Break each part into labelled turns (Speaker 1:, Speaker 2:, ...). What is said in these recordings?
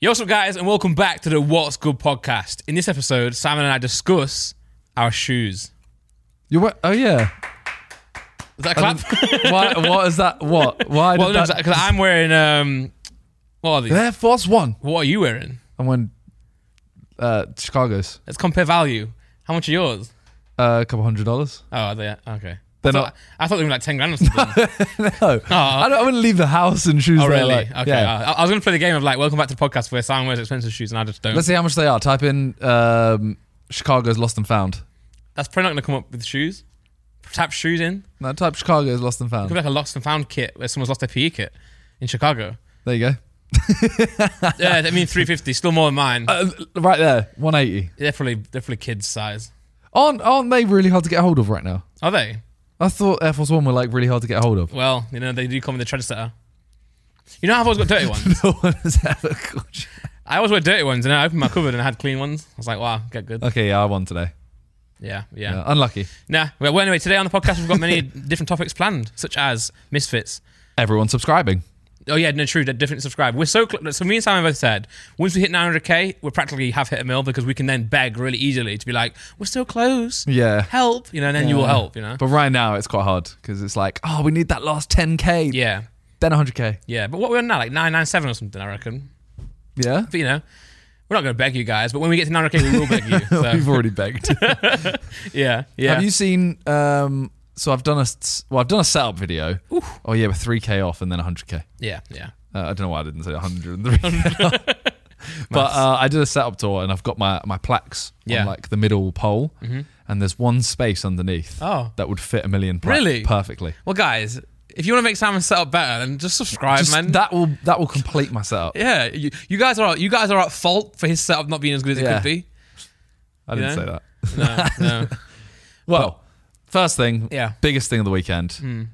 Speaker 1: Yo, what's up, guys, and welcome back to the What's Good podcast. In this episode, Simon and I discuss our shoes.
Speaker 2: You what? Oh yeah.
Speaker 1: Is that a clap?
Speaker 2: Why? What is that? What? Why?
Speaker 1: well,
Speaker 2: did
Speaker 1: no,
Speaker 2: that,
Speaker 1: because I'm wearing um, what are these?
Speaker 2: Air Force One.
Speaker 1: What are you wearing?
Speaker 2: And when uh, Chicago's
Speaker 1: Let's compare value. How much are yours?
Speaker 2: uh, a couple hundred dollars.
Speaker 1: Oh, are they okay. I
Speaker 2: They're
Speaker 1: thought, I thought they were like ten grand or something.
Speaker 2: No, I don't. I wouldn't leave the house in shoes.
Speaker 1: Ah. oh,
Speaker 2: there,
Speaker 1: really?
Speaker 2: like-
Speaker 1: okay. uh,
Speaker 2: yeah.
Speaker 1: I, I was gonna play the game of like, welcome back to the podcast where Simon wears expensive shoes and I just don't.
Speaker 2: Let's see how much they are. Type in um, Chicago's lost and found.
Speaker 1: That's probably not gonna come up with shoes. Tap shoes in.
Speaker 2: No, type Chicago's lost and
Speaker 1: Could be
Speaker 2: found.
Speaker 1: like a lost and found kit where someone's lost their PE kit in Chicago.
Speaker 2: There you go.
Speaker 1: Yeah, I mean, three fifty, still more than mine.
Speaker 2: Uh, right there, one eighty.
Speaker 1: They're probably they're probably kids size.
Speaker 2: Aren't aren't they really hard to get a hold of right now?
Speaker 1: Are they?
Speaker 2: I thought Air Force One were like really hard to get a hold of.
Speaker 1: Well, you know they do come in the tread setter. You know I've always got dirty ones.
Speaker 2: No one has ever called you.
Speaker 1: I always wear dirty ones, and I opened my cupboard and I had clean ones. I was like, wow, get good.
Speaker 2: Okay, yeah, I won today.
Speaker 1: Yeah, yeah.
Speaker 2: Yeah, unlucky.
Speaker 1: Nah. Well, anyway, today on the podcast we've got many different topics planned, such as misfits.
Speaker 2: Everyone subscribing.
Speaker 1: Oh yeah, no, true. Different subscribe. We're so cl- so. Me and Simon both said once we hit 900k, we practically have hit a mill because we can then beg really easily to be like, we're so close.
Speaker 2: Yeah.
Speaker 1: Help, you know, and then you will
Speaker 2: Yeah.
Speaker 1: help, you know.
Speaker 2: But right now it's quite hard because it's like, oh, we need that last 10k,
Speaker 1: Yeah,
Speaker 2: then 100k.
Speaker 1: yeah. But what we're on now, like 997 or something, I reckon.
Speaker 2: Yeah,
Speaker 1: But you know, we're not going to beg you guys, but when we get to 900k, we will beg you.
Speaker 2: we've
Speaker 1: So,
Speaker 2: already begged.
Speaker 1: yeah, yeah.
Speaker 2: Have you seen? Um, so I've done a s- well, I've done a setup video. Oh yeah, we're 3k off and then 100k.
Speaker 1: yeah, yeah.
Speaker 2: Uh, I don't know why I didn't say 103. but uh, I did a setup tour and I've got my my plaques
Speaker 1: Yeah. Mm-hmm.
Speaker 2: on like the middle pole, and there's one space underneath
Speaker 1: Oh.
Speaker 2: that would fit a million plaques
Speaker 1: Really?
Speaker 2: perfectly.
Speaker 1: Well, guys, if you want to make Simon set up better, then just subscribe,
Speaker 2: Just-
Speaker 1: man.
Speaker 2: that will that will complete my setup.
Speaker 1: yeah, you, you guys are you guys are at fault for his setup not being as good as
Speaker 2: Yeah.
Speaker 1: it could be.
Speaker 2: I didn't
Speaker 1: Yeah.
Speaker 2: say that.
Speaker 1: No, no.
Speaker 2: Well, first thing,
Speaker 1: Yeah. Hmm.
Speaker 2: biggest thing of the weekend.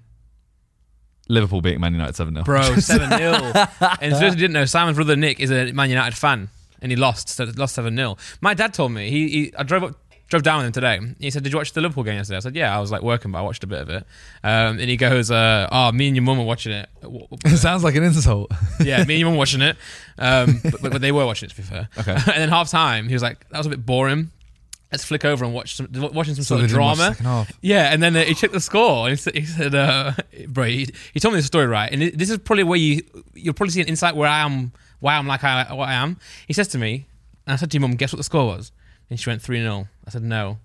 Speaker 2: Liverpool beating Man United 7 0.
Speaker 1: bro, seven 0 And for those who didn't know, Simon's brother Nick is a Man United fan, and he lost so lost seven 0 My dad told me he, he I drove up. Drove down with him today. He said, "Did you watch the Liverpool game yesterday?" I said, "Yeah, I was like working, but I watched a bit of it." Um, and he goes, uh, "Oh, me and your mum are watching it. W- w-
Speaker 2: It sounds like an insult.
Speaker 1: yeah, me and your mum watching it. Um, but, but they were watching it to be fair.
Speaker 2: Okay.
Speaker 1: and then half time, he was like, "That was a bit boring. Let's flick over and watch some watching some sort
Speaker 2: they
Speaker 1: of
Speaker 2: didn't watch the
Speaker 1: drama."
Speaker 2: second half.
Speaker 1: Yeah, and then uh, he checked the score and he said, he said uh, "Bro, he, he told me the story right, and it- this is probably where you you'll probably see an insight where I am, why I'm like I what I am." He says to me, and I said to your mum, "Guess what the score was?" And she went three 0 I said, "No,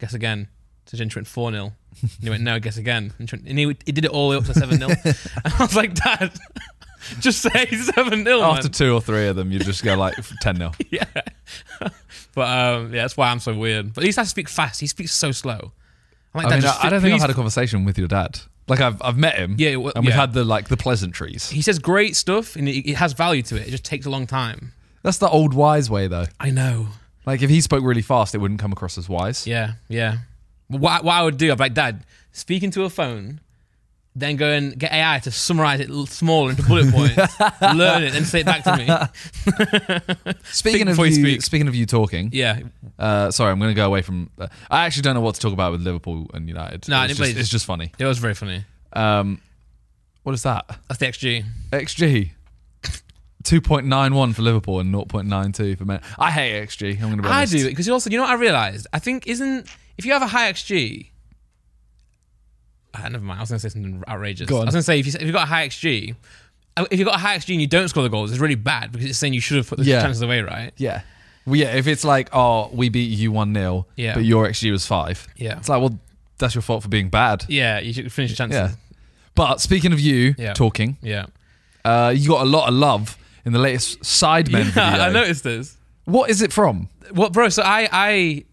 Speaker 1: guess again." So then she went four 0 and he went, "No, guess again." And, she went, and he, he did it all the way up to seven 0 And I was like, "Dad, just say seven 0
Speaker 2: After two or three of them, you just go like 10 0.
Speaker 1: yeah. but um, yeah, that's why I'm so weird. But at least I speak fast. He speaks so slow. I'm like,
Speaker 2: I,
Speaker 1: Dad,
Speaker 2: mean,
Speaker 1: just
Speaker 2: I, I don't
Speaker 1: fi-
Speaker 2: think I've
Speaker 1: please-
Speaker 2: had a conversation with your dad. Like, I've, I've met him.
Speaker 1: Yeah, well,
Speaker 2: and we've
Speaker 1: yeah.
Speaker 2: had the like the pleasantries.
Speaker 1: He says great stuff and it, it has value to it. It just takes a long time.
Speaker 2: That's the old wise way, though.
Speaker 1: I know.
Speaker 2: Like, if he spoke really fast, it wouldn't come across as wise.
Speaker 1: Yeah, yeah. But What, what I would do, I'd be like, Dad, speak into a phone, then go and get AI to summarize it l- small into bullet points, learn it, and say it back to me.
Speaker 2: Speaking
Speaker 1: Think
Speaker 2: of
Speaker 1: before
Speaker 2: you,
Speaker 1: you speak.
Speaker 2: speaking of you talking,
Speaker 1: Yeah.
Speaker 2: uh, sorry, I'm going to go away from. Uh, I actually don't know what to talk about with Liverpool and United.
Speaker 1: No,
Speaker 2: it's
Speaker 1: but
Speaker 2: just, it's just funny.
Speaker 1: It was very funny.
Speaker 2: Um, what is that?
Speaker 1: That's the XG.
Speaker 2: XG. 2.91 for Liverpool and 0.92 for Man. I hate XG. I'm going to be
Speaker 1: I
Speaker 2: honest.
Speaker 1: do because you also you know what I realized I think isn't if you have a high XG. Ah, never mind. I was going to say something outrageous.
Speaker 2: Go on.
Speaker 1: I was going to say if you if you've got a high XG, if you've got a high XG and you don't score the goals, it's really bad because it's saying you should have put the
Speaker 2: Yeah.
Speaker 1: chances away, right?
Speaker 2: Yeah. Well, yeah, if it's like, oh, we beat you 1 0,
Speaker 1: Yeah.
Speaker 2: but your XG was 5.
Speaker 1: Yeah.
Speaker 2: It's like, well, that's your fault for being bad.
Speaker 1: Yeah, you should finish chances.
Speaker 2: Yeah. But speaking of you
Speaker 1: Yeah.
Speaker 2: talking,
Speaker 1: yeah.
Speaker 2: uh, you got a lot of love in the latest Sidemen video.
Speaker 1: I noticed this.
Speaker 2: What is it from?
Speaker 1: Well, bro, so I, I,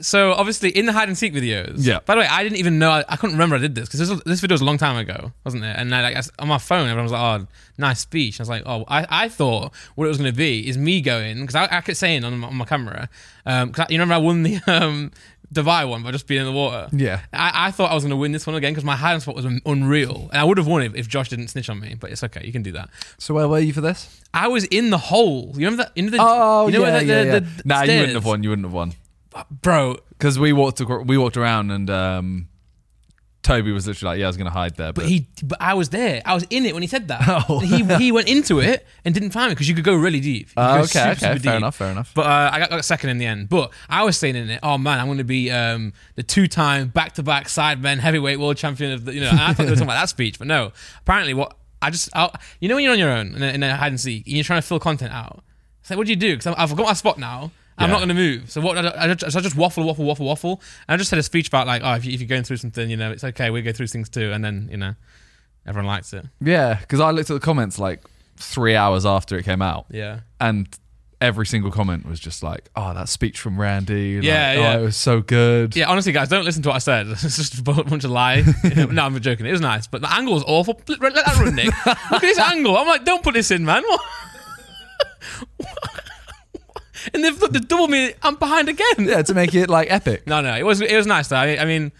Speaker 1: so obviously in the hide and seek videos.
Speaker 2: Yeah.
Speaker 1: By the way, I didn't even know. I, I couldn't remember I did this because this, was- this video was a long time ago, wasn't it? And I, like, I s- on my phone, everyone was like, "Oh, nice speech." And I was like, "Oh, I, I thought what it was going to be is me going because I, I kept saying on my, on my camera, um, 'cause I- you remember I won the um Dubai one by just being in the water.
Speaker 2: Yeah.
Speaker 1: I, I thought I was going to win this one again because my hiding spot was un- unreal, and I would have won it if Josh didn't snitch on me. But it's okay, you can do that.
Speaker 2: So, where were you for this?
Speaker 1: I was in the hole. You remember that? In the,
Speaker 2: Oh,
Speaker 1: you know
Speaker 2: yeah,
Speaker 1: where the,
Speaker 2: yeah,
Speaker 1: the,
Speaker 2: yeah.
Speaker 1: the
Speaker 2: Nah, you wouldn't
Speaker 1: stairs?
Speaker 2: have won. You wouldn't have won.
Speaker 1: bro.
Speaker 2: Because we walked, acro- we walked around and um, Toby was literally like, "Yeah, I was going to hide there," but,
Speaker 1: But he, but I was there. I was in it when he said that.
Speaker 2: Oh.
Speaker 1: And he he went into it and didn't find me because you could go really deep. You could
Speaker 2: Uh,
Speaker 1: go
Speaker 2: okay,
Speaker 1: super,
Speaker 2: okay,
Speaker 1: super
Speaker 2: fair
Speaker 1: deep.
Speaker 2: enough, fair enough.
Speaker 1: But uh, I got, got second in the end. But I was saying in it, oh man, I'm going to be um, the two-time back-to-back sidemen heavyweight world champion of the, you know. And I thought they were talking about that speech, but no. Apparently, what I just, I, you know, when you're on your own in a, in a hide and seek, and you're trying to fill content out. It's like, what do you do? Because I've got my spot now. I'm
Speaker 2: Yeah.
Speaker 1: not going to move. So what? I, I, so I just waffle, waffle, waffle, waffle. And I just had a speech about like, oh, if, you, if you're going through something, you know, it's okay. We go through things too, and then you know, everyone likes it.
Speaker 2: yeah, because I looked at the comments like three hours after it came out,
Speaker 1: Yeah.
Speaker 2: and every single comment was just like, "Oh, that speech from Randy, like,
Speaker 1: Yeah, yeah.
Speaker 2: oh, it was so good."
Speaker 1: Yeah, honestly, guys, don't listen to what I said. It's just a bu- bunch of lies. no, I'm joking. It was nice, but the angle was awful. Pl- Let let that run, Nick. Look at this angle. I'm like, don't put this in, man. What? and they've, they've doubled me. I'm behind again.
Speaker 2: Yeah, to make it like epic.
Speaker 1: No, no, it was it was nice though. I, I mean,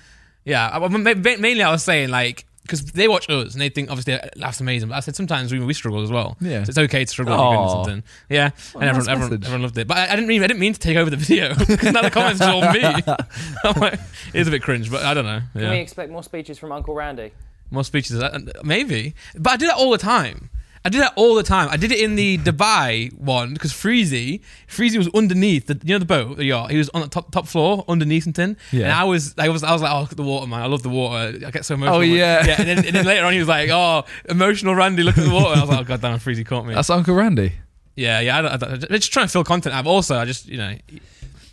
Speaker 1: yeah, I, I- ma- mainly I was saying like because they watch us and they think obviously uh, that's amazing. But I said sometimes we, we struggle as well.
Speaker 2: Yeah.
Speaker 1: so it's okay to struggle. if you're doing
Speaker 2: Aw.
Speaker 1: something. Yeah,
Speaker 2: a
Speaker 1: and everyone,
Speaker 2: nice
Speaker 1: everyone
Speaker 2: message.
Speaker 1: everyone loved it. But I, I didn't mean I didn't mean to take over the video. 'cause now the comments are all me. I'm like, it is a bit cringe, but I don't know.
Speaker 3: Can we
Speaker 1: Yeah,
Speaker 3: expect more speeches from Uncle Randy?
Speaker 1: more speeches uh, maybe, but I do that all the time. I do that all the time. I did it in the Dubai one because Freezy, Freezy was underneath the you know the boat, the yacht. He was on the top top floor underneath something,
Speaker 2: Yeah.
Speaker 1: and I was I was I was like, oh, look at the water, man. I love the water. I get so emotional.
Speaker 2: Oh, yeah.
Speaker 1: yeah. And then, and then later on, he was like, oh, emotional Randy, look at the water. I was like, oh god damn, Freezy caught me.
Speaker 2: That's Uncle Randy.
Speaker 1: yeah, yeah. I don't, I don't, they're just trying to fill content. out. But also, I just you know,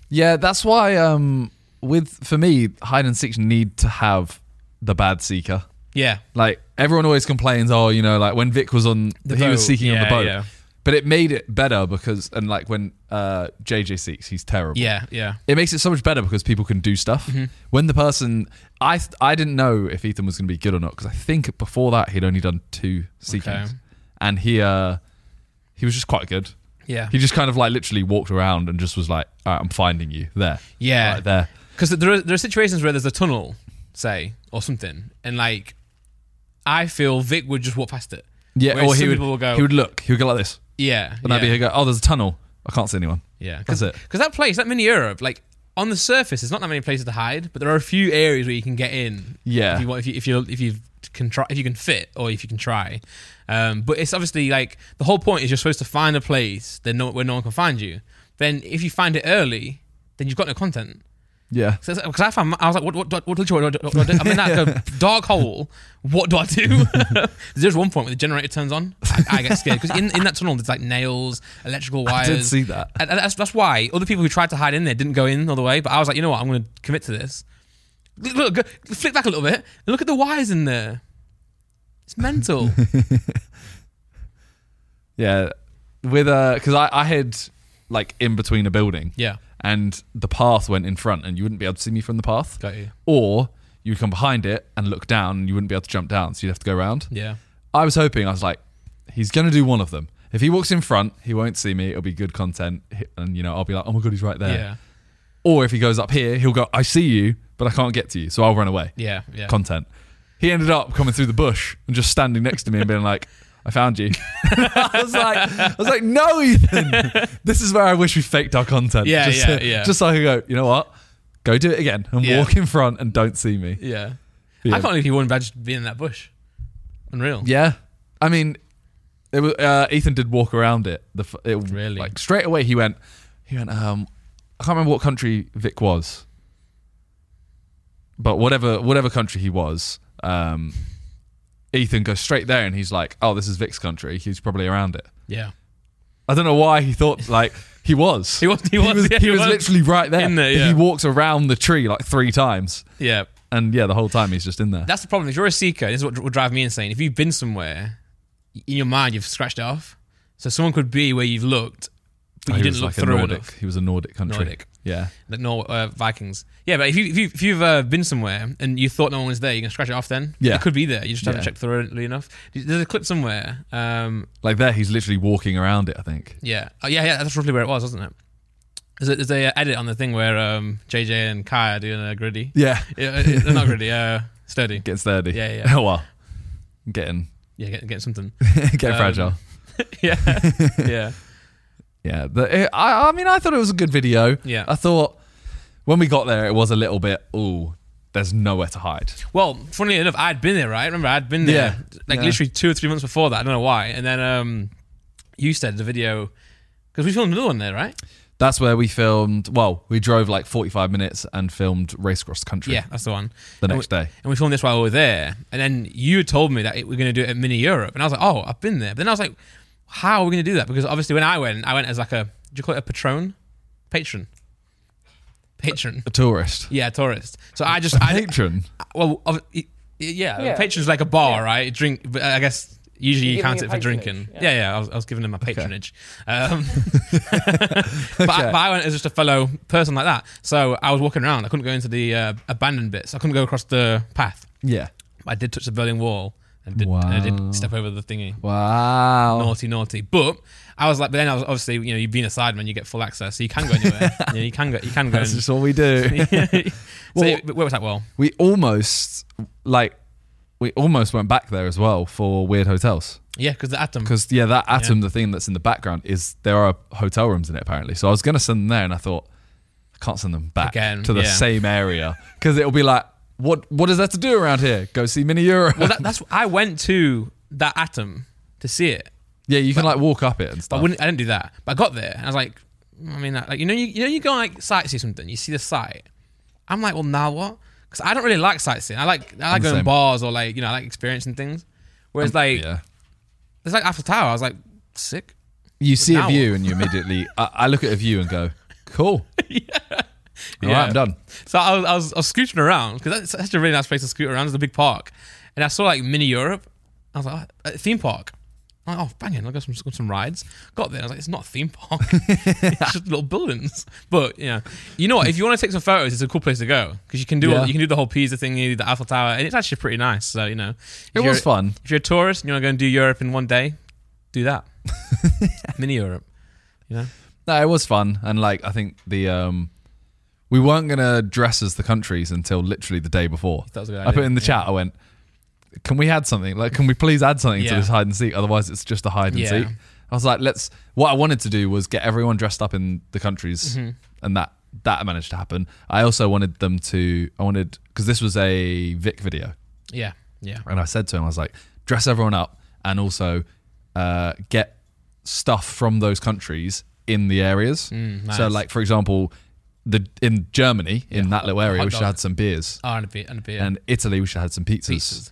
Speaker 2: Yeah, that's why. Um, with for me, hide and seek need to have the bad seeker.
Speaker 1: yeah,
Speaker 2: Like everyone always complains, oh, you know, like when Vic was on,
Speaker 1: The
Speaker 2: he
Speaker 1: boat.
Speaker 2: was seeking on
Speaker 1: Yeah,
Speaker 2: the boat.
Speaker 1: yeah.
Speaker 2: But it made it better because, and like when uh, JJ seeks, he's terrible.
Speaker 1: yeah, yeah.
Speaker 2: It makes it so much better because people can do stuff.
Speaker 1: Mm-hmm.
Speaker 2: When the person, I th- I didn't know if Ethan was going to be good or not because I think before that he'd only done two seekings,
Speaker 1: Okay.
Speaker 2: and he uh, he was just quite good.
Speaker 1: Yeah,
Speaker 2: He just kind of like literally walked around and just was like, All right, I'm finding you there.
Speaker 1: Yeah.
Speaker 2: Right there.
Speaker 1: because there are, there are situations where there's a tunnel, say, or something, and like I feel Vic would just walk past it.
Speaker 2: Yeah.
Speaker 1: Whereas
Speaker 2: or he
Speaker 1: some
Speaker 2: would,
Speaker 1: people will go,
Speaker 2: he would look, he would go like this.
Speaker 1: yeah,
Speaker 2: And
Speaker 1: yeah,
Speaker 2: that'd be, he'd go, Oh, there's a tunnel. I can't see anyone.
Speaker 1: yeah.
Speaker 2: That's it.
Speaker 1: Because that place, that mini Europe, like on the surface, there's not that many places to hide, but there are a few areas where you can get in.
Speaker 2: Yeah.
Speaker 1: if you want, if you if you if you can try, if you can fit, or if you can try. Um, but it's obviously like the whole point is you're supposed to find a place that no, where no one can find you. Then if you find it early, then you've got no content.
Speaker 2: Yeah.
Speaker 1: Because I found, I was like, what, what, do I- what, literally, what, do I- what, do I do? I'm in that dark hole. What do I do? there's one point where the generator turns on. I, I get scared because in, in that tunnel there's like nails, electrical
Speaker 2: I
Speaker 1: wires.
Speaker 2: did see that.
Speaker 1: And- and that's, that's why other people who tried to hide in there didn't go in all the way. But I was like, you know what? I'm going to commit to this. Look, look, go, flip back a little bit and look at the wires in there. It's mental.
Speaker 2: Yeah. With uh because I, I had like in between a building.
Speaker 1: yeah,
Speaker 2: And the path went in front and you wouldn't be able to see me from the path.
Speaker 1: got you.
Speaker 2: Or you'd come behind it and look down and you wouldn't be able to jump down, so you'd have to go around.
Speaker 1: Yeah,
Speaker 2: I was hoping, I was like, he's going to do one of them. If he walks in front, he won't see me. It'll be good content. And, you know, I'll be like, oh my God, he's right there.
Speaker 1: yeah,
Speaker 2: Or if he goes up here, he'll go, I see you, but I can't get to you. So I'll run away.
Speaker 1: yeah, yeah.
Speaker 2: Content. He ended up coming through the bush and just standing next to me and being like, I found you. I was like, I was like, no, Ethan. This is where I wish we faked our content.
Speaker 1: Yeah,
Speaker 2: just
Speaker 1: yeah, yeah.
Speaker 2: Just so I could go, you know what? Go do it again and
Speaker 1: Yeah.
Speaker 2: walk in front and don't see me.
Speaker 1: yeah.
Speaker 2: Yeah.
Speaker 1: I can't believe you wouldn't badge being in that bush. Unreal.
Speaker 2: Yeah, I mean, it was uh, Ethan did walk around it. The f- it,
Speaker 1: Really?
Speaker 2: like straight away he went. He went. Um, I can't remember what country Vic was, but whatever whatever country he was, um, Ethan goes straight there and he's like, "Oh, this is Vic's country. He's probably around it."
Speaker 1: yeah.
Speaker 2: I don't know why he thought like he was.
Speaker 1: He was- he was, yeah,
Speaker 2: he
Speaker 1: he
Speaker 2: was
Speaker 1: was.
Speaker 2: literally right there.
Speaker 1: In there,
Speaker 2: But
Speaker 1: yeah.
Speaker 2: He walks around the tree like three times,
Speaker 1: Yeah.
Speaker 2: and yeah, the whole time he's just in there.
Speaker 1: That's the problem. If you're a seeker, this is what would drive me insane. If you've been somewhere, in your mind you've scratched it off. So someone could be where you've looked, but
Speaker 2: Oh,
Speaker 1: you
Speaker 2: he
Speaker 1: didn't
Speaker 2: was
Speaker 1: look
Speaker 2: like a
Speaker 1: through
Speaker 2: Nordic.
Speaker 1: enough.
Speaker 2: He was a Nordic country.
Speaker 1: Nordic.
Speaker 2: Yeah.
Speaker 1: Like Nor- uh, Vikings. Yeah, but if you if, you, if you've uh, been somewhere and you thought no one was there, you're gonna scratch it off. Then
Speaker 2: Yeah.
Speaker 1: it could be there. You just haven't
Speaker 2: Yeah.
Speaker 1: checked thoroughly enough. There's a clip somewhere. Um,
Speaker 2: Like there, he's literally walking around it. I think.
Speaker 1: yeah, oh, yeah, yeah. That's roughly where it was, wasn't it? There's a, there's a uh, edit on the thing where um, JJ and Kai are doing a gritty.
Speaker 2: Yeah,
Speaker 1: Yeah, uh, they're not gritty. Uh, sturdy.
Speaker 2: gets thirty.
Speaker 1: Yeah, yeah.
Speaker 2: Oh well, getting
Speaker 1: Yeah, get, get something.
Speaker 2: getting
Speaker 1: Um,
Speaker 2: fragile.
Speaker 1: yeah, yeah,
Speaker 2: Yeah, the, it, I I mean, I thought it was a good video.
Speaker 1: Yeah.
Speaker 2: I thought when we got there, it was a little bit. Ooh, there's nowhere to hide.
Speaker 1: Well, funnily enough, I'd been there, right? Remember, I'd been there
Speaker 2: Yeah.
Speaker 1: like
Speaker 2: Yeah.
Speaker 1: literally two or three months before that. I don't know why. And then um, you said the video because we filmed another one there, right?
Speaker 2: That's where we filmed. Well, we drove like 45 minutes and filmed race cross country.
Speaker 1: Yeah, that's the one.
Speaker 2: The
Speaker 1: And
Speaker 2: next
Speaker 1: we-
Speaker 2: day.
Speaker 1: and we filmed this while we were there. And then you told me that it, we're going to do it at Mini Europe, and I was like, oh, I've been there. But then I was like, how are we going to do that? Because obviously, when I went, I went as like a do you call it a patron, patron, patron.
Speaker 2: A tourist.
Speaker 1: Yeah, tourist. So I just I
Speaker 2: Patron.
Speaker 1: well, of- y- yeah,
Speaker 3: Yeah.
Speaker 1: patron's like a bar,
Speaker 3: Yeah.
Speaker 1: right? Drink, but I guess usually you
Speaker 3: You're
Speaker 1: count it
Speaker 3: giving
Speaker 1: for
Speaker 3: a patronage,
Speaker 1: drinking. Yeah,
Speaker 3: yeah.
Speaker 1: yeah, I, was, I was giving them a patronage. Um, but, I,
Speaker 2: Okay.
Speaker 1: but I went as just a fellow person like that. So I was walking around. I couldn't go into the uh, abandoned bits. I couldn't go across the path.
Speaker 2: Yeah.
Speaker 1: I did touch the Berlin Wall and, did, and I
Speaker 2: Wow.
Speaker 1: did step over the thingy.
Speaker 2: Wow.
Speaker 1: Naughty, naughty. But I was like, but then I was obviously, you know, you've been a sideman, you get full access, so you can go anywhere. you, know, you can go, you can go.
Speaker 2: That's
Speaker 1: And,
Speaker 2: just all we do.
Speaker 1: so
Speaker 2: Well-
Speaker 1: it worked out well.
Speaker 2: we almost like we almost went back there as well for weird hotels
Speaker 1: Yeah, because the atom.
Speaker 2: because yeah that atom the thing that's in the background is there are hotel rooms in it apparently so i was going to send them there and i thought i can't send them back
Speaker 1: Again,
Speaker 2: to the
Speaker 1: yeah.
Speaker 2: same area because it'll be like what what is there to do around here go see mini europe
Speaker 1: Well, that, that's I went to that atom to see it.
Speaker 2: yeah you can like walk up it and
Speaker 1: But I
Speaker 2: stuff
Speaker 1: wouldn't. I didn't do that. But I got there and I was like, I mean, like you know, you, you know, you go like sightsee something. You see the site. I'm like, well, now what? Because I don't really like sightseeing. I like I like going
Speaker 2: the
Speaker 1: to
Speaker 2: same.
Speaker 1: bars or like you know I like experiencing things. Whereas like
Speaker 2: yeah
Speaker 1: it's like Eiffel Tower. I was like sick.
Speaker 2: you see a
Speaker 1: Now
Speaker 2: view and you immediately I, I look at a view and go cool yeah.
Speaker 1: Yeah.
Speaker 2: i'm done
Speaker 1: So I was I was, I was scooting around because that's such a really nice place to scoot around. It's a big park, and I saw like mini Europe. I was like, oh, a theme park. I'm like, oh, banging! I'll go some go some rides. Got there, I was like, it's not a theme park. it's just little buildings. But you know, you know what? If you want to take some photos, it's a cool place to go because you can do
Speaker 2: Yeah.
Speaker 1: all, you can do the whole Pisa thing, you do the Eiffel Tower, and it's actually pretty nice. So you know, if
Speaker 2: it
Speaker 1: you're-
Speaker 2: was fun
Speaker 1: If you're a tourist and you want to go and do Europe in one day, do that. mini Europe. You know,
Speaker 2: No, it was fun, and like I think the um, we weren't gonna dress as the countries until literally the day before.
Speaker 1: that was a good
Speaker 2: I put
Speaker 1: idea,
Speaker 2: in the
Speaker 1: yeah.
Speaker 2: chat. I went, "Can we add something? Like, can we please add something to
Speaker 1: Yeah.
Speaker 2: this hide and seek? Otherwise, it's just a hide and
Speaker 1: Yeah.
Speaker 2: seek." I was like, "Let's." What I wanted to do was get everyone dressed up in the countries,
Speaker 1: Mm-hmm.
Speaker 2: and that that managed to happen. I also wanted them to. I wanted because this was a Vic video,
Speaker 1: yeah, yeah.
Speaker 2: and I said to him, I was like, dress everyone up and also uh, get stuff from those countries in the areas. So,
Speaker 1: Mm, nice.
Speaker 2: like for example, the in Germany in that little area,
Speaker 1: hot
Speaker 2: we should
Speaker 1: dog.
Speaker 2: have had some beers,
Speaker 1: Oh, and a beer, and a beer.
Speaker 2: and Italy, we should have had some
Speaker 1: pizzas.
Speaker 2: pizzas.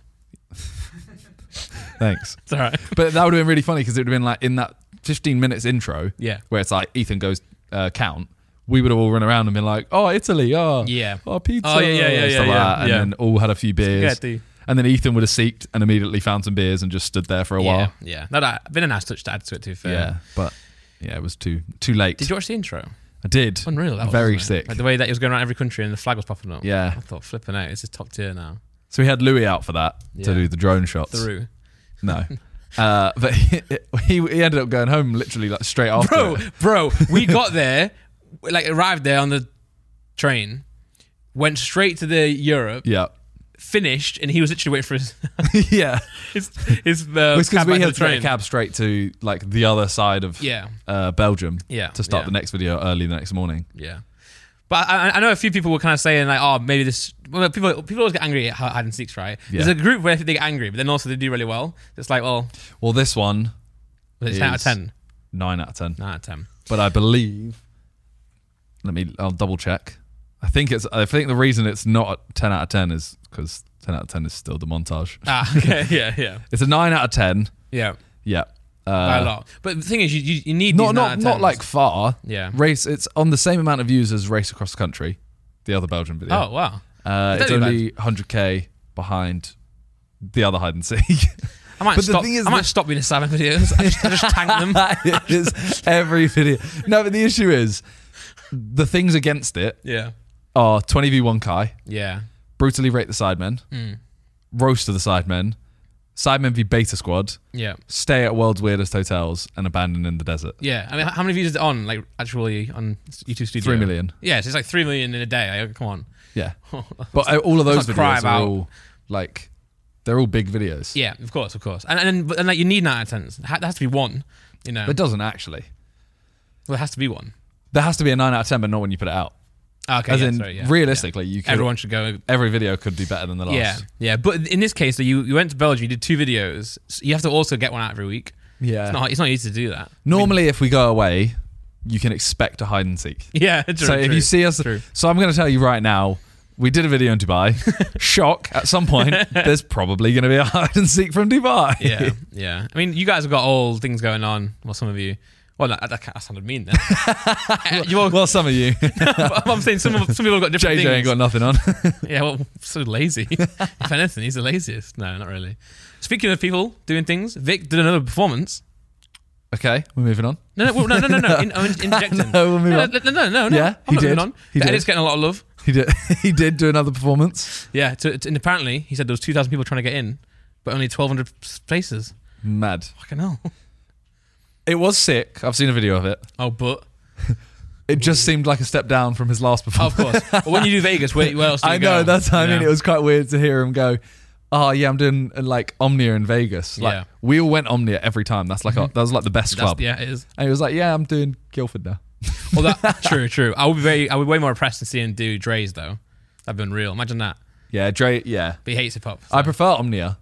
Speaker 2: Thanks.
Speaker 1: It's all right.
Speaker 2: but that would have been really funny because it would have been like in that 15 minutes intro,
Speaker 1: Yeah.
Speaker 2: where it's like Ethan goes uh, count. We would have all run around and been like, "Oh, Italy! Oh,
Speaker 1: Yeah.
Speaker 2: Oh, pizza!
Speaker 1: Oh, yeah, yeah, yeah,
Speaker 2: stuff
Speaker 1: yeah,
Speaker 2: like
Speaker 1: yeah,
Speaker 2: that, and
Speaker 1: yeah.
Speaker 2: then all had a few beers,
Speaker 1: Spaghetti.
Speaker 2: and then Ethan would have seeked and immediately found some beers and just stood there for a while.
Speaker 1: Yeah, yeah. No, that been a nice touch to add to it. To be fair,
Speaker 2: Yeah, but yeah, it was too too late.
Speaker 1: Did you watch the intro?
Speaker 2: I did.
Speaker 1: Unreal. That was,
Speaker 2: Very
Speaker 1: wasn't it?
Speaker 2: sick.
Speaker 1: Like the way that he was going around every country and the flag was popping up.
Speaker 2: Yeah.
Speaker 1: I thought flipping out. This is top tier now.
Speaker 2: So we had Louis out for that
Speaker 1: Yeah.
Speaker 2: to do the drone shots.
Speaker 1: Through,
Speaker 2: No. Uh, but he, he he ended up going home literally like straight after.
Speaker 1: bro,
Speaker 2: it.
Speaker 1: bro. We got there, like arrived there on the train, went straight to the Europe,
Speaker 2: Yeah.
Speaker 1: finished, and he was literally waiting for his
Speaker 2: yeah.
Speaker 1: his, his uh,
Speaker 2: Because
Speaker 1: cab back
Speaker 2: we
Speaker 1: to
Speaker 2: had
Speaker 1: the
Speaker 2: to get
Speaker 1: train.
Speaker 2: a cab straight to like the other side of
Speaker 1: Yeah,
Speaker 2: uh, Belgium
Speaker 1: Yeah,
Speaker 2: to start
Speaker 1: yeah.
Speaker 2: the next video early the next morning.
Speaker 1: yeah. But I, I know a few people were kind of saying like, "Oh, maybe this." Well, people people always get angry at how hide and seeks, right?
Speaker 2: Yeah.
Speaker 1: There's a group where they get angry, but then also they do really well. It's like, well,
Speaker 2: Well, this one,
Speaker 1: it's ten out of
Speaker 2: Is-
Speaker 1: ten.
Speaker 2: nine out of 10.
Speaker 1: Nine out of ten.
Speaker 2: But I believe, let me, I'll double check. I think it's, I think the reason it's not a 10 out of 10 is because 10 out of 10 is still the montage.
Speaker 1: Ah, okay, yeah, yeah,
Speaker 2: It's a nine out of ten.
Speaker 1: yeah,
Speaker 2: Yeah.
Speaker 1: by a
Speaker 2: Uh,
Speaker 1: lot. But the thing is, you you, you need
Speaker 2: not
Speaker 1: these
Speaker 2: not
Speaker 1: nine out
Speaker 2: not
Speaker 1: of
Speaker 2: like
Speaker 1: 10s.
Speaker 2: far.
Speaker 1: yeah.
Speaker 2: Race. It's on the same amount of views as Race Across the Country, the other Belgian video.
Speaker 1: Oh wow, is
Speaker 2: uh,
Speaker 1: that
Speaker 2: it's
Speaker 1: really
Speaker 2: only 100k behind the other hide and seek.
Speaker 1: I might
Speaker 2: But the
Speaker 1: stop.
Speaker 2: thing is
Speaker 1: I might
Speaker 2: that-
Speaker 1: stop being a salmon videos. I just, I just tank them.
Speaker 2: it is every video. No, but the issue is the things against it
Speaker 1: Yeah,
Speaker 2: are 20v1Kai,
Speaker 1: yeah,
Speaker 2: brutally rate the Sidemen,
Speaker 1: Hmm.
Speaker 2: roast of the Sidemen, Sidemen v Beta Squad,
Speaker 1: yeah,
Speaker 2: stay at world's weirdest hotels, and abandon in the desert.
Speaker 1: yeah. I mean, how many views is it on? Like actually on YouTube Studio?
Speaker 2: Three million.
Speaker 1: Yeah, so it's like three million in a day. Like, come on.
Speaker 2: Yeah. But uh, all of
Speaker 1: let's
Speaker 2: those
Speaker 1: not cry
Speaker 2: videos are
Speaker 1: about-
Speaker 2: all like they're all big videos.
Speaker 1: Yeah, of course, of course. And and, then- but- and like you need nine out of tens. Ha- There has to be one. You know,
Speaker 2: There doesn't actually.
Speaker 1: well, there has to be one. Ah,
Speaker 2: There has to be a nine out of ten, but not when you put it out.
Speaker 1: Okay,
Speaker 2: As
Speaker 1: yeah,
Speaker 2: in,
Speaker 1: sorry, yeah,
Speaker 2: realistically, you could,
Speaker 1: Everyone should go.
Speaker 2: every video could be better than the last.
Speaker 1: Yeah, yeah. But in this case, though, you, you went to Belgium, you did two videos. So you have to also get one out every week.
Speaker 2: yeah.
Speaker 1: It's not it's not easy to do that.
Speaker 2: Normally, if we go away, you can expect a hide and seek.
Speaker 1: Yeah, true,
Speaker 2: so if
Speaker 1: true.
Speaker 2: you see us,
Speaker 1: True.
Speaker 2: so I'm going to tell you right now, we did a video in Dubai. Shock! At some point, there's probably going to be a hide and seek from Dubai.
Speaker 1: yeah, yeah. I mean, you guys have got all things going on. Well, some of you. Well, no, that, that sounded mean then. Uh, you all,
Speaker 2: well, some of you,
Speaker 1: I'm saying some of, some people have got different
Speaker 2: JJ
Speaker 1: things.
Speaker 2: ain't got nothing on.
Speaker 1: Yeah, well, so lazy. if anything, he's the laziest. No, not really. Speaking of people doing things, Vic did another performance.
Speaker 2: okay, we're moving on.
Speaker 1: No, no, well, no, no, no, no. In, I'm interjecting.
Speaker 2: No, we'll move
Speaker 1: no,
Speaker 2: on.
Speaker 1: no, no, no, no, no.
Speaker 2: Yeah,
Speaker 1: I'm
Speaker 2: he
Speaker 1: not moving
Speaker 2: did.
Speaker 1: on.
Speaker 2: He
Speaker 1: the
Speaker 2: did.
Speaker 1: edit's getting a lot of love.
Speaker 2: He did. He did do another performance.
Speaker 1: Yeah, to, to- and apparently he said there was 2,000 people trying to get in, but only 1,200 spaces.
Speaker 2: Mad.
Speaker 1: Fucking hell.
Speaker 2: It was sick. I've seen a video of it.
Speaker 1: Oh, but
Speaker 2: It just seemed like a step down from his last
Speaker 1: oh, of
Speaker 2: performance.
Speaker 1: course. But when you do Vegas, where, where else? Do you
Speaker 2: I know.
Speaker 1: go?
Speaker 2: That's. I
Speaker 1: You
Speaker 2: mean,
Speaker 1: know?
Speaker 2: it was quite weird to hear him go. Oh yeah, I'm doing uh, like Omnia in Vegas. Like
Speaker 1: Yeah. Mm-hmm.
Speaker 2: we all went Omnia every time. That's like our, that was like the best
Speaker 1: That's-
Speaker 2: club.
Speaker 1: yeah, it is.
Speaker 2: And he was like, "Yeah, I'm doing Guildford now."
Speaker 1: Well, that true, true. I would be very, I would be way more impressed than seeing him do Dre's though. That'd been real. Imagine that.
Speaker 2: Yeah, Dre. Yeah,
Speaker 1: But he hates hip hop.
Speaker 2: I prefer Omnia,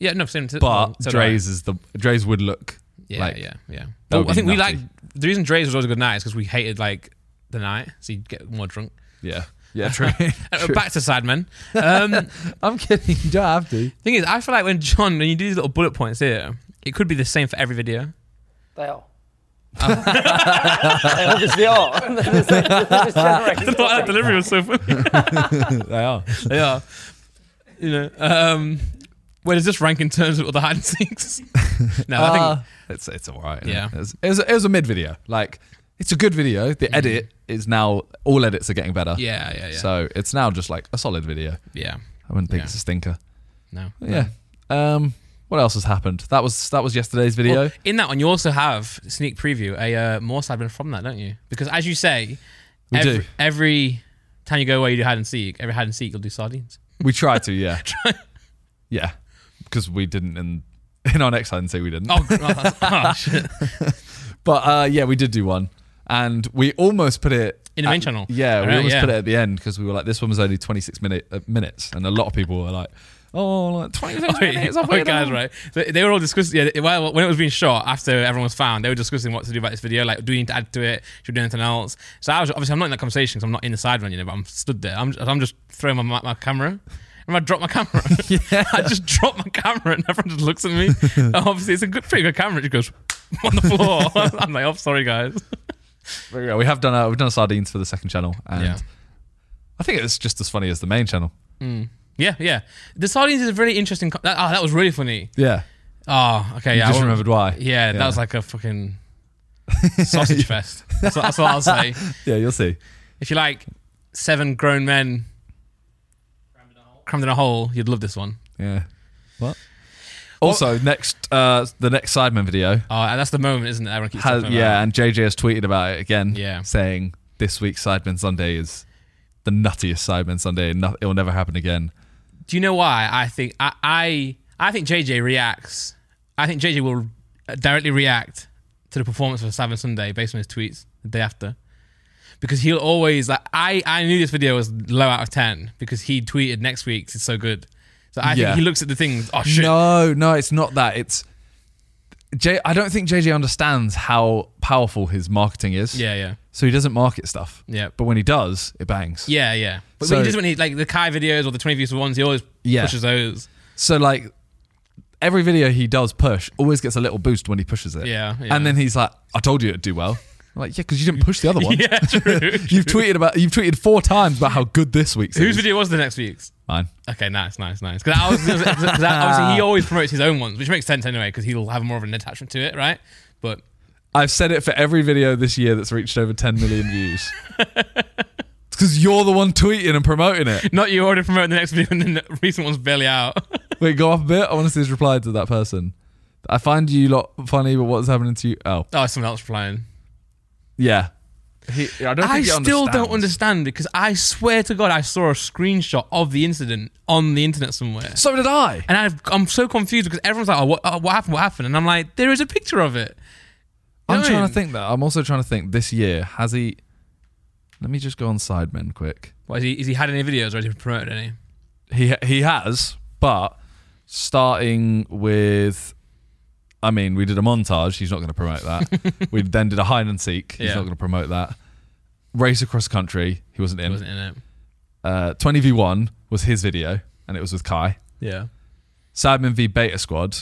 Speaker 1: Yeah, no, same. To,
Speaker 2: but
Speaker 1: well, so do I.
Speaker 2: Dre's is the Dre's would look.
Speaker 1: Yeah,
Speaker 2: like,
Speaker 1: yeah, yeah.
Speaker 2: would
Speaker 1: Well, I
Speaker 2: be
Speaker 1: think we like
Speaker 2: nutty.
Speaker 1: the reason Dre's was always a good night is because we hated like the night, so you would get more drunk.
Speaker 2: Yeah, yeah, true.
Speaker 1: Uh,
Speaker 2: true.
Speaker 1: Back to Sidemen. Um,
Speaker 2: I'm kidding. You don't have to.
Speaker 1: thing is, I feel like when John, when you do these little bullet points here, it could be the same for every video.
Speaker 3: They are.
Speaker 1: Ah.
Speaker 3: they obviously are. They're just- they're just generating
Speaker 1: that
Speaker 3: content.
Speaker 1: delivery was so funny.
Speaker 2: They are.
Speaker 1: they are. You know, um, where does this rank in terms of the hide and seeks? no, I think
Speaker 2: Uh, it's it's all right.
Speaker 1: Yeah.
Speaker 2: it was, it was, it was a mid video. Like it's a good video. The edit is now all edits are getting better.
Speaker 1: yeah, yeah, yeah,
Speaker 2: So it's now just like a solid video.
Speaker 1: yeah.
Speaker 2: I wouldn't think
Speaker 1: Yeah.
Speaker 2: it's a stinker.
Speaker 1: No.
Speaker 2: But yeah. Um. What else has happened? That was that was yesterday's video.
Speaker 1: Well, in that one, you also have sneak preview a uh, more sidemen from that, don't you? Because as you say,
Speaker 2: We
Speaker 1: every,
Speaker 2: do.
Speaker 1: every time you go away, you do hide and seek. Every hide and seek, you'll do sardines.
Speaker 2: we tried to. Yeah. yeah. Because we didn't in in our next hide and seek we didn't.
Speaker 1: Oh, gr- oh, that's, oh shit!
Speaker 2: But uh, yeah, we did do one, and we almost put it
Speaker 1: In the main
Speaker 2: at-
Speaker 1: channel.
Speaker 2: Yeah, we
Speaker 1: Right,
Speaker 2: almost
Speaker 1: yeah.
Speaker 2: put it at the end because we were like, this one was only 26 minute, uh, minutes, and a lot of people were like, oh, like 26 minutes. I'll put
Speaker 1: Oh,
Speaker 2: it
Speaker 1: guys,
Speaker 2: on.
Speaker 1: right? So they were all discussing. Yeah, well, when it was being shot after everyone was found, they were discussing what to do about this video. Like, do we need to add to it? Should we do anything else? So I was obviously I'm not in that conversation because I'm not in the side run, you know. But I'm stood there. I'm I'm just throwing my my, my camera. And I dropped my camera. I just dropped my camera, and everyone just looks at me. And obviously, it's a good, pretty good camera. It just goes on the floor. I'm like, oh, sorry, guys.
Speaker 2: But yeah, we have done a, we've done a sardines for the second channel, and
Speaker 1: Yeah.
Speaker 2: I think it's just as funny as the main channel.
Speaker 1: Yeah, yeah. The sardines is a really interesting. Co- that, oh, that was really funny.
Speaker 2: Yeah,
Speaker 1: Oh, okay.
Speaker 2: you
Speaker 1: yeah, I
Speaker 2: just
Speaker 1: won't-
Speaker 2: remembered why.
Speaker 1: Yeah, that was like a fucking sausage fest. That's what, that's what I'll say.
Speaker 2: yeah, you'll see.
Speaker 1: If you like seven grown men crammed in a hole, you'd love this one.
Speaker 2: Yeah. What? Also, next uh, the next Sidemen video
Speaker 1: Oh, and that's the moment, isn't it? Everyone keeps
Speaker 2: has
Speaker 1: talking about
Speaker 2: yeah, and JJ has tweeted about it again.
Speaker 1: Yeah.
Speaker 2: saying this week's Sidemen Sunday is the nuttiest Sidemen Sunday. No, it'll never happen again.
Speaker 1: it. Do you know why? I think I, I I think JJ reacts. I think JJ will directly react to the performance of Simon Sunday based on his tweets the day after. Because he'll always like I, I knew this video was low out of ten because he tweeted next week's it's so good. So I
Speaker 2: Yeah.
Speaker 1: think he looks at the things, oh shit.
Speaker 2: No, no, it's not that. It's J. I don't think JJ understands how powerful his marketing is.
Speaker 1: Yeah, yeah.
Speaker 2: So he doesn't market stuff.
Speaker 1: Yeah.
Speaker 2: But when he does, it bangs.
Speaker 1: Yeah, yeah. But
Speaker 2: So-
Speaker 1: he does when he like the Kai videos or the twenty views for ones, he always
Speaker 2: Yeah.
Speaker 1: pushes those.
Speaker 2: So like every video he does push always gets a little boost when he pushes it.
Speaker 1: Yeah, yeah.
Speaker 2: And then he's like, I told you it'd do well. I'm like, yeah, because you didn't push the other one.
Speaker 1: Yeah, true.
Speaker 2: You've tweeted about you've tweeted four times about how good this week's
Speaker 1: Whose
Speaker 2: is.
Speaker 1: video was the next week's?
Speaker 2: Mine.
Speaker 1: Okay, nice, nice, nice. Because obviously he always promotes his own ones, which makes sense anyway, because he'll have more of an attachment to it, right? But
Speaker 2: I've said it for every video this year that's reached over 10 million views. it's because you're the one tweeting and promoting it.
Speaker 1: not you already promoting the next video and then the recent one's barely out.
Speaker 2: Wait, go up a bit. I want to see his reply to that person. I find you lot funny, but what's happening to you? Oh,
Speaker 1: oh, someone else replying.
Speaker 2: yeah. He, I don't.
Speaker 1: I
Speaker 2: think he
Speaker 1: still don't
Speaker 2: understands.
Speaker 1: understand because I swear to God, I saw a screenshot of the incident on the internet somewhere.
Speaker 2: So did I.
Speaker 1: And I've, I'm so confused because everyone's like, oh, what, oh, what happened? What happened? And I'm like, there is a picture of it. You know what
Speaker 2: I'm
Speaker 1: I
Speaker 2: trying
Speaker 1: mean?
Speaker 2: to think that. I'm also trying to think this year, has he Let me just go on Sidemen quick.
Speaker 1: What, is he, is he had any videos or has he promoted any?
Speaker 2: He he has, but starting with, I mean, we did a montage. He's not going to promote that. we then did a hide and seek. He's
Speaker 1: Yeah.
Speaker 2: not going to promote that. Race across country. He wasn't
Speaker 1: He
Speaker 2: in.
Speaker 1: wasn't in it.
Speaker 2: Uh, Twenty v one was his video, and it was with Kai.
Speaker 1: Yeah.
Speaker 2: Sidemen v Beta Squad.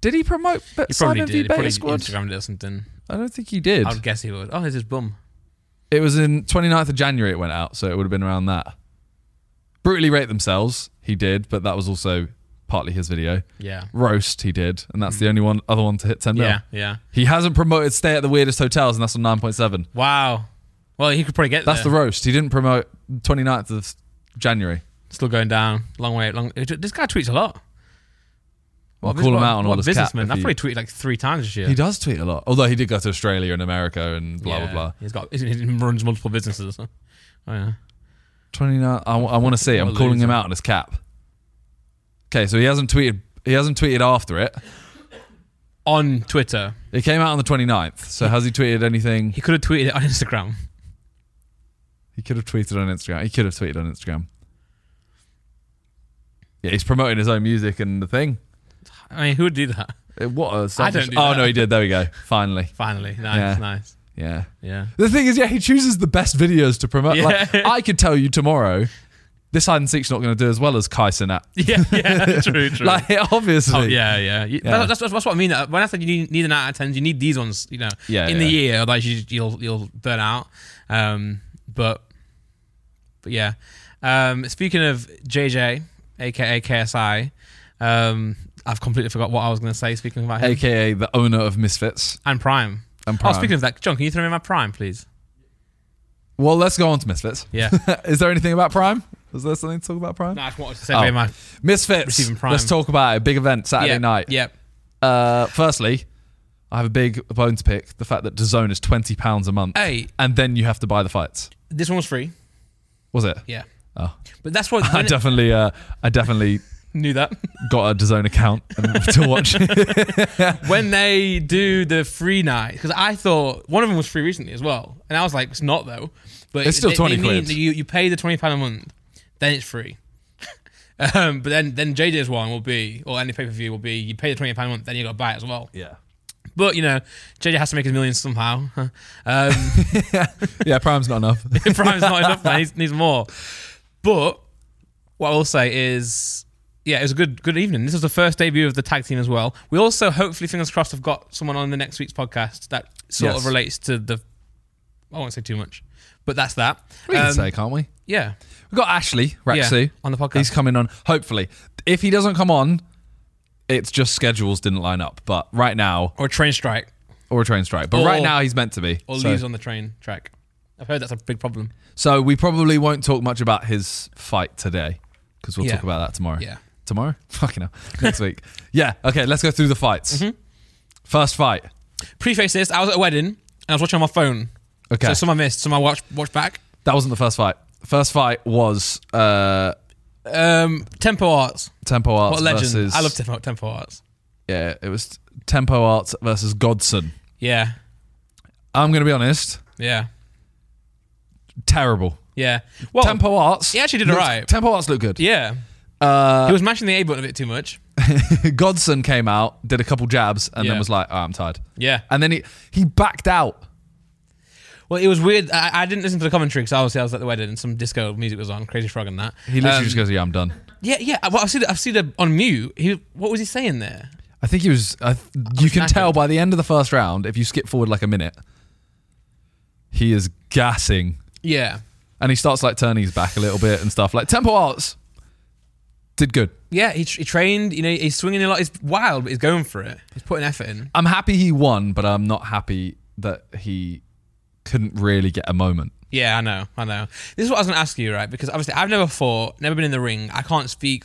Speaker 2: Did he promote Be-
Speaker 1: He probably
Speaker 2: Sidemen
Speaker 1: did.
Speaker 2: v
Speaker 1: He
Speaker 2: Beta
Speaker 1: probably
Speaker 2: Squad?
Speaker 1: Instagrammed it or something.
Speaker 2: I don't think he did.
Speaker 1: I would guess he would. Oh, there's his bum.
Speaker 2: It was in 29th of January it went out, so it would have been around that. Brutally Rate Themselves, he did, but that was also partly his video.
Speaker 1: Yeah.
Speaker 2: Roast, he did, and that's the only one other one to hit 10 mil.
Speaker 1: Hmm. Yeah. Yeah.
Speaker 2: He hasn't promoted Stay at the Weirdest Hotels, and that's on 9.7.
Speaker 1: Wow. Well, he could probably get
Speaker 2: That's
Speaker 1: there.
Speaker 2: the roast. He didn't promote 29th of January.
Speaker 1: Still going down. Long way. Long. This guy tweets a lot.
Speaker 2: I'll
Speaker 1: What-
Speaker 2: call him
Speaker 1: what-
Speaker 2: out on
Speaker 1: what
Speaker 2: all his cap
Speaker 1: businessman.
Speaker 2: if
Speaker 1: I've
Speaker 2: he-
Speaker 1: probably tweeted like three times this year.
Speaker 2: He does tweet a lot, although he did go to Australia and America and blah,
Speaker 1: Yeah.
Speaker 2: blah, blah.
Speaker 1: He's got. He runs multiple businesses. Oh yeah.
Speaker 2: 29 I, want to see. I'm
Speaker 1: What a
Speaker 2: calling him
Speaker 1: loser.
Speaker 2: out on his cap. Okay, so he hasn't tweeted. He hasn't tweeted after it.
Speaker 1: On Twitter,
Speaker 2: It came out on the 29th. So has he tweeted anything?
Speaker 1: he could have tweeted it on Instagram.
Speaker 2: He could have tweeted on Instagram. He could have tweeted on Instagram. Yeah, he's promoting his own music and the thing.
Speaker 1: I mean, who would do that?
Speaker 2: Uh, What a selfish-
Speaker 1: do
Speaker 2: Oh
Speaker 1: that.
Speaker 2: no, he did. There we go. Finally,
Speaker 1: Finally, nice,
Speaker 2: Yeah.
Speaker 1: nice.
Speaker 2: yeah.
Speaker 1: Yeah.
Speaker 2: The thing is, yeah, he chooses the best videos to promote. Like,
Speaker 1: Yeah.
Speaker 2: I could tell you tomorrow, this hide and seek's not going to do as well as Kaisen at.
Speaker 1: Yeah, yeah, true, true.
Speaker 2: Like, obviously,
Speaker 1: Oh, yeah, yeah. You-
Speaker 2: Yeah.
Speaker 1: That's, that's, that's what I mean. When I said you need, need an out of tens, you need these ones, you know,
Speaker 2: Yeah,
Speaker 1: in the
Speaker 2: yeah.
Speaker 1: year, otherwise you, you'll you'll burn out. Um, but but yeah. Um, speaking of JJ, aka KSI, um, I've completely forgot what I was going to say. Speaking about him
Speaker 2: aka the owner of Misfits
Speaker 1: and Prime.
Speaker 2: and Prime.
Speaker 1: Oh, speaking of that, John, can you throw me my Prime, please?
Speaker 2: well, let's go on to Misfits.
Speaker 1: Yeah.
Speaker 2: is there anything about Prime? Is there something to talk about Prime?
Speaker 1: no, I just wanted to say
Speaker 2: Oh.
Speaker 1: my
Speaker 2: Misfits.
Speaker 1: Receiving Prime.
Speaker 2: Let's talk about it. Big event Saturday
Speaker 1: yeah,
Speaker 2: night.
Speaker 1: Yeah.
Speaker 2: Uh, firstly, I have a big bone to pick. The fact that DAZN is twenty pounds a month,
Speaker 1: Hey,
Speaker 2: and then you have to buy the fights.
Speaker 1: this one was free.
Speaker 2: Was it?
Speaker 1: Yeah.
Speaker 2: Oh.
Speaker 1: But that's what
Speaker 2: I definitely, uh, I definitely
Speaker 1: knew that.
Speaker 2: got a DAZN account and- to watch. it.
Speaker 1: when they do the free night, because I thought one of them was free recently as well, and I was like, it's not though. But
Speaker 2: It's still
Speaker 1: they-
Speaker 2: 20
Speaker 1: they mean
Speaker 2: quid.
Speaker 1: that You, you pay the twenty pound a month, then it's free. um, but then then JJ's one will be, or any pay per view will be, you pay the twenty pound a month, then you got to buy it as well.
Speaker 2: yeah,
Speaker 1: But you know, JJ has to make his millions somehow. um,
Speaker 2: yeah. Prime's not enough.
Speaker 1: Prime's not enough, man. He needs more. But what I will say is, yeah, it was a good good evening. This was the first debut of the tag team as well. We also, hopefully, fingers crossed, have got someone on the next week's podcast that sort
Speaker 2: Yes.
Speaker 1: of relates to the. I won't say too much, but that's that.
Speaker 2: We can
Speaker 1: Um,
Speaker 2: say, can't we?
Speaker 1: yeah,
Speaker 2: We've got Ashley
Speaker 1: yeah,
Speaker 2: Raxu.
Speaker 1: on the podcast.
Speaker 2: He's coming on. Hopefully, if he doesn't come on, it's just schedules didn't line up. But right now,
Speaker 1: or a train strike,
Speaker 2: or a train strike. But
Speaker 1: Or-
Speaker 2: right now, he's meant to be.
Speaker 1: or
Speaker 2: so.
Speaker 1: leaves on the train track. I've heard that's a big problem.
Speaker 2: So we probably won't talk much about his fight today because we'll
Speaker 1: Yeah.
Speaker 2: talk about that tomorrow.
Speaker 1: Yeah.
Speaker 2: Tomorrow? Fucking hell. Next week. Yeah. Okay. Let's go through the fights.
Speaker 1: Mm-hmm.
Speaker 2: First fight.
Speaker 1: Preface this: I was at a wedding and I was watching on my phone.
Speaker 2: Okay.
Speaker 1: So some I missed, some I watched watched back.
Speaker 2: that wasn't the first fight. First fight was uh,
Speaker 1: Um, Tempo Arts,
Speaker 2: Tempo Arts
Speaker 1: what a legend!
Speaker 2: versus.
Speaker 1: I love Tempo, Tempo Arts.
Speaker 2: Yeah. It was Tempo Arts versus Godson.
Speaker 1: Yeah,
Speaker 2: I'm going to be honest.
Speaker 1: yeah.
Speaker 2: Terrible.
Speaker 1: Yeah. Well,
Speaker 2: Tempo Arts.
Speaker 1: he actually did
Speaker 2: looked-
Speaker 1: alright.
Speaker 2: Tempo Arts looked good.
Speaker 1: yeah. he was mashing the A button a bit too much.
Speaker 2: Godson came out, did a couple jabs, and then
Speaker 1: Yeah.
Speaker 2: was like, oh, I'm tired.
Speaker 1: Yeah.
Speaker 2: And then he, he backed out.
Speaker 1: Well, it was weird. I, I didn't listen to the commentary because obviously I was at the wedding and some disco music was on, Crazy Frog and that.
Speaker 2: He literally
Speaker 1: Um,
Speaker 2: just goes, Yeah, I'm done.
Speaker 1: Yeah, yeah. Well, I've seen it. I've seen it on mute. He, what was he saying there?
Speaker 2: I think he was. I th- you can
Speaker 1: knackered.
Speaker 2: tell by the end of the first round, if you skip forward like a minute, he is gassing,
Speaker 1: Yeah.
Speaker 2: and he starts like turning his back a little bit and stuff. Like Temple Arts did good.
Speaker 1: Yeah, he, tr- he trained. You know, he's swinging a lot. He's wild, but he's going for it. He's putting effort in.
Speaker 2: I'm happy he won, but I'm not happy that he couldn't really get a moment.
Speaker 1: Yeah, I know, I know. This is what I was going to ask you, right? Because obviously I've never fought, never been in the ring. I can't speak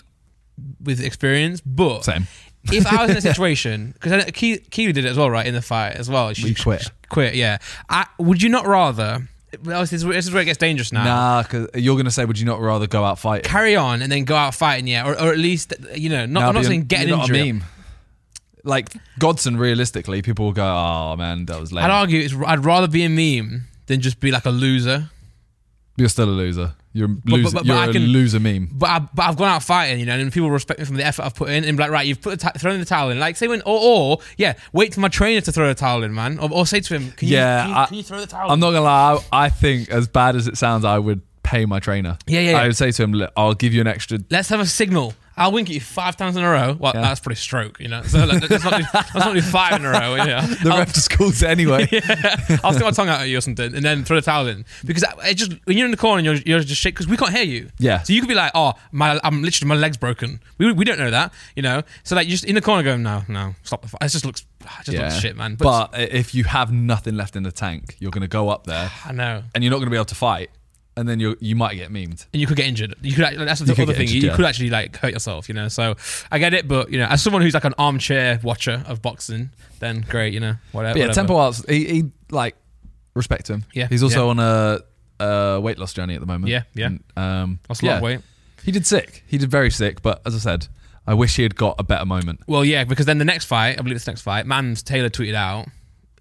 Speaker 1: with experience, but
Speaker 2: Same.
Speaker 1: if I was in a situation, because Kiwi did it as well, right, in the fight as well. She
Speaker 2: We quit.
Speaker 1: she Quit, yeah. I, would you not rather? well, Obviously, this is where- this is where it gets dangerous now.
Speaker 2: Nah, because you're gonna say, would you not rather go out fighting?
Speaker 1: Carry on and then go out fighting, yeah, or, or at least you know, not, I'm
Speaker 2: Nah, but
Speaker 1: not
Speaker 2: you're-
Speaker 1: saying get an
Speaker 2: you're not a
Speaker 1: injury.
Speaker 2: meme. Like Godson, realistically, people will go, "Oh man, that was lame."
Speaker 1: I'd argue it's, I'd rather be a meme than just be like a loser.
Speaker 2: You're still a loser. You're a loser.
Speaker 1: but- but
Speaker 2: you're
Speaker 1: I
Speaker 2: a
Speaker 1: can-
Speaker 2: loser meme.
Speaker 1: But, I, but I've gone out fighting, you know, and people respect me from the effort I've put in. And be like, right, you've put the ta- thrown the towel in. Like, say when, or, or yeah, wait for my trainer to throw a towel in, man. Or, or say to him, can you,
Speaker 2: Yeah,
Speaker 1: can you,
Speaker 2: I-
Speaker 1: can you throw the towel?
Speaker 2: I'm
Speaker 1: in?
Speaker 2: not gonna lie. I, I think as bad as it sounds, I would pay my trainer.
Speaker 1: Yeah, yeah, yeah.
Speaker 2: I would say to him, "Look, I'll give you an extra.
Speaker 1: Let's have a signal. I'll wink at you five times in a row. Well, that's probably stroke, you know. So like, let's, not do, let's not do five in a row. You know?
Speaker 2: The ref just calls it anyway.
Speaker 1: I'll stick my tongue out at you or something, and then throw the towel in because I- it just when you're in the corner and you're, you're just shit because we can't hear you.
Speaker 2: Yeah.
Speaker 1: So you could be like, oh, my, I'm literally my leg's broken. We, we don't know that, you know. So like you're just in the corner going, no, no, stop the fight. It just looks, ah, it just looks shit, man. But,
Speaker 2: But, if you have nothing left in the tank, you're gonna go up there
Speaker 1: I know.
Speaker 2: and you're not gonna be able to fight, and then you you might get memed.
Speaker 1: And you could get injured. You could. act- That's the
Speaker 2: could
Speaker 1: other
Speaker 2: get
Speaker 1: thing.
Speaker 2: injured,
Speaker 1: you
Speaker 2: yeah.
Speaker 1: could actually like hurt yourself, you know. So I get it, but you know, as someone who's like an armchair watcher of boxing, then great, you know, whatever.
Speaker 2: But yeah,
Speaker 1: whatever.
Speaker 2: Temple Arts. He, he like respect him.
Speaker 1: Yeah,
Speaker 2: he's also
Speaker 1: yeah.
Speaker 2: on a, a weight loss journey at the moment.
Speaker 1: Yeah, yeah.
Speaker 2: And, um,
Speaker 1: That's a lot of
Speaker 2: yeah.
Speaker 1: weight.
Speaker 2: He did sick. He did very sick. But as I said, I wish he had got a better moment.
Speaker 1: Well, yeah, because then the next fight, I believe it's the next fight, Mans Taylor tweeted out,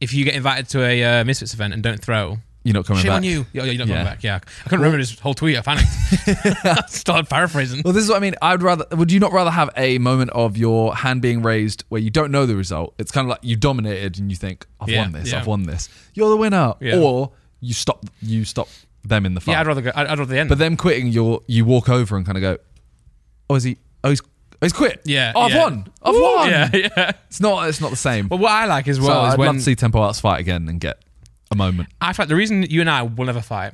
Speaker 1: if you get invited to a uh, Misfits event and don't throw,
Speaker 2: You're not coming
Speaker 1: shame
Speaker 2: back.
Speaker 1: on you. Yeah, yeah, you're not
Speaker 2: Yeah.
Speaker 1: coming back. Yeah, I couldn't remember his whole tweet. I panicked. I started paraphrasing.
Speaker 2: Well, this is what I mean. I'd rather. Would you not rather have a moment of your hand being raised where you don't know the result? It's kind of like you dominated and you think, "I've
Speaker 1: Yeah,
Speaker 2: won this.
Speaker 1: yeah.
Speaker 2: I've won this. You're the winner."
Speaker 1: Yeah.
Speaker 2: Or you stop. You stop them in the fight.
Speaker 1: Yeah, I'd rather go. I'd, I'd rather the end.
Speaker 2: but them quitting, you you walk over and kind of go, "Oh, is he? Oh, he's." oh, He's quit.
Speaker 1: Yeah,
Speaker 2: Oh, I've
Speaker 1: yeah.
Speaker 2: won. I've won.
Speaker 1: yeah, yeah.
Speaker 2: It's not. It's not the same.
Speaker 1: But what I like as well
Speaker 2: so
Speaker 1: is
Speaker 2: I'd
Speaker 1: when
Speaker 2: love to see Tempo Arts fight again and get a moment.
Speaker 1: I feel like the reason you and I will never fight,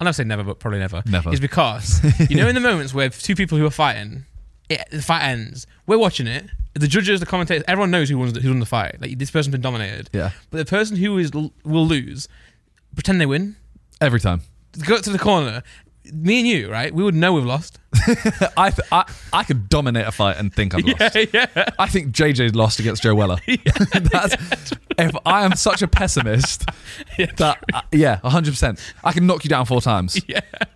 Speaker 1: I'll never say never, but probably never,
Speaker 2: Never.
Speaker 1: is because you know in the moments where two people who are fighting, it, the fight ends. We're watching it. The judges, the commentators, everyone knows who won the, who won the fight. Like this person's been dominated.
Speaker 2: Yeah.
Speaker 1: But the person who is will lose, pretend they win.
Speaker 2: Every time.
Speaker 1: Go to the corner. Me and you, right? We would know we've lost.
Speaker 2: I th- I I could dominate a fight and think I'm lost.
Speaker 1: yeah.
Speaker 2: I think JJ lost against Joe Weller. That's, if I am such a pessimist, that uh, yeah, hundred percent. I can knock you down four times,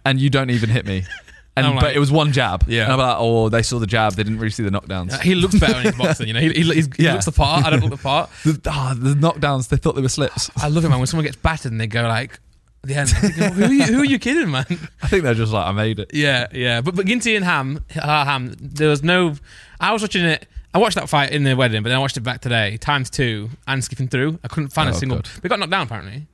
Speaker 2: and you don't even hit me. And
Speaker 1: I'm
Speaker 2: but
Speaker 1: like-
Speaker 2: it was one jab.
Speaker 1: Yeah.
Speaker 2: And I'm like, oh, they saw the jab. They didn't really see the knockdowns.
Speaker 1: He looks better in his boxing. You know, he, he, he's- he
Speaker 2: Yeah.
Speaker 1: looks the part. I don't look the part.
Speaker 2: The, ah, the knockdowns. They thought they were slips.
Speaker 1: I love it, man. When someone gets battered and they go like, "The end." I'm thinking, who, are you, who are you kidding, man?
Speaker 2: I think they're just like, I made it.
Speaker 1: Yeah, yeah. But but Ginty and Ham, uh, Ham, there was no. I was watching it. I watched that fight in their wedding, but then I watched it back today, times two, and skipping through. I couldn't find a
Speaker 2: Oh,
Speaker 1: single.
Speaker 2: God.
Speaker 1: But it got knocked down apparently.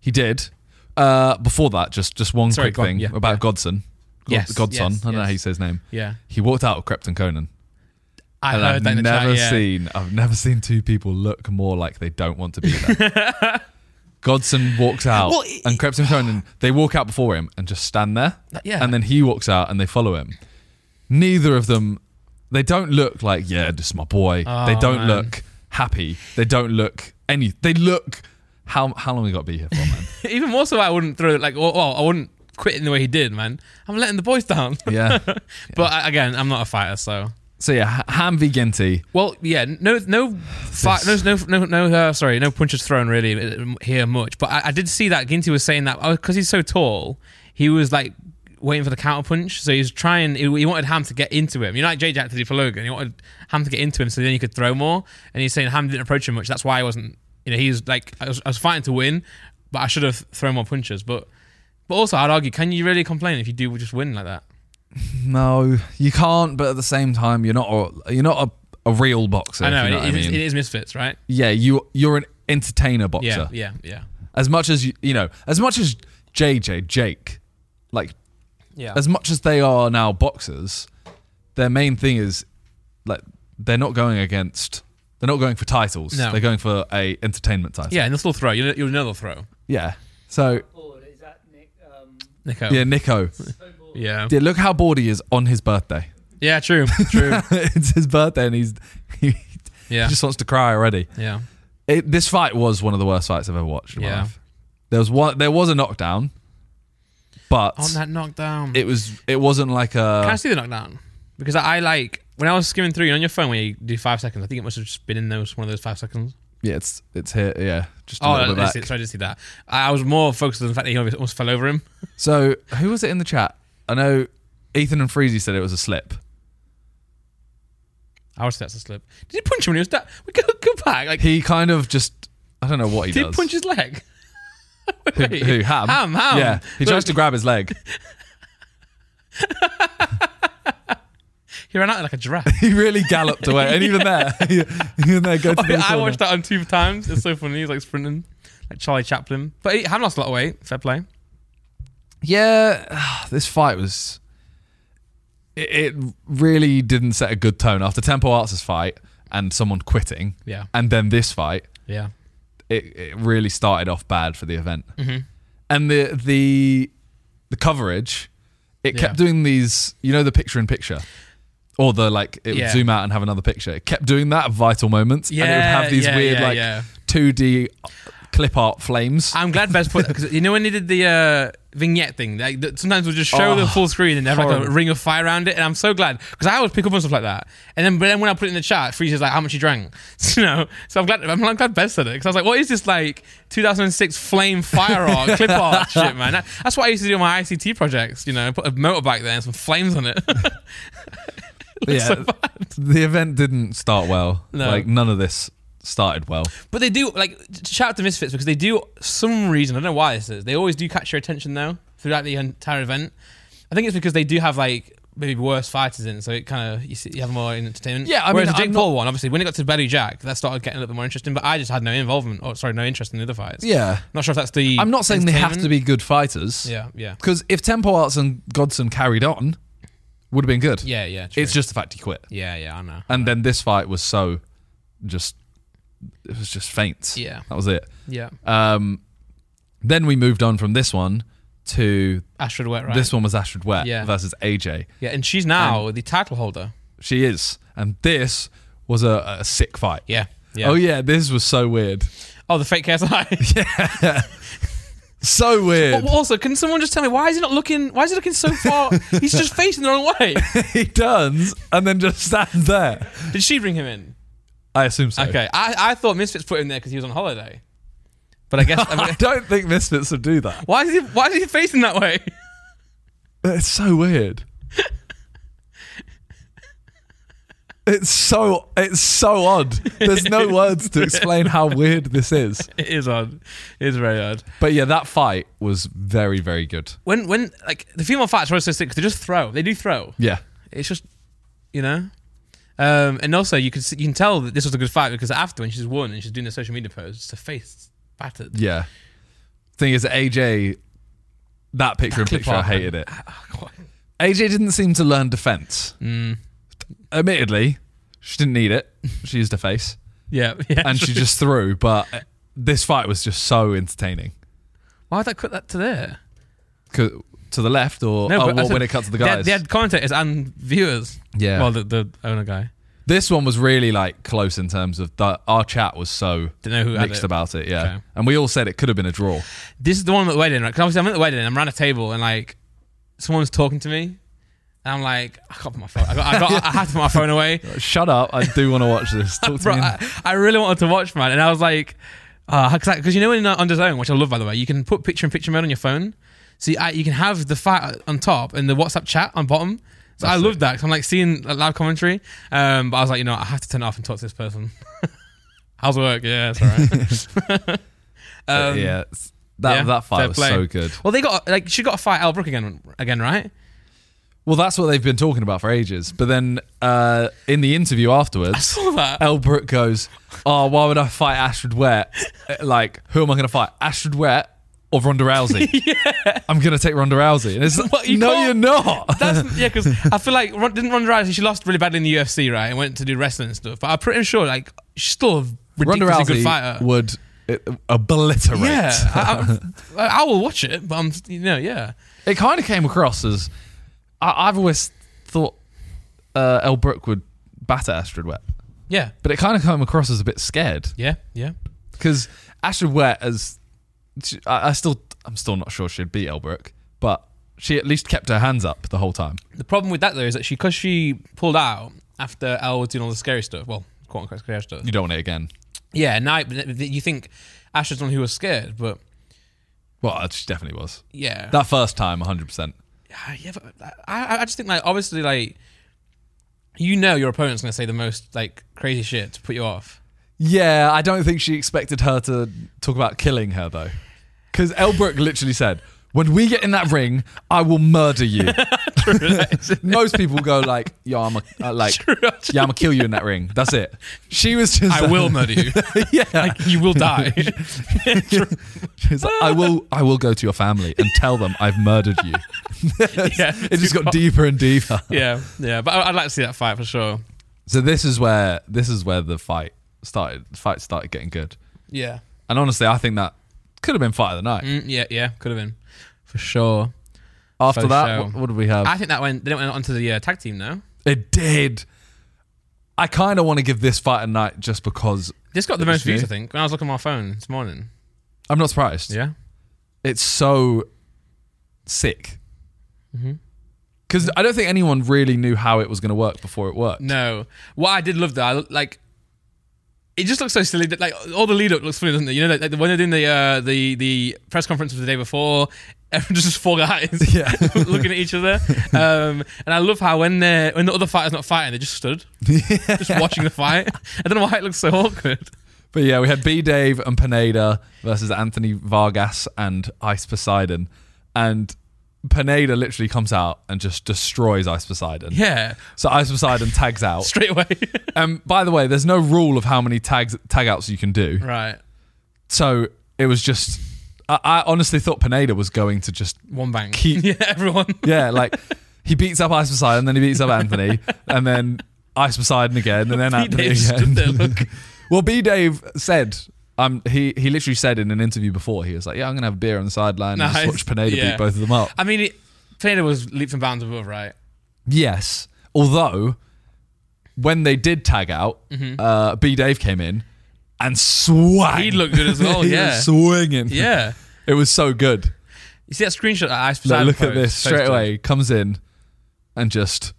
Speaker 2: He did. Uh, before that, just just one
Speaker 1: Sorry,
Speaker 2: quick
Speaker 1: God-
Speaker 2: thing
Speaker 1: yeah,
Speaker 2: about
Speaker 1: yeah.
Speaker 2: Godson. God-
Speaker 1: Yes,
Speaker 2: Godson.
Speaker 1: yes,
Speaker 2: I don't know how
Speaker 1: yes.
Speaker 2: you say his name.
Speaker 1: Yeah,
Speaker 2: He walked out of Crepton Conan.
Speaker 1: I
Speaker 2: and
Speaker 1: heard
Speaker 2: I've
Speaker 1: that in the
Speaker 2: never
Speaker 1: chat. Yeah.
Speaker 2: seen I've never seen two people look more like they don't want to be there. Godson walks out
Speaker 1: Well, it-
Speaker 2: and Krebs and Conan they walk out before him and just stand there.
Speaker 1: Yeah.
Speaker 2: And then he walks out and they follow him. Neither of them they don't look like, yeah, this is my boy. they
Speaker 1: Oh,
Speaker 2: don't
Speaker 1: man.
Speaker 2: look happy. They don't look any they look how how long we got to be here for, man?
Speaker 1: Even more so, I wouldn't throw it like. Well, well, I wouldn't quit in the way he did, man. I'm letting the boys down.
Speaker 2: Yeah.
Speaker 1: but I, again, I'm not a fighter, so.
Speaker 2: So yeah, H- Ham v Ginty.
Speaker 1: Well, yeah, no, no, fi- no, no, no, no. Uh, sorry, no punches thrown really uh, here much. But I, I did see that Ginty was saying that because he's so tall, he was like waiting for the counter punch. So he was trying. He, he wanted Ham to get into him. You know, like J Jack did for Logan. He wanted Ham to get into him so then he could throw more. And he's saying Ham didn't approach him much. That's why I wasn't. You know, he was like I was, I was fighting to win, but I should have thrown more punches. But but also, I'd argue, can you really complain if you do just win like that?
Speaker 2: No, you can't, but at the same time you're not a, you're not a, a real boxer.
Speaker 1: I
Speaker 2: if
Speaker 1: know,
Speaker 2: you
Speaker 1: it,
Speaker 2: what
Speaker 1: it
Speaker 2: I
Speaker 1: is-
Speaker 2: mean.
Speaker 1: it is misfits, right?
Speaker 2: yeah, you you're an entertainer boxer.
Speaker 1: Yeah, yeah, yeah,
Speaker 2: As much as you you know, as much as JJ Jake, like
Speaker 1: yeah.
Speaker 2: as much as they are now boxers, their main thing is like they're not going against they're not going for titles.
Speaker 1: No.
Speaker 2: They're going for a entertainment title.
Speaker 1: Yeah, and they'll still throw. You'll, you'll know they'll throw.
Speaker 2: Yeah. So
Speaker 4: board is that Nick um
Speaker 1: Nico.
Speaker 2: yeah, Nico.
Speaker 4: so bored.
Speaker 1: Yeah.
Speaker 2: Yeah, look how bored he is on his birthday.
Speaker 1: Yeah, true. True.
Speaker 2: it's his birthday and he's he
Speaker 1: Yeah.
Speaker 2: just wants to cry already.
Speaker 1: yeah.
Speaker 2: It, this fight was one of the worst fights I've ever watched in my
Speaker 1: Yeah.
Speaker 2: life. There was one there was a knockdown, but
Speaker 1: On that knockdown.
Speaker 2: it was it wasn't like
Speaker 1: Can I
Speaker 2: a
Speaker 1: see the knockdown? Because I, I like when I was skimming through you know, on your phone when you do five seconds, I think it must have just been in those one of those five seconds.
Speaker 2: yeah it's it's here yeah just a
Speaker 1: Oh, I
Speaker 2: little
Speaker 1: didn't
Speaker 2: bit back.
Speaker 1: see it. Sorry, I didn't see that. I I was more focused on the fact that he almost almost fell over him.
Speaker 2: So who was it in the chat? I know Ethan and Freezy said it was a slip.
Speaker 1: I would say that's a slip. Did he punch him when he was down? We go, go back. Like,
Speaker 2: He kind of just I don't know what he
Speaker 1: did he
Speaker 2: does.
Speaker 1: punch his leg?
Speaker 2: Who, who ham?
Speaker 1: Ham, Ham.
Speaker 2: Yeah, he tries to grab his leg.
Speaker 1: He ran out like a giraffe.
Speaker 2: He really galloped away, and even there, even there, go to the
Speaker 1: Oh, I
Speaker 2: corner.
Speaker 1: watched that on two times. It's so funny. He's like sprinting, like Charlie Chaplin. But he, Ham lost a lot of weight. Fair play.
Speaker 2: Yeah, this fight was. It, it really didn't set a good tone after Tempo Arts' fight and someone quitting,
Speaker 1: Yeah.
Speaker 2: and then this fight.
Speaker 1: Yeah.
Speaker 2: It, it really started off bad for the event,
Speaker 1: Mm-hmm.
Speaker 2: and the the the coverage. It
Speaker 1: Yeah.
Speaker 2: kept doing these, you know, the picture in picture, or the like. It would
Speaker 1: Yeah.
Speaker 2: zoom out and have another picture. It kept doing that at vital moments, and it would
Speaker 1: Yeah,
Speaker 2: have these
Speaker 1: yeah,
Speaker 2: weird
Speaker 1: yeah, yeah.
Speaker 2: like two D clip art flames.
Speaker 1: I'm glad Bez put because you know when they did the uh, vignette thing, like the, sometimes we'll just show
Speaker 2: Oh,
Speaker 1: the full screen and they have like a
Speaker 2: horrible.
Speaker 1: ring of fire around it, and I'm so glad because I always pick up on stuff like that. And then, but then when I put it in the chat, Freeze's like, "How much you drank?" So, you know, so I'm glad I'm, I'm glad Bez said it because I was like, "What is this like 2006 flame fire art clip art shit, man?" That- that's what I used to do on my ICT projects. You know, put a motorbike there and some flames on it.
Speaker 2: yeah, the event didn't start well.
Speaker 1: No.
Speaker 2: Like none of this started well.
Speaker 1: But they do like shout out to Misfits because they do some reason I don't know why this is. They always do catch your attention though throughout the entire event. I think it's because they do have like maybe worse fighters in, so it kind of you, see- you have more entertainment.
Speaker 2: Yeah, I
Speaker 1: whereas
Speaker 2: mean,
Speaker 1: the Jake
Speaker 2: I'm
Speaker 1: Paul one, obviously, when it got to Belly Jack, that started getting a little bit more interesting. But I just had no involvement, or sorry, no interest in the other fights.
Speaker 2: Yeah.
Speaker 1: not sure if that's the.
Speaker 2: I'm not saying they have to
Speaker 1: entertainment.
Speaker 2: be good fighters.
Speaker 1: Yeah, yeah,
Speaker 2: Because if Tempo Arts and Godson carried on, would have been good.
Speaker 1: yeah, yeah. True.
Speaker 2: It's Uh, just the fact he quit.
Speaker 1: yeah, yeah. I know.
Speaker 2: And then this fight was so just it was just faint.
Speaker 1: Yeah.
Speaker 2: That was it.
Speaker 1: Yeah,
Speaker 2: Um then we moved on from this one to
Speaker 1: Astrid Wet right.
Speaker 2: this one was Astrid Wet
Speaker 1: Yeah.
Speaker 2: versus AJ.
Speaker 1: Yeah, and she's now the title holder.
Speaker 2: She is. And this was a, a sick fight.
Speaker 1: Yeah, yeah.
Speaker 2: Oh yeah, this was so weird.
Speaker 1: Oh, the fake KSI.
Speaker 2: So
Speaker 1: But
Speaker 2: weird.
Speaker 1: also, can someone just tell me why is he not looking? Why is he looking so far? He's just facing the wrong way.
Speaker 2: he turns and then just stands there.
Speaker 1: Did she bring him in?
Speaker 2: I assume so.
Speaker 1: Okay, I, I thought Misfits put him there because he was on holiday, but I guess
Speaker 2: I don't think Misfits would do that.
Speaker 1: why is he why is he facing that way?
Speaker 2: It's so weird. It's so it's so odd. There's no words to explain how weird this is.
Speaker 1: It is odd. It is very odd.
Speaker 2: But yeah, that fight was very very good.
Speaker 1: When when like the female fighters are always so sick 'cause they just throw. They do throw.
Speaker 2: Yeah.
Speaker 1: It's just you know. Um, and also, you can see- you can tell that this was a good fight because after when she's won and she's doing the social media pose, it's her face battered.
Speaker 2: Yeah. Thing is AJ that picture in
Speaker 1: clip
Speaker 2: picture I
Speaker 1: art, man.
Speaker 2: hated it. AJ didn't seem to learn defense. Admittedly, she didn't need it. She used her face.
Speaker 1: Yeah, yeah.
Speaker 2: and she just threw. But this fight was just so entertaining.
Speaker 1: why would I cut that to there?
Speaker 2: 'Cause- To the left, or oh,
Speaker 1: but I
Speaker 2: well,
Speaker 1: said
Speaker 2: when it cut to the
Speaker 1: they had-
Speaker 2: guys,
Speaker 1: They had, commentators and viewers.
Speaker 2: Yeah.
Speaker 1: Well, the, the owner guy
Speaker 2: this one was really like close in terms of the, our chat was so
Speaker 1: didn't know who had
Speaker 2: mixed
Speaker 1: it.
Speaker 2: about it. Yeah,
Speaker 1: Okay.
Speaker 2: and we all said it could have been a draw.
Speaker 1: This is the one at the wedding, right? Because obviously I'm at the wedding. I'm around a table and like someone's talking to me, and I'm like, I can't put my phone. I got, I, got, I had to put my phone
Speaker 2: Oh.
Speaker 1: away.
Speaker 2: Shut up! I do want to watch this. Talk to
Speaker 1: Bro,
Speaker 2: me. in-
Speaker 1: I, I really wanted to watch, man, and I was like, because you know in uh, Under Zone, which I love by the way, you can put picture in picture mode on your phone, so you, I, you can have the fight on top and the WhatsApp chat on bottom. So I
Speaker 2: That's
Speaker 1: love that 'cause I'm like seeing like, live commentary, um, but I was like, you know, I have to turn it off and talk to this person. How's work? Yeah, it's all right.
Speaker 2: But yeah, it's- that
Speaker 1: um, yeah,
Speaker 2: that
Speaker 1: fair
Speaker 2: fight was
Speaker 1: play.
Speaker 2: so good.
Speaker 1: well, they got like she got to fight Al Brook again, again, right?
Speaker 2: Well, that's what they've been talking about for ages. But then uh, in the interview afterwards,
Speaker 1: saw that.
Speaker 2: El Brook goes, "Oh, why would I fight Astrid Wet? Like, who am I going to fight? Astrid Wet or Ronda Rousey? I'm going to take Ronda Rousey." And it's like,
Speaker 1: What, you
Speaker 2: "No,
Speaker 1: can't-
Speaker 2: you're not."
Speaker 1: That's yeah, because I feel like Ron- didn't Ronda Rousey she lost really badly in the UFC, right? And went to do wrestling and stuff. But I'm pretty sure like she's still a
Speaker 2: Ronda
Speaker 1: ridiculously
Speaker 2: Rousey
Speaker 1: good fighter.
Speaker 2: would uh, obliterate.
Speaker 1: yeah, I, I, I will watch it, but I'm you know yeah.
Speaker 2: It kind of came across as I, I've always thought uh, El Brook would batter Astrid Wet,
Speaker 1: Yeah,
Speaker 2: but it kind of came across as a bit scared
Speaker 1: yeah, yeah.
Speaker 2: because Astrid Wet as she- I, I still I'm still not sure she'd beat El Brook, but she at least kept her hands up the whole time.
Speaker 1: The problem with that though is that she because she pulled out after Elle was doing all the scary stuff. Well, quote unquote scary stuff.
Speaker 2: You don't want it again.
Speaker 1: Yeah, now it- you think Ash is the one who was scared, but
Speaker 2: Well, uh, she definitely was.
Speaker 1: yeah,
Speaker 2: That first time, 100%.
Speaker 1: Ah, yeah, but I, I- I just think like obviously like you know your opponent's gonna say the most like crazy shit to put you off.
Speaker 2: Yeah, I don't think she expected her to talk about killing her, though. Because Elbrook literally said, "When we get in that ring, I will murder you." Most people go like, "Yo, I'm a, uh, like, yeah, I'm gonna kill you in that ring." That's it. She was just,
Speaker 1: I will murder you.
Speaker 2: yeah,
Speaker 1: Like, you will die.
Speaker 2: She's like, I will, I will go to your family and tell them I've murdered you.
Speaker 1: yeah,
Speaker 2: It just got deeper and deeper.
Speaker 1: Yeah, yeah. But I- I'd like to see that fight for sure.
Speaker 2: So this is where this is where the fight started. The fight started getting good.
Speaker 1: Yeah.
Speaker 2: And honestly, I think that could have been fight of the night.
Speaker 1: Mm, yeah, yeah. Could have been. For sure.
Speaker 2: After
Speaker 1: for
Speaker 2: that,
Speaker 1: sure.
Speaker 2: what, what did we have?
Speaker 1: I think that went, they went on to the uh, tag team now.
Speaker 2: it did. I kind of want to give this fight a night just because
Speaker 1: This got the
Speaker 2: It
Speaker 1: most
Speaker 2: was new.
Speaker 1: views, I think, when I was looking at my phone this morning.
Speaker 2: I'm not surprised.
Speaker 1: Yeah.
Speaker 2: It's so sick.
Speaker 1: Mm-hmm.
Speaker 2: Because I don't think anyone really knew how it was going to work before it worked.
Speaker 1: No. What I did love though, I, like it just looks so silly. That, like all the lead up looks funny, doesn't it? You know, like when they're doing the uh, the the press conference of the day before, everyone just four guys
Speaker 2: Yeah.
Speaker 1: looking at each other. Um, and I love how when they when the other fighter's not fighting, they just stood, just watching the fight. I don't know why it looks so awkward.
Speaker 2: But yeah, we had B Dave and Pineda versus Anthony Vargas and Ice Poseidon. And Pineda literally comes out and just destroys Ice Poseidon.
Speaker 1: Yeah,
Speaker 2: So Ice Poseidon tags out.
Speaker 1: straight away.
Speaker 2: Um, by the way, there's no rule of how many tags tag outs you can do.
Speaker 1: right,
Speaker 2: So it was just I, I honestly thought Pineda was going to just
Speaker 1: one bang.
Speaker 2: Keep-
Speaker 1: yeah, everyone.
Speaker 2: Yeah, like he beats up Ice Poseidon, then he beats up Anthony, and then Ice Poseidon again, and then Anthony
Speaker 1: B-Dave stood
Speaker 2: again.
Speaker 1: there, look.
Speaker 2: well, B Dave said, um, he he literally said in an interview before, he was like, "Yeah, I'm gonna have a beer on the sideline and just
Speaker 1: Nice.
Speaker 2: watch Pineda
Speaker 1: Yeah.
Speaker 2: beat both of them up."
Speaker 1: I mean, it, Pineda was leaps and bounds above, right?
Speaker 2: yes, although when they did tag out, uh, B Dave came in and swang.
Speaker 1: Mm-hmm. He looked good as well,
Speaker 2: He was
Speaker 1: yeah.
Speaker 2: swinging.
Speaker 1: Yeah.
Speaker 2: it was so good.
Speaker 1: You see that screenshot? That Ice
Speaker 2: Like,
Speaker 1: Poseidon
Speaker 2: look at
Speaker 1: posted-
Speaker 2: this straight
Speaker 1: posted?
Speaker 2: away. Comes in and just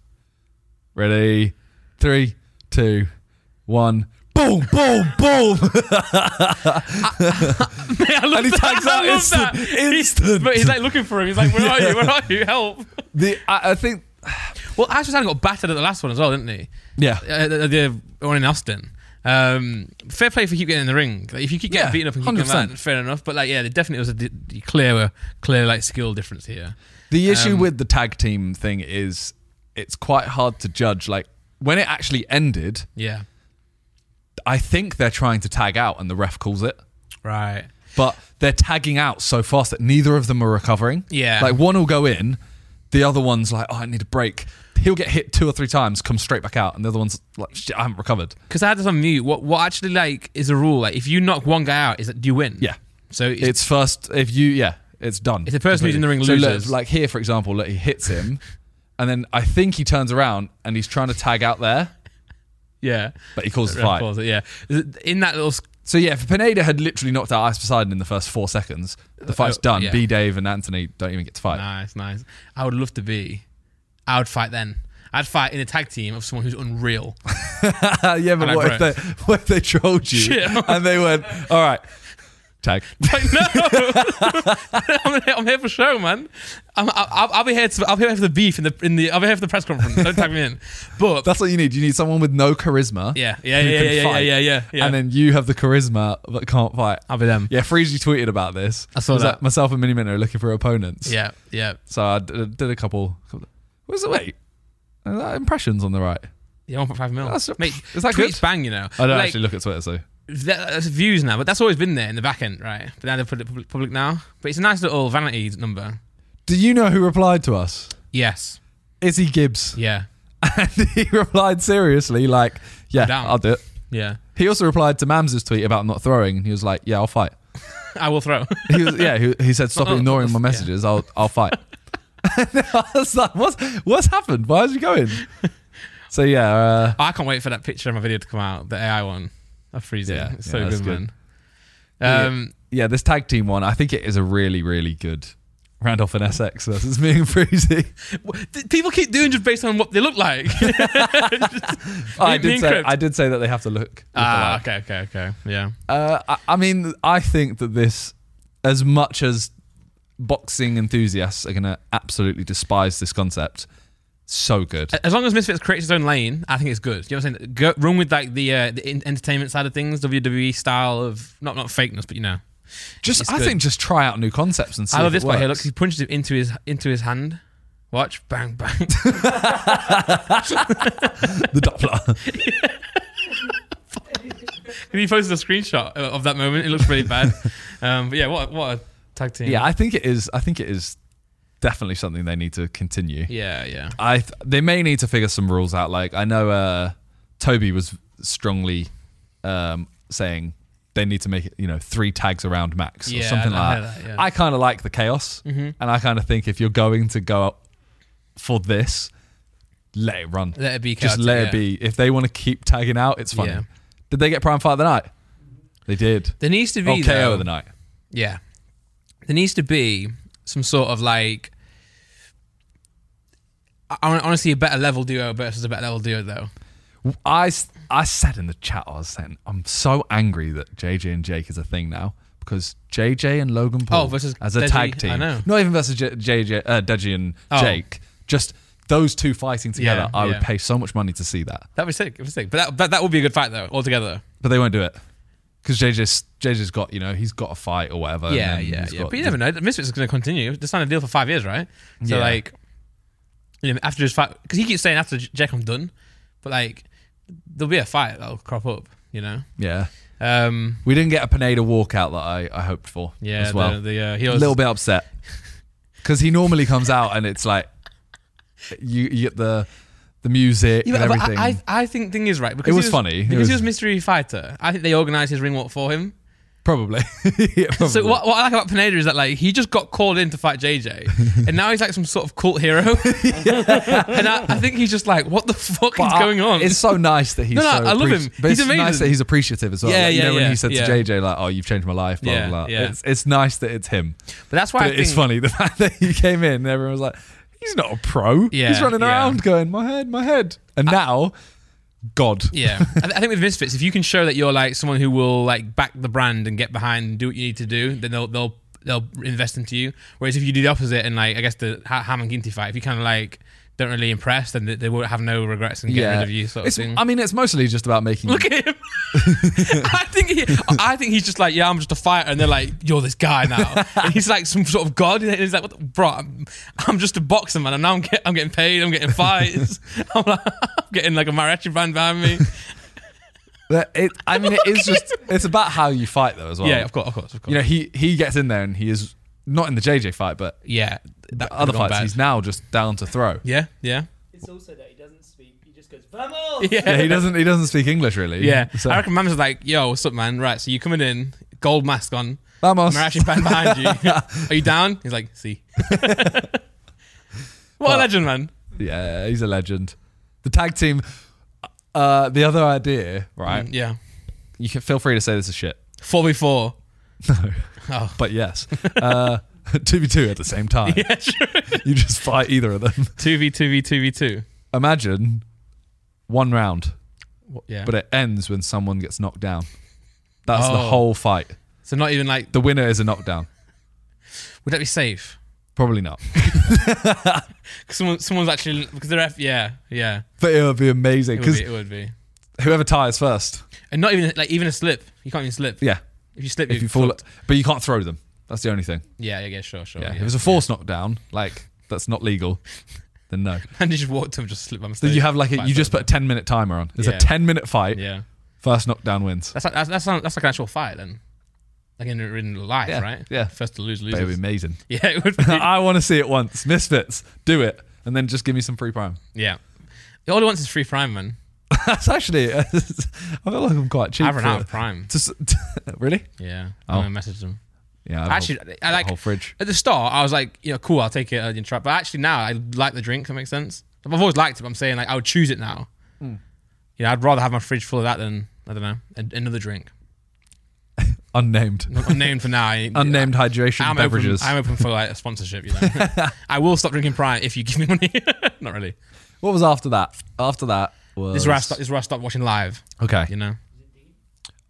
Speaker 2: ready. Three, two, one. Boom, boom, boom.
Speaker 1: I love
Speaker 2: And he
Speaker 1: that.
Speaker 2: tags
Speaker 1: I
Speaker 2: out
Speaker 1: love
Speaker 2: instant-
Speaker 1: that.
Speaker 2: instant.
Speaker 1: He's, but he's like looking for him. He's like, "Where are you? Where are you? Help!"
Speaker 2: the, I, I think,
Speaker 1: Well, Ash Poseidon got battered at the last one as well, didn't he?
Speaker 2: yeah.
Speaker 1: Uh, the, the one in Austin. Um, fair play if you keep getting in the ring. Like, if you keep getting
Speaker 2: Yeah,
Speaker 1: beaten up and keep coming
Speaker 2: 100%.
Speaker 1: back, then fair enough. But like, yeah, there definitely was a d- d- clear, clear like skill difference here.
Speaker 2: The issue
Speaker 1: Um,
Speaker 2: with the tag team thing is it's quite hard to judge. Like when it actually ended,
Speaker 1: Yeah,
Speaker 2: I think they're trying to tag out and the ref calls it.
Speaker 1: right.
Speaker 2: But they're tagging out so fast that neither of them are recovering.
Speaker 1: Yeah.
Speaker 2: Like one will go in, the other one's like, oh, I need a break. He'll get hit two or three times, come straight back out, and the other one's like, shit, I haven't recovered.
Speaker 1: Because I had this on mute. What what actually like is a rule? Like, if you knock one guy out, is that do you win?
Speaker 2: Yeah.
Speaker 1: So it's,
Speaker 2: It's first if you yeah, it's done.
Speaker 1: If the person who's in the ring
Speaker 2: Completely. So, look,
Speaker 1: loses-
Speaker 2: like here for example, look, he hits him, and then I think he turns around and he's trying to tag out there,
Speaker 1: yeah.
Speaker 2: but he calls the
Speaker 1: Ref
Speaker 2: fight.
Speaker 1: calls it, Yeah. In that little sc-
Speaker 2: So yeah, if Pineda had literally knocked out Ice Poseidon in the first four seconds, the fight's
Speaker 1: Uh,
Speaker 2: done.
Speaker 1: yeah.
Speaker 2: B Dave and Anthony don't even get to fight.
Speaker 1: Nice, nice. I would love to be. I would fight then. I'd fight in a tag team of someone who's unreal.
Speaker 2: yeah, but
Speaker 1: I like
Speaker 2: what if,
Speaker 1: Brett.
Speaker 2: they, what if they trolled you
Speaker 1: Shit.
Speaker 2: and they went, all right, tag.
Speaker 1: Like, no, I'm, here, I'm here for show, man. I'm, I- I'll, I'll be here. To, I'll be here for the beef in the in the. I'll be here for the press conference. Don't tag me in. But
Speaker 2: That's what you need. You need someone with no charisma.
Speaker 1: yeah, yeah,
Speaker 2: who
Speaker 1: yeah,
Speaker 2: can
Speaker 1: yeah, yeah,
Speaker 2: fight,
Speaker 1: yeah, yeah, yeah.
Speaker 2: And then you have the charisma but can't fight.
Speaker 1: I'll be them.
Speaker 2: Yeah, Freezy tweeted about this.
Speaker 1: I saw
Speaker 2: It was
Speaker 1: that.
Speaker 2: like, myself and Mini Minute are looking for opponents.
Speaker 1: yeah, yeah,
Speaker 2: So I did, did a couple. couple what was it? Wait, Is that impressions on the right.
Speaker 1: yeah. One point five mil.
Speaker 2: That's-
Speaker 1: Mate,
Speaker 2: is that
Speaker 1: tweets
Speaker 2: good?
Speaker 1: bang? You know,
Speaker 2: I don't
Speaker 1: Like,
Speaker 2: actually look at Twitter, so
Speaker 1: that, that's views now, but that's always been there in the back end, right? But now they put it public, public now. But it's a nice little vanity number.
Speaker 2: do you know who replied to us?
Speaker 1: Yes.
Speaker 2: Izzy Gibbs,
Speaker 1: Yeah.
Speaker 2: and he replied seriously, like, "Yeah,
Speaker 1: down."
Speaker 2: I'll do it."
Speaker 1: Yeah.
Speaker 2: He also replied to Mams's tweet about not throwing, and he was like, "Yeah, I'll fight."
Speaker 1: I will throw.
Speaker 2: He was, yeah, he, he said, "Stop
Speaker 1: Oh,
Speaker 2: ignoring my
Speaker 1: yeah.
Speaker 2: messages. I'll I'll fight." and I was like, "What's what's happened? Why is he going?" So yeah, uh,
Speaker 1: I can't wait for that picture of my video to come out, the AI one. I freeze
Speaker 2: Yeah,
Speaker 1: it. It's
Speaker 2: yeah,
Speaker 1: so
Speaker 2: that's
Speaker 1: good,
Speaker 2: good.
Speaker 1: man. Um,
Speaker 2: yeah, this tag team one, I think it is a really really good Randolph and SX versus me and Freezy.
Speaker 1: w- th- People keep doing just based on what they look like.
Speaker 2: I
Speaker 1: Meet me
Speaker 2: did
Speaker 1: in
Speaker 2: say
Speaker 1: crypt.
Speaker 2: I did say that they have to look. look
Speaker 1: ah,
Speaker 2: alike.
Speaker 1: okay, okay, okay. Yeah.
Speaker 2: Uh, I, I mean, I think that this, as much as boxing enthusiasts are going to absolutely despise this concept, so good.
Speaker 1: As long as Misfits creates his own lane, I think it's good. You know what I'm saying? E Go, run with like the uh, the in- entertainment side of things, WWE style of not not fakeness, but you know.
Speaker 2: Just
Speaker 1: It's
Speaker 2: I
Speaker 1: good.
Speaker 2: think just try out new concepts and see.
Speaker 1: I love this
Speaker 2: if it
Speaker 1: part here. Look,
Speaker 2: works.
Speaker 1: he punches him into his into his hand. Watch, bang, bang.
Speaker 2: the Doppler.
Speaker 1: he posted a screenshot uh, of that moment. It looks really bad. um, but yeah, what a- what a tag team.
Speaker 2: yeah, I think it is. I think it is definitely something they need to continue.
Speaker 1: yeah, yeah.
Speaker 2: I th- they may need to figure some rules out. Like I know uh, Toby was strongly um, saying they need to make it, you know, three tags around max or
Speaker 1: Yeah,
Speaker 2: something
Speaker 1: I- I
Speaker 2: like
Speaker 1: heard
Speaker 2: that.
Speaker 1: that, yeah. Mm-hmm.
Speaker 2: I kind of like the chaos, and I kind of think if you're going to go up for this, let it run.
Speaker 1: Let it be.
Speaker 2: Just
Speaker 1: chaotic,
Speaker 2: let
Speaker 1: yeah.
Speaker 2: it be. If they want to keep tagging out, it's fine.
Speaker 1: Yeah.
Speaker 2: Did they get Prime Fight of the Night? They did.
Speaker 1: There needs to be
Speaker 2: Or KO
Speaker 1: though,
Speaker 2: of the Night.
Speaker 1: Yeah, there needs to be some sort of like. I- I- Honestly, a better level duo versus a better level duo, though.
Speaker 2: I, s- I said in the chat, I was saying, I'm so angry that JJ and Jake is a thing now because JJ and Logan Paul
Speaker 1: Oh, versus
Speaker 2: as a
Speaker 1: Deji,
Speaker 2: tag
Speaker 1: I
Speaker 2: team.
Speaker 1: know.
Speaker 2: Not even versus J- JJ, uh, Deji and
Speaker 1: Oh.
Speaker 2: Jake, just those two fighting together.
Speaker 1: Yeah,
Speaker 2: I
Speaker 1: yeah.
Speaker 2: would pay so much money to see that.
Speaker 1: That'd be sick. It'd be sick. But that, that that would be a good fight though, altogether.
Speaker 2: But they won't do it because JJ's, JJ's got, you know, he's got a fight or whatever. and
Speaker 1: yeah,
Speaker 2: then
Speaker 1: yeah,
Speaker 2: he's
Speaker 1: yeah.
Speaker 2: got-
Speaker 1: But you never know. The Misfits is going to continue. They signed a deal for five years, right? So
Speaker 2: Yeah.
Speaker 1: like, you know, after his fight, because he keeps saying after J- Jake, I'm done. But like, there'll be a fight that'll crop up. You know.
Speaker 2: Yeah.
Speaker 1: Um.
Speaker 2: We didn't get a Pineda walkout that I, I hoped for
Speaker 1: Yeah.
Speaker 2: as well.
Speaker 1: The, the uh,
Speaker 2: a
Speaker 1: heels.
Speaker 2: little bit upset because he normally comes out and it's like you, you get the the music
Speaker 1: Yeah,
Speaker 2: and
Speaker 1: but I-
Speaker 2: everything.
Speaker 1: I, I, think thing is right because
Speaker 2: It
Speaker 1: he
Speaker 2: was funny. It
Speaker 1: because he was
Speaker 2: was-
Speaker 1: mystery fighter. I think they organised his ring walk for him.
Speaker 2: probably. Yeah, probably.
Speaker 1: So what, what I like about Pineda is that like he just got called in to fight JJ, and now he's like some sort of cult hero. and I, I think he's just like, what the fuck
Speaker 2: But
Speaker 1: is
Speaker 2: I-
Speaker 1: going on?
Speaker 2: It's so nice that he's.
Speaker 1: No, no,
Speaker 2: so
Speaker 1: I love
Speaker 2: appreci-
Speaker 1: him.
Speaker 2: But
Speaker 1: He's
Speaker 2: it's nice
Speaker 1: amazing.
Speaker 2: that he's appreciative as well.
Speaker 1: Yeah,
Speaker 2: Like, you
Speaker 1: yeah,
Speaker 2: know when
Speaker 1: yeah,
Speaker 2: he said
Speaker 1: yeah.
Speaker 2: to JJ like, "Oh, you've changed my life." Blah
Speaker 1: Yeah,
Speaker 2: blah. blah.
Speaker 1: yeah.
Speaker 2: It's, it's nice that it's him.
Speaker 1: but that's why I
Speaker 2: But
Speaker 1: think,
Speaker 2: it's funny the fact that he came in and everyone was like, "He's not a pro.
Speaker 1: Yeah,
Speaker 2: he's running
Speaker 1: yeah.
Speaker 2: around going, my head, my head." And now, God.
Speaker 1: Yeah, I, th- I think with Misfits, if you can show that you're like someone who will like back the brand and get behind and do what you need to do, then they'll they'll they'll invest into you. Whereas if you do the opposite and like I guess the Ha- Ham and Ginty fight, if you kind of like don't really impress, then they, they won't have no regrets and get rid of you sort of
Speaker 2: It's-
Speaker 1: thing.
Speaker 2: I mean, it's mostly just about making
Speaker 1: Look at him. I think he, I think he's just like, yeah, I'm just a fighter, and they're like, you're this guy now. And he's like some sort of god, and he's like, what the, bro, I'm, I'm just a boxer man, and now I'm, get, I'm getting paid, I'm getting fights, I'm, like, I'm getting like a mariachi band behind me.
Speaker 2: That it, I mean, it is just. It's about how you fight, though, as well.
Speaker 1: yeah, of course, of course, of course.
Speaker 2: You know, he he gets in there and he is not in the JJ fight, but
Speaker 1: yeah, that
Speaker 2: the other
Speaker 1: could've gone
Speaker 2: fights
Speaker 1: bad.
Speaker 2: he's now just down to throw.
Speaker 1: yeah, yeah,
Speaker 4: It's also that he doesn't speak. He just goes, "Vamos!"
Speaker 2: Yeah,
Speaker 1: yeah,
Speaker 2: he doesn't he doesn't speak English really.
Speaker 1: yeah.
Speaker 2: so
Speaker 1: I reckon Mam's like, yo, what's up, man? Right, so you coming in, gold mask on,
Speaker 2: Vamos.
Speaker 1: mariachi band behind you. Are you down? He's like, see. what a legend, man.
Speaker 2: Yeah, he's a legend. The tag team. Uh, the other idea, right?
Speaker 1: Yeah.
Speaker 2: You can feel free to say this is shit,
Speaker 1: Four v four. No. Oh.
Speaker 2: but yes, uh, two v two at the same time.
Speaker 1: Yeah, sure.
Speaker 2: You just fight either of them.
Speaker 1: Two v two v two v two.
Speaker 2: Imagine one round,
Speaker 1: Yeah.
Speaker 2: but uh, it ends when someone gets knocked down. That's the
Speaker 1: Oh.
Speaker 2: whole fight.
Speaker 1: so not even like
Speaker 2: The winner is a knockdown.
Speaker 1: would that be safe?
Speaker 2: Probably not.
Speaker 1: 'Cause someone someone's actually because they're F, yeah yeah
Speaker 2: But it would be amazing
Speaker 1: it would,
Speaker 2: because
Speaker 1: be, it would be
Speaker 2: whoever tires first,
Speaker 1: and not even like even a slip you can't even slip
Speaker 2: yeah,
Speaker 1: if you slip
Speaker 2: if
Speaker 1: you're
Speaker 2: you fall,
Speaker 1: fucked.
Speaker 2: but you can't throw them. That's the only thing.
Speaker 1: yeah yeah yeah, sure sure
Speaker 2: Yeah,
Speaker 1: Oh, yeah,
Speaker 2: if it's a forced knockdown, like that's not legal. Then no.
Speaker 1: and you just walked to him just slip by
Speaker 2: Then
Speaker 1: mistake
Speaker 2: you have like a,
Speaker 1: Fight
Speaker 2: you just
Speaker 1: for
Speaker 2: put
Speaker 1: it.
Speaker 2: a ten minute timer on. It's
Speaker 1: Yeah.
Speaker 2: a ten minute fight.
Speaker 1: yeah
Speaker 2: First knockdown wins.
Speaker 1: that's like that's, that's, not- that's like an actual fight then like in, in life
Speaker 2: Yeah,
Speaker 1: right
Speaker 2: yeah.
Speaker 1: first to lose
Speaker 2: But it'd be
Speaker 1: loses
Speaker 2: amazing.
Speaker 1: yeah it would be
Speaker 2: I want to see it once. Misfits, do it, and then just give me some free prime.
Speaker 1: yeah all he wants is free prime man
Speaker 2: That's actually. I feel like I'm quite cheap.
Speaker 1: I run
Speaker 2: for
Speaker 1: out of
Speaker 2: it.
Speaker 1: prime
Speaker 2: Just- really?
Speaker 1: yeah
Speaker 2: Oh.
Speaker 1: I'm gonna message them
Speaker 2: Yeah. I've
Speaker 1: Actually,
Speaker 2: got
Speaker 1: I
Speaker 2: a
Speaker 1: like-
Speaker 2: whole fridge.
Speaker 1: At the start, I was like, you know, cool, I'll take it uh, in trap. But actually, now I like the drink. If that makes sense. I've always liked it. But I'm saying like I would choose it now.
Speaker 2: Hmm.
Speaker 1: You know, I'd rather have my fridge full of that than I don't know an- another drink.
Speaker 2: Unnamed.
Speaker 1: Not Unnamed for now. I-
Speaker 2: Unnamed hydration
Speaker 1: I'm
Speaker 2: beverages.
Speaker 1: open. I'm open for like a sponsorship. You know, I will stop drinking Prime if you give me money. Not really.
Speaker 2: what was after that? After that was
Speaker 1: This is where I stop. This is where I stop watching live.
Speaker 2: Okay.
Speaker 1: You know,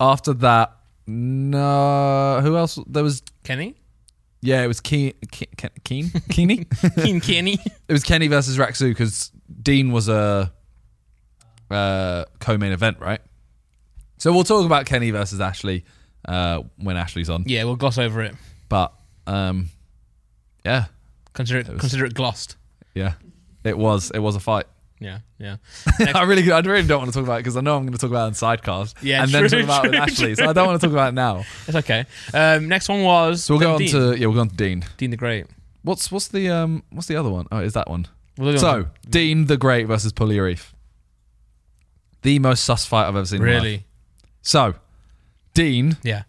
Speaker 2: After that, no. Who else? There was.
Speaker 1: Kenny,
Speaker 2: Yeah, it was Keen. Keen. Keen. Keeney?
Speaker 1: Keen Kenny.
Speaker 2: it was Kenny versus Raxu because Dean was a uh, co-main event, right? So we'll talk about Kenny versus Ashley uh, when Ashley's on.
Speaker 1: Yeah, we'll gloss over it.
Speaker 2: But um, yeah,
Speaker 1: Consider it,
Speaker 2: was-
Speaker 1: consider it glossed.
Speaker 2: yeah, it was it was a fight.
Speaker 1: Yeah, yeah.
Speaker 2: I really, I really don't want to talk about it because I know I'm going to talk about it in sidecast,
Speaker 1: Yeah,
Speaker 2: and
Speaker 1: true,
Speaker 2: then talk about it with
Speaker 1: true,
Speaker 2: Ashley. So I don't want to talk about it now.
Speaker 1: It's okay. Um, next one was
Speaker 2: So we'll go on
Speaker 1: Dean,
Speaker 2: to yeah, we'll go on to Dean.
Speaker 1: Dean the Great.
Speaker 2: What's what's the um what's the other one? Oh, is that one?
Speaker 1: We'll go on
Speaker 2: So Dean the Great versus Pulley Reef, the most sus fight I've ever
Speaker 1: to-
Speaker 2: seen. in my life.
Speaker 1: really,
Speaker 2: So Dean,
Speaker 1: yeah.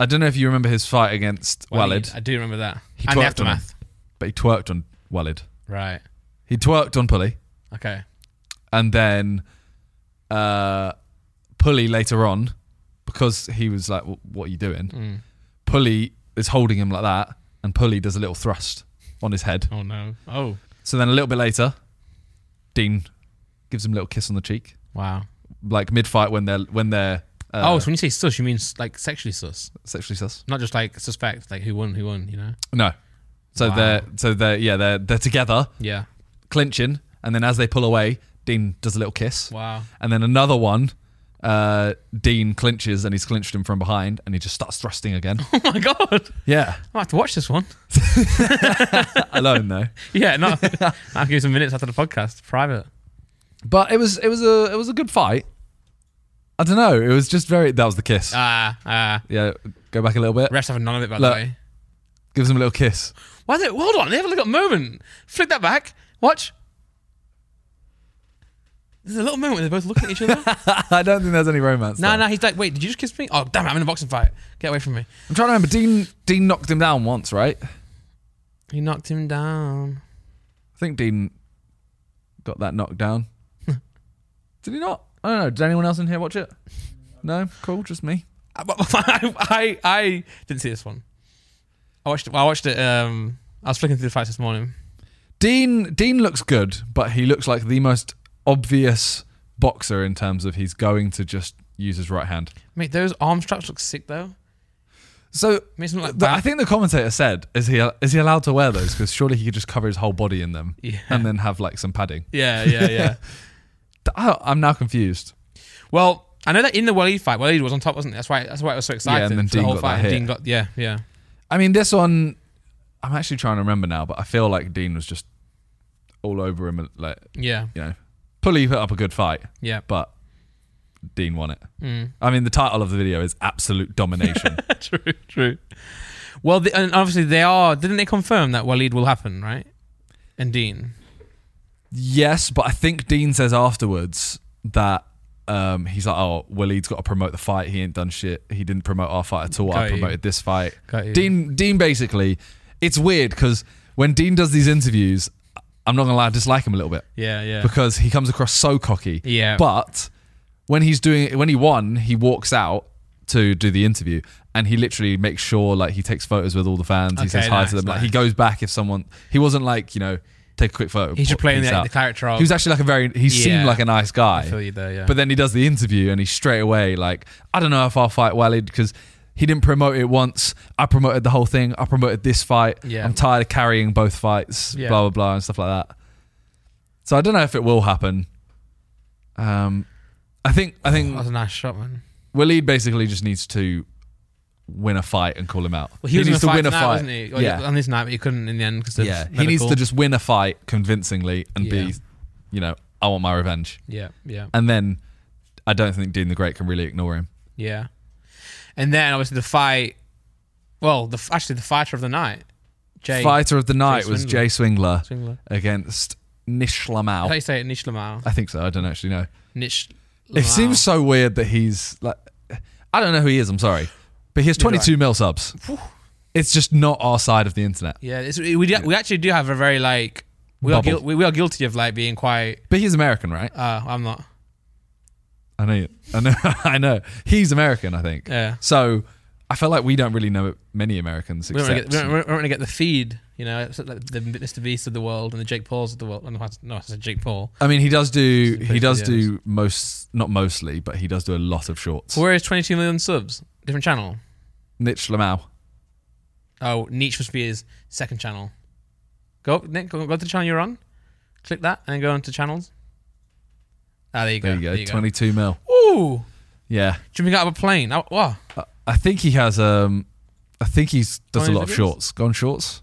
Speaker 2: I don't know if you remember his fight against
Speaker 1: Well,
Speaker 2: Walid,
Speaker 1: I do remember that.
Speaker 2: He
Speaker 1: and the
Speaker 2: twerked on
Speaker 1: aftermath.
Speaker 2: but he twerked on Walid.
Speaker 1: Right.
Speaker 2: He twerked on Pulley,
Speaker 1: Okay.
Speaker 2: and then uh, Pulley later on, because he was like, "Wh- "What are you doing?"
Speaker 1: Mm.
Speaker 2: Pulley is holding him like that, and Pulley does a little thrust on his head.
Speaker 1: Oh no. Oh
Speaker 2: So then a little bit later, Dean gives him a little kiss on the cheek,
Speaker 1: wow.
Speaker 2: like mid fight when they're when they're uh,
Speaker 1: oh, so when you say sus, you mean like sexually sus,
Speaker 2: sexually sus.
Speaker 1: not just like suspect, like who won, who won, you know?
Speaker 2: No, so
Speaker 1: Wow.
Speaker 2: they're so they're yeah they're they're together
Speaker 1: Yeah.
Speaker 2: clinching, and then as they pull away, Dean does a little kiss,
Speaker 1: Wow.
Speaker 2: and then another one. Uh, Dean clinches and he's clinched him from behind, and he just starts thrusting again.
Speaker 1: Oh my god.
Speaker 2: yeah,
Speaker 1: I have to watch this one.
Speaker 2: alone though.
Speaker 1: Yeah, no. I'll give you some minutes after the podcast, private.
Speaker 2: But it was it was a it was a good fight. I don't know. It was just very. That was the kiss.
Speaker 1: Ah, ah.
Speaker 2: yeah, go back a little bit.
Speaker 1: Refs have none of it, by
Speaker 2: Look.
Speaker 1: the way.
Speaker 2: Gives him a little kiss.
Speaker 1: Why? They, well, hold on. They have a little moment. Flick that back. Watch. There's a little moment where they're both looking at each other.
Speaker 2: I don't think there's any romance.
Speaker 1: no,
Speaker 2: there.
Speaker 1: no. He's like, wait, did you just kiss me? Oh, damn it! I'm in a boxing fight. Get away from me.
Speaker 2: I'm trying to remember. Dean Dean knocked him down once, right? I
Speaker 1: He knocked him down.
Speaker 2: think Dean got that knocked down. Did he not? I don't know. Did anyone else in here watch it? No, cool, just me.
Speaker 1: I, I, I didn't see this one. I watched. it- I watched it. Um, I was flicking through the fights this morning.
Speaker 2: Dean Dean looks good, but he looks like the most obvious boxer in terms of he's going to just use his right hand.
Speaker 1: Mate, those arm straps look sick though.
Speaker 2: So
Speaker 1: Makes him look
Speaker 2: th-
Speaker 1: bad.
Speaker 2: I think the commentator said, "Is he is he allowed to wear those? Because surely he could just cover his whole body in them
Speaker 1: Yeah.
Speaker 2: and then have like some padding."
Speaker 1: Yeah, yeah, yeah.
Speaker 2: Th- I, I'm now confused.
Speaker 1: well, I know that in the Waleed fight, Waleed was on top, wasn't it? That's why. That's why it was so exciting.
Speaker 2: and then
Speaker 1: for the
Speaker 2: Dean
Speaker 1: whole
Speaker 2: got that
Speaker 1: fight. and
Speaker 2: hit.
Speaker 1: Dean got. Yeah, yeah.
Speaker 2: I mean, this one, I'm actually trying to remember now, but I feel like Dean was just all over him. Like,
Speaker 1: Yeah,
Speaker 2: you know, Pulley put up a good fight,
Speaker 1: yeah.
Speaker 2: but Dean won it.
Speaker 1: Hmm.
Speaker 2: I mean, the title of the video is Absolute Domination.
Speaker 1: true, true. Well, the, and obviously they are. Didn't they confirm that Waleed will happen, right? And Dean.
Speaker 2: yes, but I think Dean says afterwards that. Um, he's like, oh, Waleed's got to promote the fight. He ain't done shit. He didn't promote our fight at all.
Speaker 1: Got
Speaker 2: I
Speaker 1: you.
Speaker 2: promoted this fight.
Speaker 1: Got you.
Speaker 2: Dean, Dean, basically, it's weird because when Dean does these interviews, I'm not gonna lie, I dislike him a little bit.
Speaker 1: Yeah, yeah.
Speaker 2: because he comes across so cocky.
Speaker 1: Yeah.
Speaker 2: But when he's doing when he won, he walks out to do the interview and he literally makes sure like he takes photos with all the fans.
Speaker 1: Okay,
Speaker 2: he says hi
Speaker 1: nice,
Speaker 2: to them. Like he
Speaker 1: nice.
Speaker 2: goes back if someone he wasn't like, you know, take a quick photo.
Speaker 1: He's just playing
Speaker 2: peace
Speaker 1: the-
Speaker 2: out.
Speaker 1: the character of-
Speaker 2: He was actually like a very he
Speaker 1: Yeah.
Speaker 2: seemed like a nice guy.
Speaker 1: I feel you there. Yeah.
Speaker 2: But then he does the interview and he's straight away like, I don't know if I'll fight Walid because he didn't promote it once. I promoted the whole thing. I promoted this fight.
Speaker 1: Yeah.
Speaker 2: I'm tired of carrying both fights,
Speaker 1: Yeah.
Speaker 2: blah, blah, blah, and stuff like that. So I don't know if it will happen. Um, I think I
Speaker 1: that
Speaker 2: think
Speaker 1: was a nice shot, man.
Speaker 2: Walid basically just needs to win a fight and call him out.
Speaker 1: Well, he, was
Speaker 2: needs
Speaker 1: in
Speaker 2: to
Speaker 1: a
Speaker 2: win a
Speaker 1: tonight,
Speaker 2: fight.
Speaker 1: wasn't he? Well,
Speaker 2: yeah,
Speaker 1: On this night, but he couldn't in the end because
Speaker 2: yeah. He needs to just win a fight convincingly and
Speaker 1: Yeah.
Speaker 2: be, you know, I want my revenge.
Speaker 1: Yeah, yeah,
Speaker 2: And then I don't think Dean the Great can really ignore him.
Speaker 1: yeah. And then obviously the fight. Well, the f- actually the fighter of the night, Jay.
Speaker 2: Fighter of the night
Speaker 1: Jay
Speaker 2: was
Speaker 1: Swindler.
Speaker 2: Jay Swingler,
Speaker 1: Swingler.
Speaker 2: against Nish
Speaker 1: How do
Speaker 2: Lamau.
Speaker 1: you say it? Nish Lamau.
Speaker 2: I think so. I don't actually know.
Speaker 1: Nish.
Speaker 2: It seems so weird that he's like, I don't know who he is. I'm sorry, but he has 22 mil subs. It's just not our side of the internet.
Speaker 1: Yeah, it's, we do, we actually do have a very like we are
Speaker 2: Bubble.
Speaker 1: guil- we, we are guilty of like being quite.
Speaker 2: But he's American, right?
Speaker 1: Uh, I'm not.
Speaker 2: I know. you- I know. I know. He's American. I think.
Speaker 1: Yeah.
Speaker 2: So I feel like we don't really know many Americans
Speaker 1: We don't, really
Speaker 2: except
Speaker 1: get, we, don't, we don't really get the feed, you know, it's like the Mr. Beast of the world and the Jake Pauls of the world. No, that's- no, it's Jake Paul.
Speaker 2: I mean, he does do.
Speaker 1: Some
Speaker 2: He does
Speaker 1: videos.
Speaker 2: do most, not mostly, but he does do a lot of shorts.
Speaker 1: Where is 22 million subs? Different channel.
Speaker 2: Nish Lamau.
Speaker 1: Oh, Nietzsche must be his second channel. Go up, Nick. Go, go to the channel you're on. Click that and then go into channels. Ah, there you go.
Speaker 2: There you go. 22 mil.
Speaker 1: Ooh,
Speaker 2: Yeah.
Speaker 1: jumping out of a plane. Oh, wow.
Speaker 2: I- I think he has. Um, I think he's does a
Speaker 1: Tiny
Speaker 2: lot of
Speaker 1: videos?
Speaker 2: shorts. Gone shorts.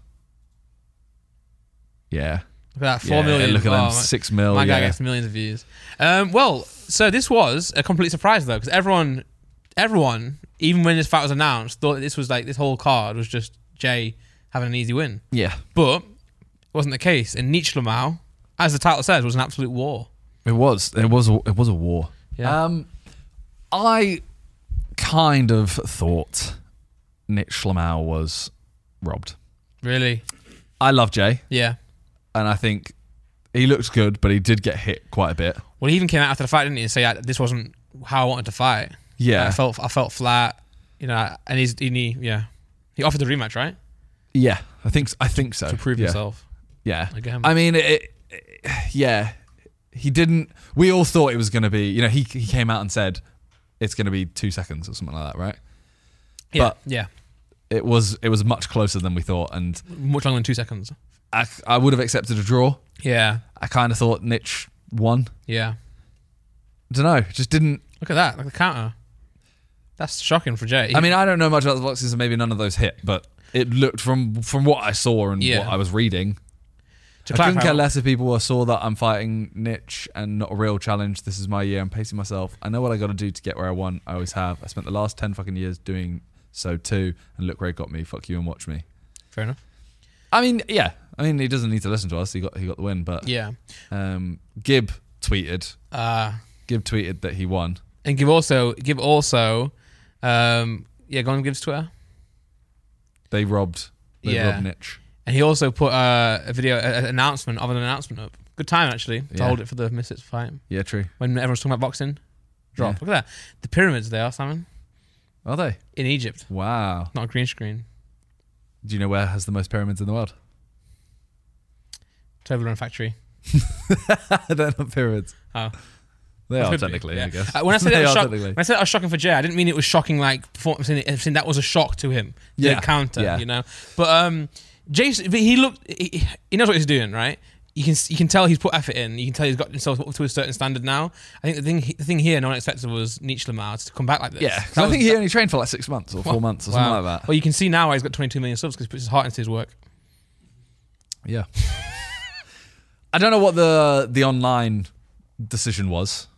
Speaker 2: Yeah.
Speaker 1: Look at that,
Speaker 2: yeah,
Speaker 1: four million.
Speaker 2: Look at
Speaker 1: Oh,
Speaker 2: them.
Speaker 1: my-
Speaker 2: Six mil.
Speaker 1: My guy
Speaker 2: yeah.
Speaker 1: gets millions of views. Um, well, so this was a complete surprise though, because everyone, everyone, even when this fight was announced, thought that this was like this whole card was just Jay having an easy win,
Speaker 2: yeah.
Speaker 1: but it wasn't the case. And Nietzsche Lamau, as the title says, was an absolute war.
Speaker 2: It was. It was. A, it was a war.
Speaker 1: Yeah.
Speaker 2: Um, I kind of thought Nick Schlamau was robbed.
Speaker 1: Really?
Speaker 2: I love Jay,
Speaker 1: Yeah.
Speaker 2: and I think he looks good, but he did get hit quite a bit.
Speaker 1: Well, he even came out after the fight, didn't he, and say "I- this wasn't how I wanted to fight.
Speaker 2: Yeah.
Speaker 1: I felt I felt flat, you know. And he's and he yeah, he offered the rematch right
Speaker 2: yeah. I think. I think so.
Speaker 1: to prove
Speaker 2: yeah.
Speaker 1: himself
Speaker 2: Yeah.
Speaker 1: again.
Speaker 2: I mean, it, it, yeah, he didn't. We all thought it was going to be, you know, he, he came out and said it's going to be two seconds or something like that, right?
Speaker 1: yeah,
Speaker 2: but-
Speaker 1: yeah,
Speaker 2: It was it was much closer than we thought, and
Speaker 1: much longer than two seconds.
Speaker 2: I I would have accepted a draw.
Speaker 1: Yeah,
Speaker 2: I kind of thought Nitch won.
Speaker 1: yeah.
Speaker 2: Don't know, just didn't.
Speaker 1: Look at that, like the counter. That's shocking for Jay.
Speaker 2: I mean, I don't know much about the boxes, and maybe none of those hit, but it looked from from what I saw and
Speaker 1: Yeah.
Speaker 2: what I was reading.
Speaker 1: to
Speaker 2: I couldn't
Speaker 1: clarify,
Speaker 2: care less if people saw that I'm fighting Nitch and not a real challenge. This is my year. I'm pacing myself. I know what I got to do to get where I want. I always have. I spent the last 10 fucking years doing so too. And look where it got me. Fuck you and watch me.
Speaker 1: fair enough.
Speaker 2: I mean, yeah. I mean, he doesn't need to listen to us. He got he got the win. But
Speaker 1: Yeah,
Speaker 2: um, Gib tweeted.
Speaker 1: uh,
Speaker 2: Gib tweeted that he won.
Speaker 1: and give also give also, um, yeah. Go on, gives Twitter,
Speaker 2: They robbed. They
Speaker 1: Yeah.
Speaker 2: robbed Nitch.
Speaker 1: and he also put uh, a video a, an announcement of an announcement up. Good time actually to
Speaker 2: Yeah.
Speaker 1: hold it for the Misfits fight
Speaker 2: Yeah, true.
Speaker 1: when everyone's talking about boxing. Drop.
Speaker 2: Yeah.
Speaker 1: Look at that. The pyramids there, Simon,
Speaker 2: Are they?
Speaker 1: in Egypt.
Speaker 2: Wow.
Speaker 1: Not a green screen.
Speaker 2: Do you know where has the most pyramids in the world?
Speaker 1: Toblerone factory.
Speaker 2: They're not pyramids.
Speaker 1: Oh.
Speaker 2: They
Speaker 1: Could
Speaker 2: are
Speaker 1: be,
Speaker 2: technically,
Speaker 1: yeah.
Speaker 2: I guess.
Speaker 1: Uh, when I said
Speaker 2: They
Speaker 1: it was
Speaker 2: are
Speaker 1: shock-
Speaker 2: technically.
Speaker 1: when I said I was shocking for Jay, I didn't mean it was shocking like perform- saying it- saying that was a shock to him. The
Speaker 2: Yeah.
Speaker 1: encounter,
Speaker 2: Yeah.
Speaker 1: you know. But um, Jason, but he looked. He, he knows what he's doing, right? You can you can tell he's put effort in. You can tell he's got himself up to a certain standard now. I think the thing the thing here, no one expected was Nietzsche Lamar to come back like this.
Speaker 2: Yeah, 'cause
Speaker 1: That
Speaker 2: I
Speaker 1: was-
Speaker 2: think he only trained for like six months or four months or something
Speaker 1: wow.
Speaker 2: like that.
Speaker 1: Well, you can see now why he's got 22 million subs because he puts his heart into his work.
Speaker 2: Yeah. I don't know what the the online decision was,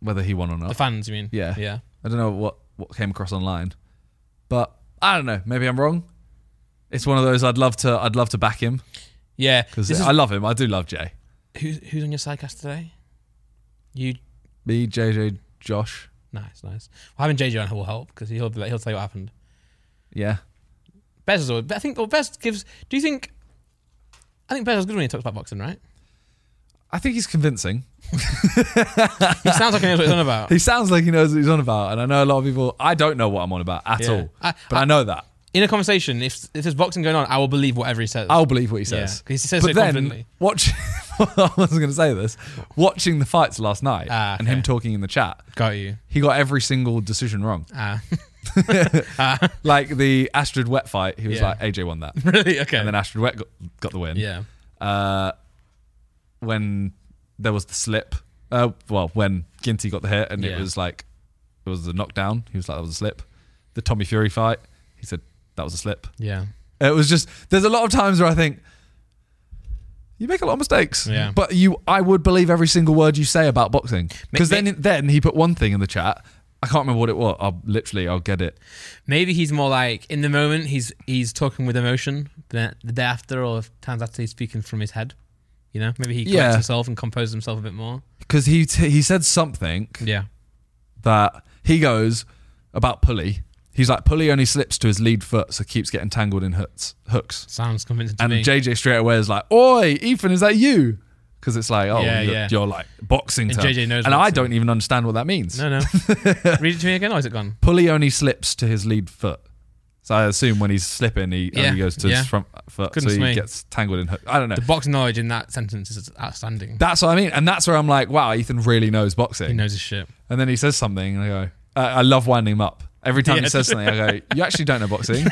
Speaker 2: whether he won or
Speaker 1: The
Speaker 2: not.
Speaker 1: fans, you mean?
Speaker 2: Yeah.
Speaker 1: yeah.
Speaker 2: I don't know what what came across online, but I don't know. Maybe I'm wrong. It's one of those I'd love to I'd love to back him
Speaker 1: Yeah,
Speaker 2: because
Speaker 1: This is-
Speaker 2: I love him. I do love Jay.
Speaker 1: who's who's on your sidecast today? You
Speaker 2: Me, JJ, Josh.
Speaker 1: nice, nice. Well, having JJ on will help because he'll be like, he'll tell you what happened.
Speaker 2: Yeah.
Speaker 1: Bez is always. I think well, Bez gives. Do you think? I think Bez is good when he talks about boxing, right?
Speaker 2: I think he's convincing.
Speaker 1: He sounds like he knows what he's on about.
Speaker 2: He sounds like he knows what he's on about, and I know a lot of people. I don't know what I'm on about at
Speaker 1: Yeah.
Speaker 2: all,
Speaker 1: I-
Speaker 2: but I, know that
Speaker 1: In a conversation, if if there's boxing going on, I will believe whatever he says.
Speaker 2: I'll believe what he
Speaker 1: Yeah,
Speaker 2: says.
Speaker 1: 'cause he says
Speaker 2: but
Speaker 1: it
Speaker 2: then
Speaker 1: confidently.
Speaker 2: watch. I was going to say this. Watching the fights last night
Speaker 1: Ah,
Speaker 2: and him
Speaker 1: okay.
Speaker 2: talking in the chat,
Speaker 1: Got you.
Speaker 2: he got every single decision wrong.
Speaker 1: Ah,
Speaker 2: Like the Astrid Wet fight, he was
Speaker 1: Yeah.
Speaker 2: like AJ won that,
Speaker 1: really? Okay.
Speaker 2: and then Astrid Wet got, got the win.
Speaker 1: yeah.
Speaker 2: Uh, when there was the slip, uh, well, when Ginty got the hit, and
Speaker 1: Yeah.
Speaker 2: it was like it was the knockdown. He was like that was a slip. The Tommy Fury fight, he said that was a slip.
Speaker 1: Yeah.
Speaker 2: It was just there's a lot of times where I think you make a lot of mistakes,
Speaker 1: Yeah.
Speaker 2: but you I would believe every single word you say about boxing because
Speaker 1: Ma- ma-
Speaker 2: then then he put one thing in the chat. I can't remember what it was. I'll literally I'll get it.
Speaker 1: Maybe he's more like in the moment. He's he's talking with emotion. But the day after or times after, he's speaking from his head. You know, maybe he collects
Speaker 2: Yeah.
Speaker 1: himself and composes himself a bit more.
Speaker 2: because he t- he said something
Speaker 1: Yeah.
Speaker 2: that he goes about pulley. He's like pulley only slips to his lead foot, so keeps getting tangled in hooks. Hooks.
Speaker 1: Sounds convincing to
Speaker 2: And
Speaker 1: me.
Speaker 2: JJ straight away is like, "Oi, Ethan, is that you?" Because it's like, oh,
Speaker 1: Yeah,
Speaker 2: you're,
Speaker 1: yeah.
Speaker 2: you're like boxing.
Speaker 1: And
Speaker 2: term.
Speaker 1: JJ knows
Speaker 2: and I
Speaker 1: boxing.
Speaker 2: don't even understand what that means.
Speaker 1: no, no. Read it to me again, or is it gone?
Speaker 2: pulley only slips to his lead foot. So I assume when he's slipping, he
Speaker 1: Yeah,
Speaker 2: only goes to
Speaker 1: yeah.
Speaker 2: his front foot,
Speaker 1: Goodness
Speaker 2: so he
Speaker 1: me.
Speaker 2: gets tangled in. Hook. I don't know.
Speaker 1: The box knowledge in that sentence is outstanding.
Speaker 2: that's what I mean, and that's where I'm like, wow, Ethan really knows boxing.
Speaker 1: He knows his shit.
Speaker 2: And then he says something, and I go, I, I love winding him up. Every time he
Speaker 1: Yeah.
Speaker 2: says something, I go, you actually don't know boxing,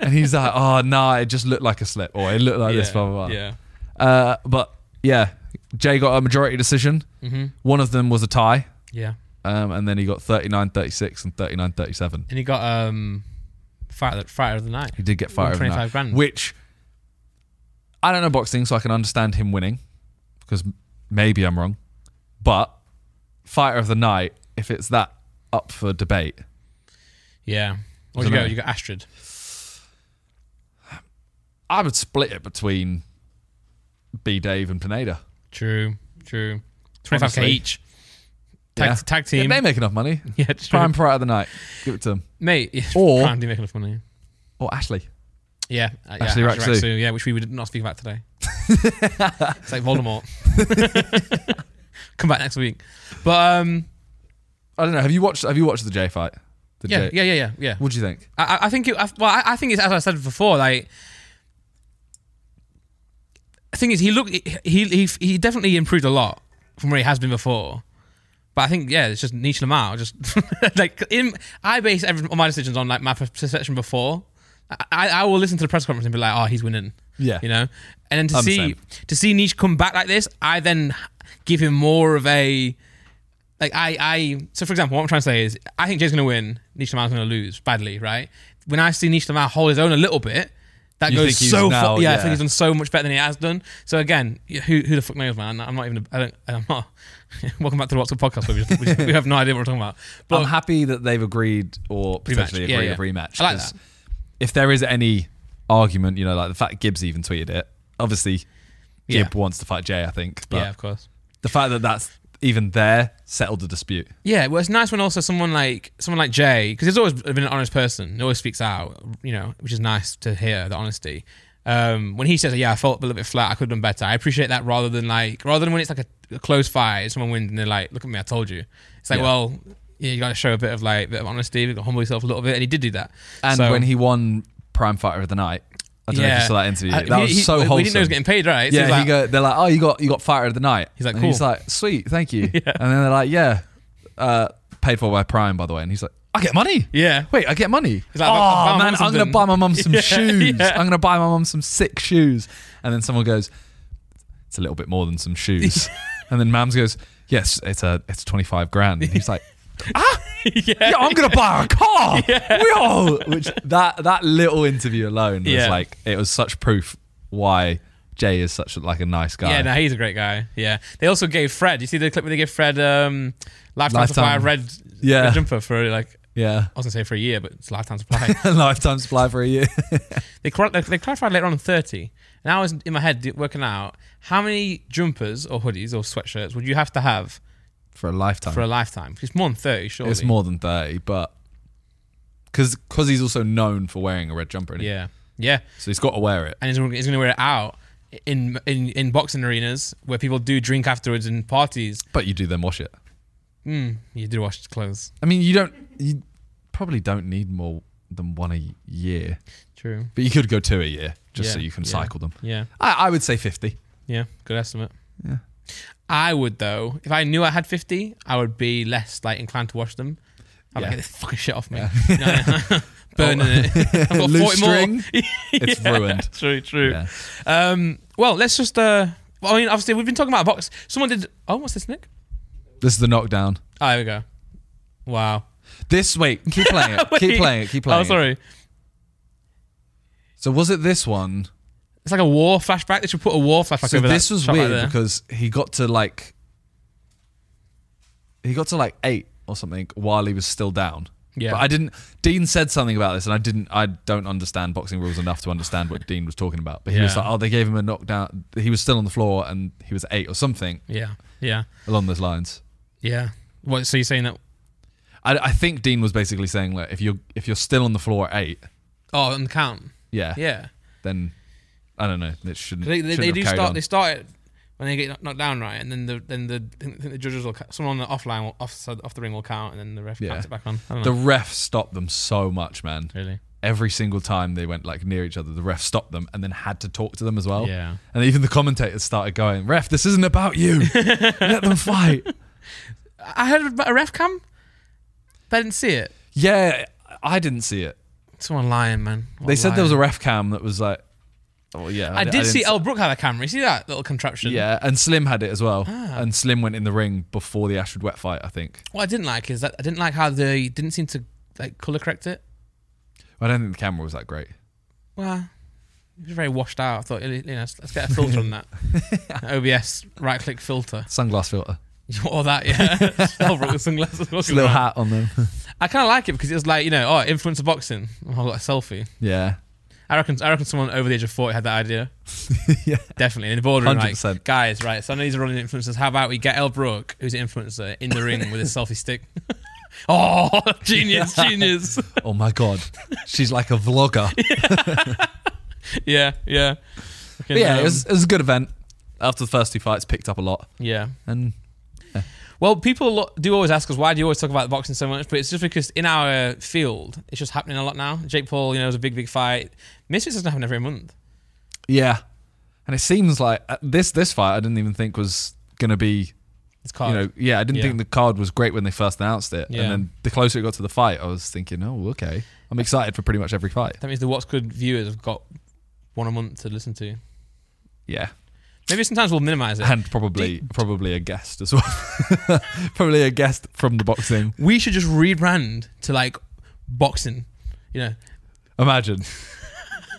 Speaker 2: and he's like, oh no, it just looked like a slip, or it looked like this,
Speaker 1: Yeah,
Speaker 2: blah blah blah.
Speaker 1: Yeah. Mm-hmm.
Speaker 2: Uh, but yeah, Jay got a majority decision. One of them was a tie.
Speaker 1: Yeah.
Speaker 2: Um, and then he got 39 36 and 39 37.
Speaker 1: And he got um, fighter of the, fighter of the night.
Speaker 2: He did get fired over
Speaker 1: 25
Speaker 2: that,
Speaker 1: grand.
Speaker 2: Which I don't know boxing, so I can understand him winning because m- maybe I'm wrong. But fighter of the night, if it's that up for debate,
Speaker 1: Yeah. What you
Speaker 2: Dunno.
Speaker 1: go? You got Astrid.
Speaker 2: I would split it between B Dave and Pineda.
Speaker 1: True. True. Twenty five k
Speaker 2: Honestly.
Speaker 1: each. Tag,
Speaker 2: Yeah.
Speaker 1: tag team.
Speaker 2: they make enough money.
Speaker 1: Yeah, true.
Speaker 2: Prime fighter of the night, give it to them.
Speaker 1: Mate, yeah,
Speaker 2: Or-
Speaker 1: Prime do make enough money.
Speaker 2: Or Ashley.
Speaker 1: Yeah, uh, yeah,
Speaker 2: Ashley
Speaker 1: Ashley
Speaker 2: Raxu.
Speaker 1: Raxu, yeah, which we would not speak about today. it's like Voldemort. Come back next week. But um,
Speaker 2: I don't know. Have you watched? Have you watched the J fight? The
Speaker 1: yeah,
Speaker 2: J-
Speaker 1: yeah, yeah, yeah, yeah.
Speaker 2: What do you think?
Speaker 1: I, I- I think it. I, well, I, I think it's as I said before. Like, the thing is, he looked. He he he definitely improved a lot from where he has been before. But I think yeah, it's just niche Lamar. Just like in, I base every, all my decisions on like my perception before. I, I I will listen to the press conference and be like, oh, he's winning.
Speaker 2: Yeah.
Speaker 1: you know. And then to
Speaker 2: I'm the
Speaker 1: see
Speaker 2: same.
Speaker 1: to see Niche come back like this, I then give him more of a like I, I so for example, what I'm trying to say is I think Jay's gonna win, Nish Lamar's gonna lose badly, right? When I see Nish Lamar hold his own a little bit, that
Speaker 2: You
Speaker 1: goes
Speaker 2: think he's
Speaker 1: so
Speaker 2: now-
Speaker 1: far. Yeah, I
Speaker 2: yeah.
Speaker 1: think he's done so much better than he has done. So again, yeah, who who the fuck knows, man? I'm not even. A, I don't. I'm not. welcome back to the What's Up podcast. Where we, just, we, just- we have no idea what we're talking about. But
Speaker 2: I'm happy that they've agreed or potentially
Speaker 1: Yeah,
Speaker 2: agreed
Speaker 1: yeah.
Speaker 2: a rematch.
Speaker 1: I like
Speaker 2: 'cause
Speaker 1: that.
Speaker 2: If there is any argument, you know, like the fact Gibbs even tweeted it. Obviously,
Speaker 1: Yeah.
Speaker 2: Gibb wants to fight Jay. I think, but
Speaker 1: yeah, of course.
Speaker 2: the fact that that's even there settled the dispute.
Speaker 1: Yeah, well, it's nice when also someone like someone like Jay, because he's always been an honest person. He always speaks out, you know, which is nice to hear the honesty. Um, when he says, "Yeah, I felt a little bit flat. I could have done better," I appreciate that rather than like rather than when it's like a, a close fight, someone wins and they're like, "Look at me, I told you." It's like,
Speaker 2: Yeah.
Speaker 1: well, yeah, you got to show a bit of like bit of honesty, you got to humble yourself a little bit, and he did do that.
Speaker 2: And
Speaker 1: So-
Speaker 2: when he won Prime Fighter of the Night, I don't know if you saw that interview.
Speaker 1: I-
Speaker 2: that
Speaker 1: Uh, he-
Speaker 2: was
Speaker 1: he-
Speaker 2: so wholesome.
Speaker 1: We didn't know he was getting paid, right? So
Speaker 2: yeah,
Speaker 1: he's
Speaker 2: he
Speaker 1: like,
Speaker 2: go, they're like, oh, you got you got fighter of the night.
Speaker 1: He's like,
Speaker 2: and he's
Speaker 1: cool.
Speaker 2: like, sweet, thank you. And then they're like, yeah, uh, paid for by Prime, by the way. And he's like, I get money.
Speaker 1: Yeah.
Speaker 2: Wait, I get money.
Speaker 1: He's like,
Speaker 2: oh
Speaker 1: "I'll- I'll buy my
Speaker 2: man,
Speaker 1: mum
Speaker 2: I'm gonna
Speaker 1: something."
Speaker 2: buy my mum some
Speaker 1: Yeah,
Speaker 2: shoes.
Speaker 1: yeah.
Speaker 2: I'm gonna buy my mum some sick shoes. And then someone goes, it's a little bit more than some shoes. and then Mams goes, yes, it's a it's twenty five grand. And he's like. Yeah, I'm gonna buy her a car. We all, which that that little interview alone was
Speaker 1: Yeah.
Speaker 2: like it was such proof why Jay is such like a nice guy.
Speaker 1: Yeah, no, he's a great guy. Yeah. They also gave Fred, you see the clip where they gave Fred um, lifetime, supply
Speaker 2: Lifetime.
Speaker 1: of red,
Speaker 2: Yeah.
Speaker 1: red jumper for like,
Speaker 2: yeah.
Speaker 1: I was going to say for a year, but it's lifetime supply.
Speaker 2: A lifetime supply for a year.
Speaker 1: they, clar- they, they clarified later on 30. And I was in my head working out how many jumpers or hoodies or sweatshirts would you have to have
Speaker 2: for a lifetime.
Speaker 1: for a lifetime? 'Cause It's more than 30, surely.
Speaker 2: it's more than thirty, but because because he's also known for wearing a red jumper, isn't he?
Speaker 1: Yeah. Yeah.
Speaker 2: so he's got to wear it.
Speaker 1: and he's, he's going to wear it out in, in in boxing arenas where people do drink afterwards in parties.
Speaker 2: But you do then wash it.
Speaker 1: Mm, you do wash clothes.
Speaker 2: I mean, you don't. You probably don't need more than one a year,
Speaker 1: True.
Speaker 2: but you could go two a year just
Speaker 1: Yeah,
Speaker 2: so you can
Speaker 1: yeah.
Speaker 2: cycle them.
Speaker 1: Yeah.
Speaker 2: I, I would say fifty.
Speaker 1: Yeah. Good estimate.
Speaker 2: Yeah.
Speaker 1: I would though, if I knew I had fifty, I would be less like inclined to wash them. I'm
Speaker 2: Yeah. Oh.
Speaker 1: like, get this fucking shit off me. You know what I mean? Burning it. I've got 40
Speaker 2: Loose string,
Speaker 1: more.
Speaker 2: it's ruined.
Speaker 1: True, true.
Speaker 2: Yeah.
Speaker 1: Um, well, let's just. Uh, well, I mean, obviously, we've been talking about a box. Someone did. Oh, what's this, Nick?
Speaker 2: This is the knockdown.
Speaker 1: Oh, there we go. Wow.
Speaker 2: This wait, keep playing it.
Speaker 1: Wait.
Speaker 2: keep playing it. Keep playing.
Speaker 1: Oh, sorry.
Speaker 2: It. So was it this one?
Speaker 1: It's like a war flashback. They should put a war flashback
Speaker 2: so
Speaker 1: over
Speaker 2: this
Speaker 1: that
Speaker 2: was
Speaker 1: shot right
Speaker 2: weird
Speaker 1: there.
Speaker 2: because he got to like he got to like eight or something while he was still down.
Speaker 1: Yeah.
Speaker 2: But I didn't Dean said something about this and I didn't I don't understand boxing rules enough to understand what Dean was talking about. But he was
Speaker 1: Yeah.
Speaker 2: like, Oh, they gave him a knockdown he was still on the floor and he was eight or something
Speaker 1: yeah, yeah,
Speaker 2: along those lines.
Speaker 1: yeah. What? So you're saying that?
Speaker 2: I, I think Dean was basically saying like if you're if you're still on the floor at eight,
Speaker 1: Oh, on the count.
Speaker 2: yeah,
Speaker 1: Yeah,
Speaker 2: then I don't know. It shouldn't.
Speaker 1: they they,
Speaker 2: shouldn't
Speaker 1: they
Speaker 2: have
Speaker 1: do
Speaker 2: carried
Speaker 1: start.
Speaker 2: on.
Speaker 1: They start it when they get knocked down, right? And then the then the I think the judges will ca- someone on the offline will, off side- off the ring will count, and then the ref
Speaker 2: Yeah.
Speaker 1: counts it back on. I don't
Speaker 2: The
Speaker 1: know.
Speaker 2: ref stopped them so much, man.
Speaker 1: really?
Speaker 2: Every single time they went like near each other, the ref stopped them and then had to talk to them as well.
Speaker 1: Yeah.
Speaker 2: And even the commentators started going, "Ref, this isn't about you. Let them fight."
Speaker 1: I heard about a ref cam, but I didn't see it.
Speaker 2: Yeah, I didn't see it.
Speaker 1: Someone lying, man. What
Speaker 2: They
Speaker 1: a
Speaker 2: said there was a
Speaker 1: liar.
Speaker 2: ref cam that was like Oh yeah,
Speaker 1: I,
Speaker 2: di-
Speaker 1: did see
Speaker 2: didn't-
Speaker 1: El Brook have a camera. You see that little contraption?
Speaker 2: Yeah, and Slim had it as well.
Speaker 1: Ah.
Speaker 2: And Slim went in the ring before the Ashford Wet fight, I think.
Speaker 1: What I didn't like is that I didn't like how they didn't seem to like color correct it.
Speaker 2: I don't think the camera was that great.
Speaker 1: Well, it was very washed out. I thought, you know, let's get a filter on that. OBS right click filter.
Speaker 2: Sunglass filter,
Speaker 1: Or that, yeah. El Brook with sunglasses.
Speaker 2: Just a little hat on them.
Speaker 1: I kind of like it because it was like, you know, oh, influencer boxing. Oh, I got a selfie.
Speaker 2: yeah,
Speaker 1: I reckon, I reckon someone over the age of 40 had that idea.
Speaker 2: yeah,
Speaker 1: Definitely. In the boardroom, like,
Speaker 2: 100%.
Speaker 1: guys, right, so I know these are running influencers. How about we get El Brook, who's an influencer, in the ring with his selfie stick? oh, genius, genius.
Speaker 2: Oh my god, she's like a vlogger.
Speaker 1: yeah, yeah. um,
Speaker 2: But yeah, it was it was a good event. um, After the first two fights, picked up a lot,
Speaker 1: Yeah.
Speaker 2: and
Speaker 1: Well, people lo- do always ask us why do you always talk about boxing so much, but it's just because in our field, it's just happening a lot now. Jake Paul, you know, it was a big, big fight. Misfits doesn't happen every month.
Speaker 2: yeah, and it seems like uh, this this fight I didn't even think was gonna be
Speaker 1: It's called.
Speaker 2: you know yeah I didn't
Speaker 1: Yeah.
Speaker 2: think the card was great when they first announced it,
Speaker 1: Yeah.
Speaker 2: and then the closer it got to the fight, I was thinking, oh okay, I'm excited for pretty much every fight.
Speaker 1: that means the What's Good viewers have got one a month to listen to.
Speaker 2: Yeah,
Speaker 1: Maybe sometimes we'll minimize it.
Speaker 2: and probably probably a guest as well. probably a guest from the boxing.
Speaker 1: we should just rebrand to like boxing, you know.
Speaker 2: Imagine.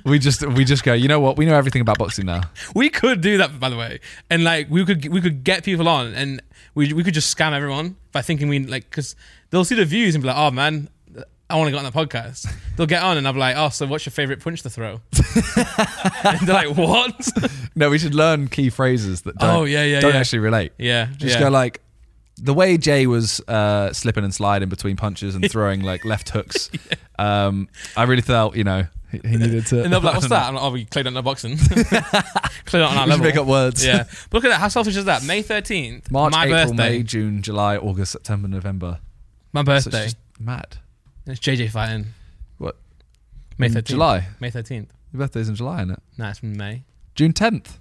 Speaker 2: We just we just go. You know what? We know everything about boxing now.
Speaker 1: We could do that, by the way, and like we could we could get people on, and we we could just scam everyone by thinking we like because they'll see the views and be like, oh man, I want to get on the podcast. They'll get on, and I'll be like, oh, so what's your favorite punch to throw? and they're like, what?
Speaker 2: No, we should learn key phrases that don't,
Speaker 1: Oh, yeah, yeah,
Speaker 2: don't
Speaker 1: yeah.
Speaker 2: actually relate.
Speaker 1: yeah,
Speaker 2: Just
Speaker 1: yeah.
Speaker 2: go like the way Jay was uh, slipping and sliding between punches and throwing like left hooks. Um, I really felt you know he
Speaker 1: Uh,
Speaker 2: he needed to.
Speaker 1: and they'll be like,
Speaker 2: I
Speaker 1: what's
Speaker 2: don't know.
Speaker 1: that? I'm like, oh, we cleared on the boxing, cleared on our
Speaker 2: We should
Speaker 1: level.
Speaker 2: make up words.
Speaker 1: yeah, but look at that. How selfish is that? May thirteenth,
Speaker 2: March,
Speaker 1: my
Speaker 2: April,
Speaker 1: birthday,
Speaker 2: May, June, July, August, September, November.
Speaker 1: my
Speaker 2: So
Speaker 1: birthday.
Speaker 2: it's just mad.
Speaker 1: And it's JJ fighting.
Speaker 2: What?
Speaker 1: May
Speaker 2: In
Speaker 1: 13th.
Speaker 2: July.
Speaker 1: May 13th.
Speaker 2: Your birthday's in July, isn't it?
Speaker 1: No, it's May.
Speaker 2: June tenth.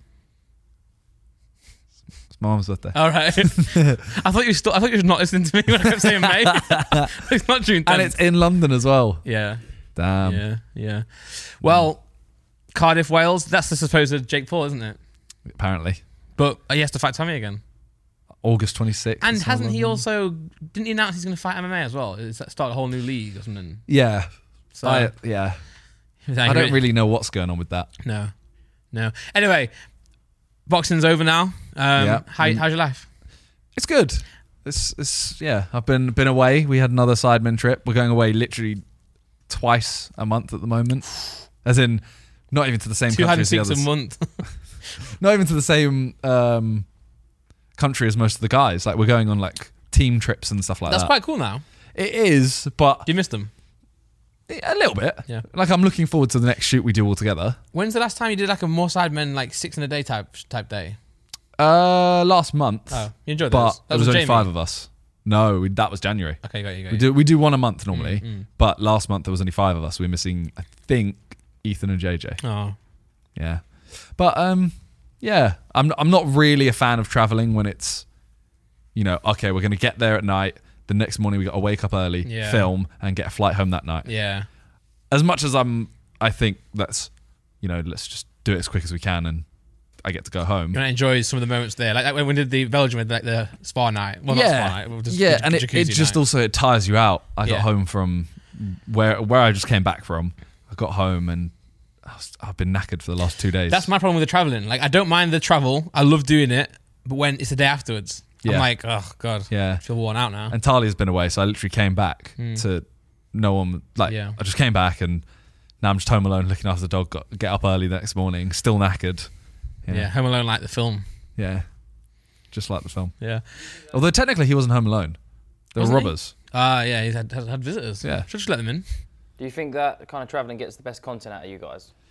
Speaker 2: It's my mom's birthday.
Speaker 1: All right. I thought you still, I thought you were not listening to me when I kept saying May. it's not June 10th.
Speaker 2: and it's Um, in London as well.
Speaker 1: yeah,
Speaker 2: Damn.
Speaker 1: yeah, yeah.
Speaker 2: um,
Speaker 1: Well, Cardiff, Wales. That's the supposed Jake Paul, isn't it?
Speaker 2: Apparently.
Speaker 1: But uh, he has to fight Tommy again.
Speaker 2: August 26th.
Speaker 1: And
Speaker 2: is
Speaker 1: hasn't he
Speaker 2: London.
Speaker 1: also? Didn't he announce he's going to fight MMA as well? Is that start a whole new league or something?
Speaker 2: Yeah.
Speaker 1: So
Speaker 2: I, yeah. I don't really know what's going on with that.
Speaker 1: No, no. Anyway, boxing's over now. Um,
Speaker 2: Yeah.
Speaker 1: how,
Speaker 2: Mm.
Speaker 1: How's your life?
Speaker 2: It's good. It's it's yeah. I've been been away. We had another Sidemen trip. We're going away literally twice a month at the moment. As in not even to the same
Speaker 1: Two
Speaker 2: country
Speaker 1: hundred
Speaker 2: as the
Speaker 1: six a
Speaker 2: others.
Speaker 1: month.
Speaker 2: Not even to the same um, country as most of the guys. Like we're going on like team trips and stuff like
Speaker 1: That's
Speaker 2: that.
Speaker 1: quite cool now.
Speaker 2: it is, but
Speaker 1: Do you miss them?
Speaker 2: a little bit.
Speaker 1: Yeah.
Speaker 2: Like I'm looking forward to the next shoot we do all together.
Speaker 1: When's the last time you did like a more side men like six in a day type type day?
Speaker 2: Uh, last month.
Speaker 1: Oh, you enjoyed
Speaker 2: but
Speaker 1: those.
Speaker 2: there was,
Speaker 1: with
Speaker 2: only
Speaker 1: Jamie.
Speaker 2: five of us. No, we, that was January.
Speaker 1: Okay, got you, got
Speaker 2: We
Speaker 1: you.
Speaker 2: do we do one a month normally,
Speaker 1: mm.
Speaker 2: but last month there was only five of us. We are missing, I think, Ethan and JJ.
Speaker 1: Oh,
Speaker 2: Yeah, but um, yeah, I'm I'm not really a fan of traveling when it's, you know, okay, we're gonna get there at night. The next morning we got to wake up early,
Speaker 1: Yeah.
Speaker 2: film, and get a flight home that night.
Speaker 1: yeah,
Speaker 2: As much as I'm, I think let's, you know, let's just do it as quick as we can, and I get to go home.
Speaker 1: you want to enjoy some of the moments there, like, like when we did the Belgium with like the spa night. Well, not spa night. Well, just,
Speaker 2: yeah,
Speaker 1: jac-
Speaker 2: and it,
Speaker 1: jacuzzi
Speaker 2: it just
Speaker 1: night.
Speaker 2: also it tires you out. I
Speaker 1: Yeah.
Speaker 2: got home from where where I just came back from. I got home and I was, I've been knackered for the last two days.
Speaker 1: That's my problem with the traveling. Like, I don't mind the travel. I love doing it, but when it's the day afterwards, I'm
Speaker 2: Yeah.
Speaker 1: like, oh god,
Speaker 2: yeah.
Speaker 1: I feel worn out now.
Speaker 2: And Talia's been away, so I literally came back to no one. Like
Speaker 1: Hmm. Yeah.
Speaker 2: I just came back and now I'm just home alone, looking after the dog. Got get up early the next morning, still knackered.
Speaker 1: yeah. Home Alone, like the film.
Speaker 2: yeah, just like the film.
Speaker 1: Yeah.
Speaker 2: Although technically he wasn't home alone. There were
Speaker 1: Wasn't he?
Speaker 2: robbers.
Speaker 1: Ah, yeah. He's had, had, had visitors.
Speaker 2: Yeah.
Speaker 1: Should just let them in.
Speaker 3: Do you think that kind of travelling gets the best content out of you guys? Do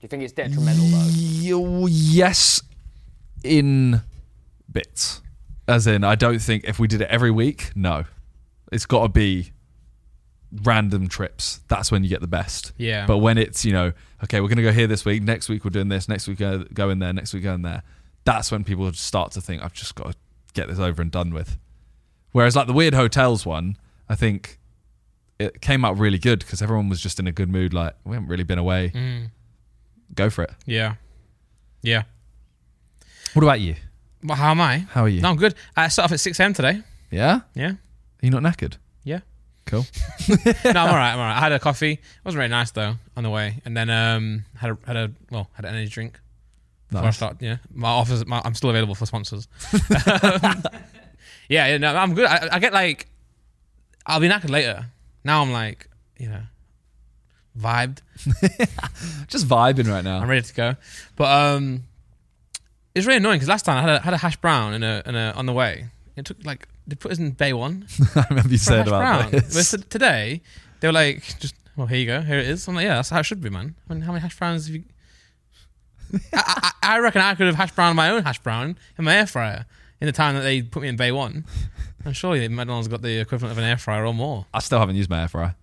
Speaker 3: you think it's detrimental though?
Speaker 2: Y- yes, in bits. As in, I don't think if we did it every week, no. It's got to be random trips. That's when you get the best.
Speaker 1: Yeah.
Speaker 2: But when it's, you know, okay, we're going to go here this week. Next week, we're doing this. Next week, go, go in there. Next week, go in there. That's when people start to think, I've just got to get this over and done with. Whereas, like the Weird Hotels one, I think it came out really good because everyone was just in a good mood. Like, we haven't really been away go for it.
Speaker 1: Yeah. Yeah.
Speaker 2: What about you?
Speaker 1: But how am I?
Speaker 2: How are you?
Speaker 1: No, I'm good. I set off at 6 a.m. today.
Speaker 2: Yeah? Are
Speaker 1: Yeah.
Speaker 2: you not knackered?
Speaker 1: Yeah.
Speaker 2: Cool.
Speaker 1: No, I'm all right. I'm all right. I had a coffee. It wasn't very nice though on the way, and then um had a had a well had an energy drink. Before I
Speaker 2: Nice.
Speaker 1: start, yeah, my offers. My, I'm still available for sponsors. yeah, yeah, no, I'm good. I, I get like, I'll be knackered later. Now I'm like, you know, vibed.
Speaker 2: Just vibing right now.
Speaker 1: I'm ready to go. But um, it's really annoying because last time I had a, had a hash brown in a, in a on the way. It took like they put us in day one.
Speaker 2: I remember you
Speaker 1: for a
Speaker 2: said
Speaker 1: hash
Speaker 2: about
Speaker 1: brown. But
Speaker 2: this.
Speaker 1: so- today they were like, just well, here you go, here it is. I'm like, yeah, that's how it should be, man. I mean, how many hash browns have you? I, I, I reckon I could have hash browned my own hash brown in my air fryer in the time that they put me in bay one. And surely McDonald's got the equivalent of an air fryer or more.
Speaker 2: I still haven't used my air fryer.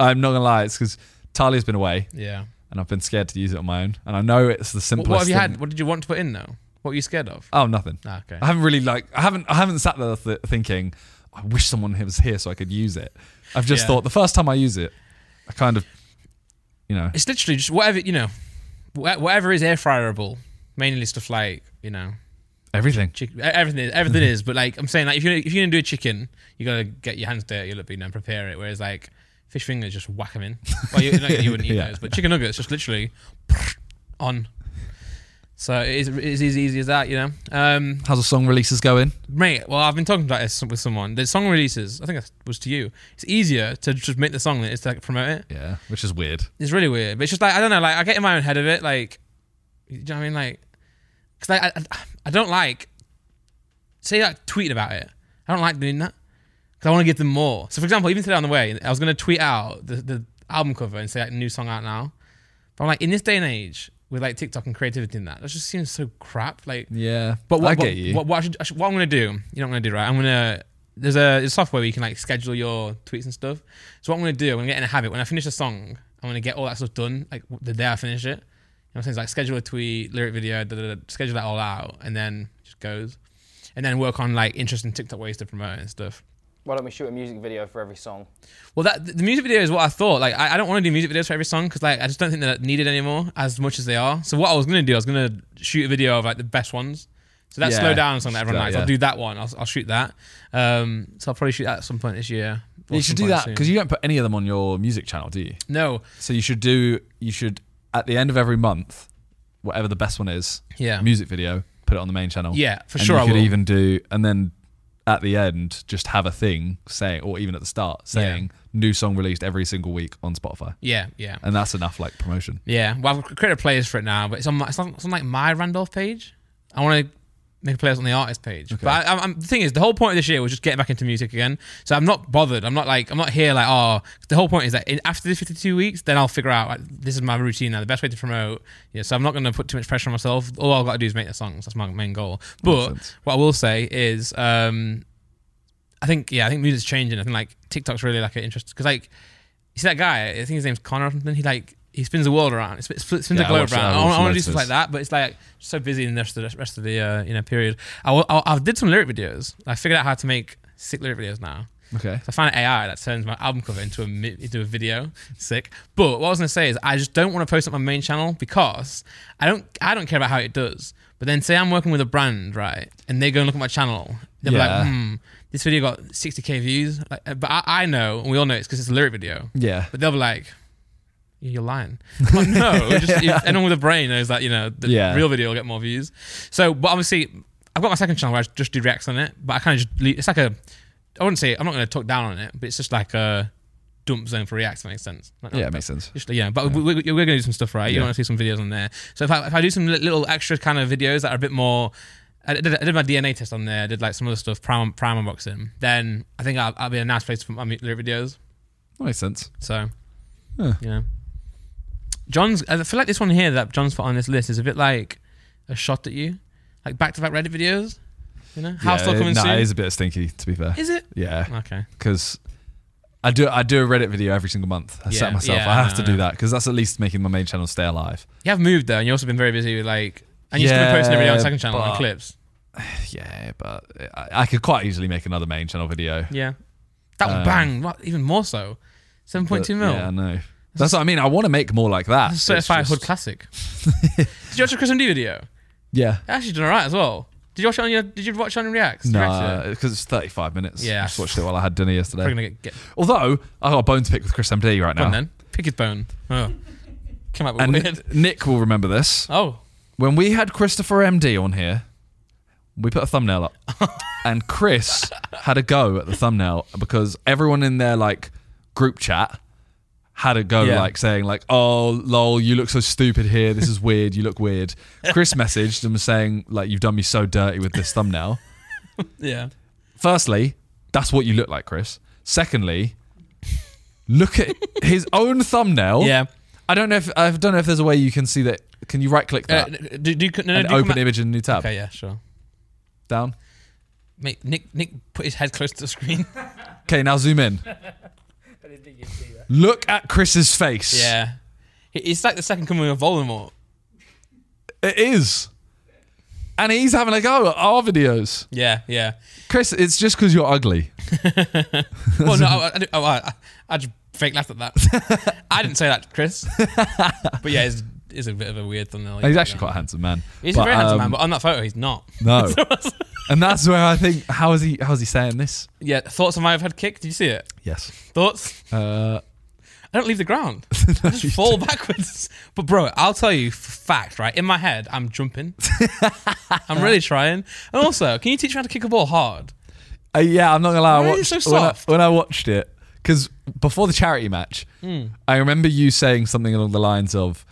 Speaker 2: I'm not gonna lie, it's because Talia's been away
Speaker 1: Yeah.
Speaker 2: and I've been scared to use it on my own. And I know it's the
Speaker 1: What,
Speaker 2: simplest.
Speaker 1: what have you
Speaker 2: thing.
Speaker 1: had? What did you want to put in though? What were you scared of?
Speaker 2: Oh, nothing.
Speaker 1: Ah, okay.
Speaker 2: I haven't really like I haven't I haven't sat there th- thinking I wish someone here was here so I could use it. I've just
Speaker 1: Yeah.
Speaker 2: thought the first time I use it, I kind of, you know,
Speaker 1: It's literally just whatever you know, wha- whatever is air fryerable. Mainly stuff like you know,
Speaker 2: everything.
Speaker 1: chick- e, everything is, everything is. But like I'm saying, like if you if you're gonna do a chicken, you gotta get your hands dirty a little bit and prepare it. Whereas like fish fingers, just whack them in. Well, you, not- you wouldn't eat
Speaker 2: Yeah.
Speaker 1: those, but chicken nuggets, just literally on. So it is, it is as easy as that, you know. Um,
Speaker 2: How's the song releases going?
Speaker 1: mate, well, I've been talking about this with someone. The song releases, I think that was to you. It's easier to just make the song than it is to like, promote it.
Speaker 2: Yeah, which is weird.
Speaker 1: It's really weird, but it's just like I don't know. Like I get in my own head of it. Like, you know what I mean? Like, because like, I, I I don't like say like tweeting about it. I don't like doing that because I want to give them more. So for example, even today on the way, I was gonna tweet out the, the album cover and say like new song out now. But I'm like in this day and age with like TikTok and creativity and that, that just seems so crap. Like,
Speaker 2: Yeah,
Speaker 1: but what,
Speaker 2: I get
Speaker 1: what,
Speaker 2: you.
Speaker 1: What, what, I should, I should- what I'm gonna do? You know what I'm gonna do, right? I'm gonna there's a, there's software where you can like schedule your tweets and stuff. So what I'm gonna do? I'm gonna get in a habit. When I finish a song, I'm gonna get all that stuff done like w- the day I finish it. You know what I'm saying? It's like schedule a tweet, lyric video, da, da, da, schedule that all out, and then it just goes, and then work on like interesting TikTok ways to promote it and stuff.
Speaker 3: Why don't we shoot a music video for every song?
Speaker 1: Well, that the music video is what I thought. Like, I, I don't want to do music videos for every song because, like, I just don't think they're needed anymore as much as they are. So, what I was gonna do, I was gonna shoot a video of like the best ones. So that
Speaker 2: Yeah.
Speaker 1: slow down song that everyone
Speaker 2: Yeah,
Speaker 1: likes.
Speaker 2: yeah.
Speaker 1: I'll do that one. I'll, I'll shoot that. Um, so I'll probably shoot that at some point this year. or
Speaker 2: you should
Speaker 1: some
Speaker 2: do
Speaker 1: point
Speaker 2: that
Speaker 1: soon.
Speaker 2: because you don't put any of them on your music channel, do you?
Speaker 1: no,
Speaker 2: So you should do. You should at the end of every month, whatever the best one is,
Speaker 1: yeah,
Speaker 2: music video, put it on the main channel.
Speaker 1: yeah, for
Speaker 2: and
Speaker 1: sure.
Speaker 2: You
Speaker 1: I
Speaker 2: could
Speaker 1: will.
Speaker 2: even do, and then at the end, just have a thing saying, or even at the start saying, new song released every single week on Spotify,
Speaker 1: yeah, yeah,
Speaker 2: and that's enough like promotion.
Speaker 1: yeah. Well, I've created playlist for it now, but it's on my, it's on, it's on like my Randolph page. I want to make a playlist on the artist page. But I, I'm, the thing is, the whole point of this year was just getting back into music again. So I'm not bothered. I'm not like I'm not here like oh. The whole point is that in, after the 52 weeks, then I'll figure out like, this is my routine now, the best way to promote. Yeah, so I'm not going to put too much pressure on myself. All I've got to do is make the songs. That's my main goal. But
Speaker 2: sense.
Speaker 1: what I will say is, um, I think yeah, I think music's changing. I think like TikTok's really like an interest because like you see that guy. I think his name's Connor or something. He like he spins the world around. He spins, spins
Speaker 2: Yeah,
Speaker 1: the
Speaker 2: I
Speaker 1: globe
Speaker 2: watched that.
Speaker 1: around.
Speaker 2: I
Speaker 1: I, want
Speaker 2: watched
Speaker 1: to do
Speaker 2: loads of
Speaker 1: stuff like
Speaker 2: this.
Speaker 1: that, but it's like so busy in the rest of the rest of the uh, you know period. I, wa- I, I did some lyric videos. I figured out how to make sick lyric videos now.
Speaker 2: Okay.
Speaker 1: I found an AI that turns my album cover into a mi- into a video. Sick. But what I was gonna say is I just don't want to post it on my main channel because I don't I don't care about how it does. But then say I'm working with a brand, right? And they go and look at my channel. They'll
Speaker 2: Yeah.
Speaker 1: be like, hmm, this video got 60k views. Like, uh, but I, I know, and we all know it's because it's a lyric video.
Speaker 2: Yeah.
Speaker 1: But they'll be like, you're lying. I'm like, no, just, if anyone with a brain knows that, you know, the
Speaker 2: Yeah.
Speaker 1: real video will get more views. So, but obviously, I've got my second channel where I just do reacts on it, but I kind of just, leave, it's like a, I wouldn't say, I'm not going to talk down on it, but it's just like a dump zone for reacts, if that makes sense. Like,
Speaker 2: Yeah, it makes sense.
Speaker 1: just, yeah, but We, we, we're going to do some stuff, right? You
Speaker 2: Yeah.
Speaker 1: want to see some videos on there. So if I, if I do some li- little extra kind of videos that are a bit more, I did, I did my DNA test on there. I did like some other stuff, prime prime unboxing. Then I think I'll, I'll be in a nice place for my mu- lyric videos.
Speaker 2: That makes sense.
Speaker 1: So,
Speaker 2: Yeah.
Speaker 1: you know, John's. I feel like this one here that John's put on this list is a bit like a shot at you, like back to back Reddit videos. You know, house
Speaker 2: yeah,
Speaker 1: still coming
Speaker 2: nah,
Speaker 1: soon.
Speaker 2: it
Speaker 1: Is,
Speaker 2: is a bit stinky to be fair.
Speaker 1: it?
Speaker 2: Yeah,
Speaker 1: Okay.
Speaker 2: because I do I do a Reddit video every single month. I
Speaker 1: Yeah,
Speaker 2: set myself.
Speaker 1: yeah,
Speaker 2: I have
Speaker 1: I
Speaker 2: to
Speaker 1: know,
Speaker 2: do
Speaker 1: I know.
Speaker 2: that because that's at least making my main channel stay alive.
Speaker 1: You have moved though, and you've also been very busy with like, and you're still been posting a video on
Speaker 2: Yeah,
Speaker 1: second channel and
Speaker 2: but-
Speaker 1: clips.
Speaker 2: Yeah, but I, I could quite easily make another main channel video.
Speaker 1: Yeah. That one
Speaker 2: Um,
Speaker 1: bang, what, even more so. 7.2
Speaker 2: But-
Speaker 1: mil.
Speaker 2: Yeah, I know. That's what I mean. I want to make more like that. It's
Speaker 1: Certified
Speaker 2: just-
Speaker 1: Hood Classic. did you watch the Chris and D video?
Speaker 2: Yeah.
Speaker 1: Actually, done alright as well. Did you watch it on your? Did you watch it on your reacts?
Speaker 2: No,
Speaker 1: Reacts to it?
Speaker 2: because it's 35 minutes.
Speaker 1: Yeah.
Speaker 2: I just watched it while I had dinner yesterday.
Speaker 1: Probably gonna get, get
Speaker 2: Although, I got a bone to pick with Chris MD right
Speaker 1: Go
Speaker 2: now.
Speaker 1: on then. Pick his bone. Oh. Come out with
Speaker 2: And
Speaker 1: weird.
Speaker 2: Nick, Nick will remember this.
Speaker 1: Oh.
Speaker 2: When we had Christopher MD on here, we put a thumbnail up. and Chris had a go at the thumbnail because everyone in their like group chat had a go
Speaker 1: Yeah.
Speaker 2: like saying like, "Oh, lol, you look so stupid here. This is weird. You look weird." Chris messaged and was saying like, "You've done me so dirty with this thumbnail."
Speaker 1: Yeah.
Speaker 2: Firstly, that's what you look like, Chris. Secondly, look at his own thumbnail.
Speaker 1: Yeah.
Speaker 2: I don't know if I don't know if there's a way you can see that. Can you right click
Speaker 1: Uh,
Speaker 2: that
Speaker 1: do, do, you- no, no,
Speaker 2: and
Speaker 1: do you come
Speaker 2: open
Speaker 1: out-
Speaker 2: image in a new tab
Speaker 1: Okay, yeah, sure.
Speaker 2: down?
Speaker 1: Mate, Nick Nick put his head close to the screen.
Speaker 2: Okay, now zoom in.
Speaker 4: I didn't think you'd see that.
Speaker 2: Look at Chris's face.
Speaker 1: yeah. He- He's like the second coming of Voldemort.
Speaker 2: it is. And he's having a go at our videos.
Speaker 1: Yeah, yeah.
Speaker 2: Chris, it's just because you're ugly.
Speaker 1: Well, no, I, I, I, I, I just fake laughed at that. I didn't say that, Chris. But yeah, it's, it's a bit of a weird thumbnail.
Speaker 2: He's actually quite um, a handsome man.
Speaker 1: He's a very handsome man, but on that photo, he's not.
Speaker 2: um, no. and that's where I think how is he how is he saying this?
Speaker 1: Yeah, thoughts on my overhead kick? Did you see it?
Speaker 2: Yes.
Speaker 1: Thoughts?
Speaker 2: Uh,
Speaker 1: I don't leave the ground. I just fall backwards. But bro, I'll tell you for fact, right? In my head, I'm jumping. I'm really trying. And also, can you teach me how to kick a ball hard?
Speaker 2: Uh, yeah, I'm not gonna lie. I
Speaker 1: Why
Speaker 2: watched,
Speaker 1: is it so
Speaker 2: when I-
Speaker 1: soft?
Speaker 2: When, I, watched it, because before the charity match,
Speaker 1: Hmm.
Speaker 2: I remember you saying something along the lines of,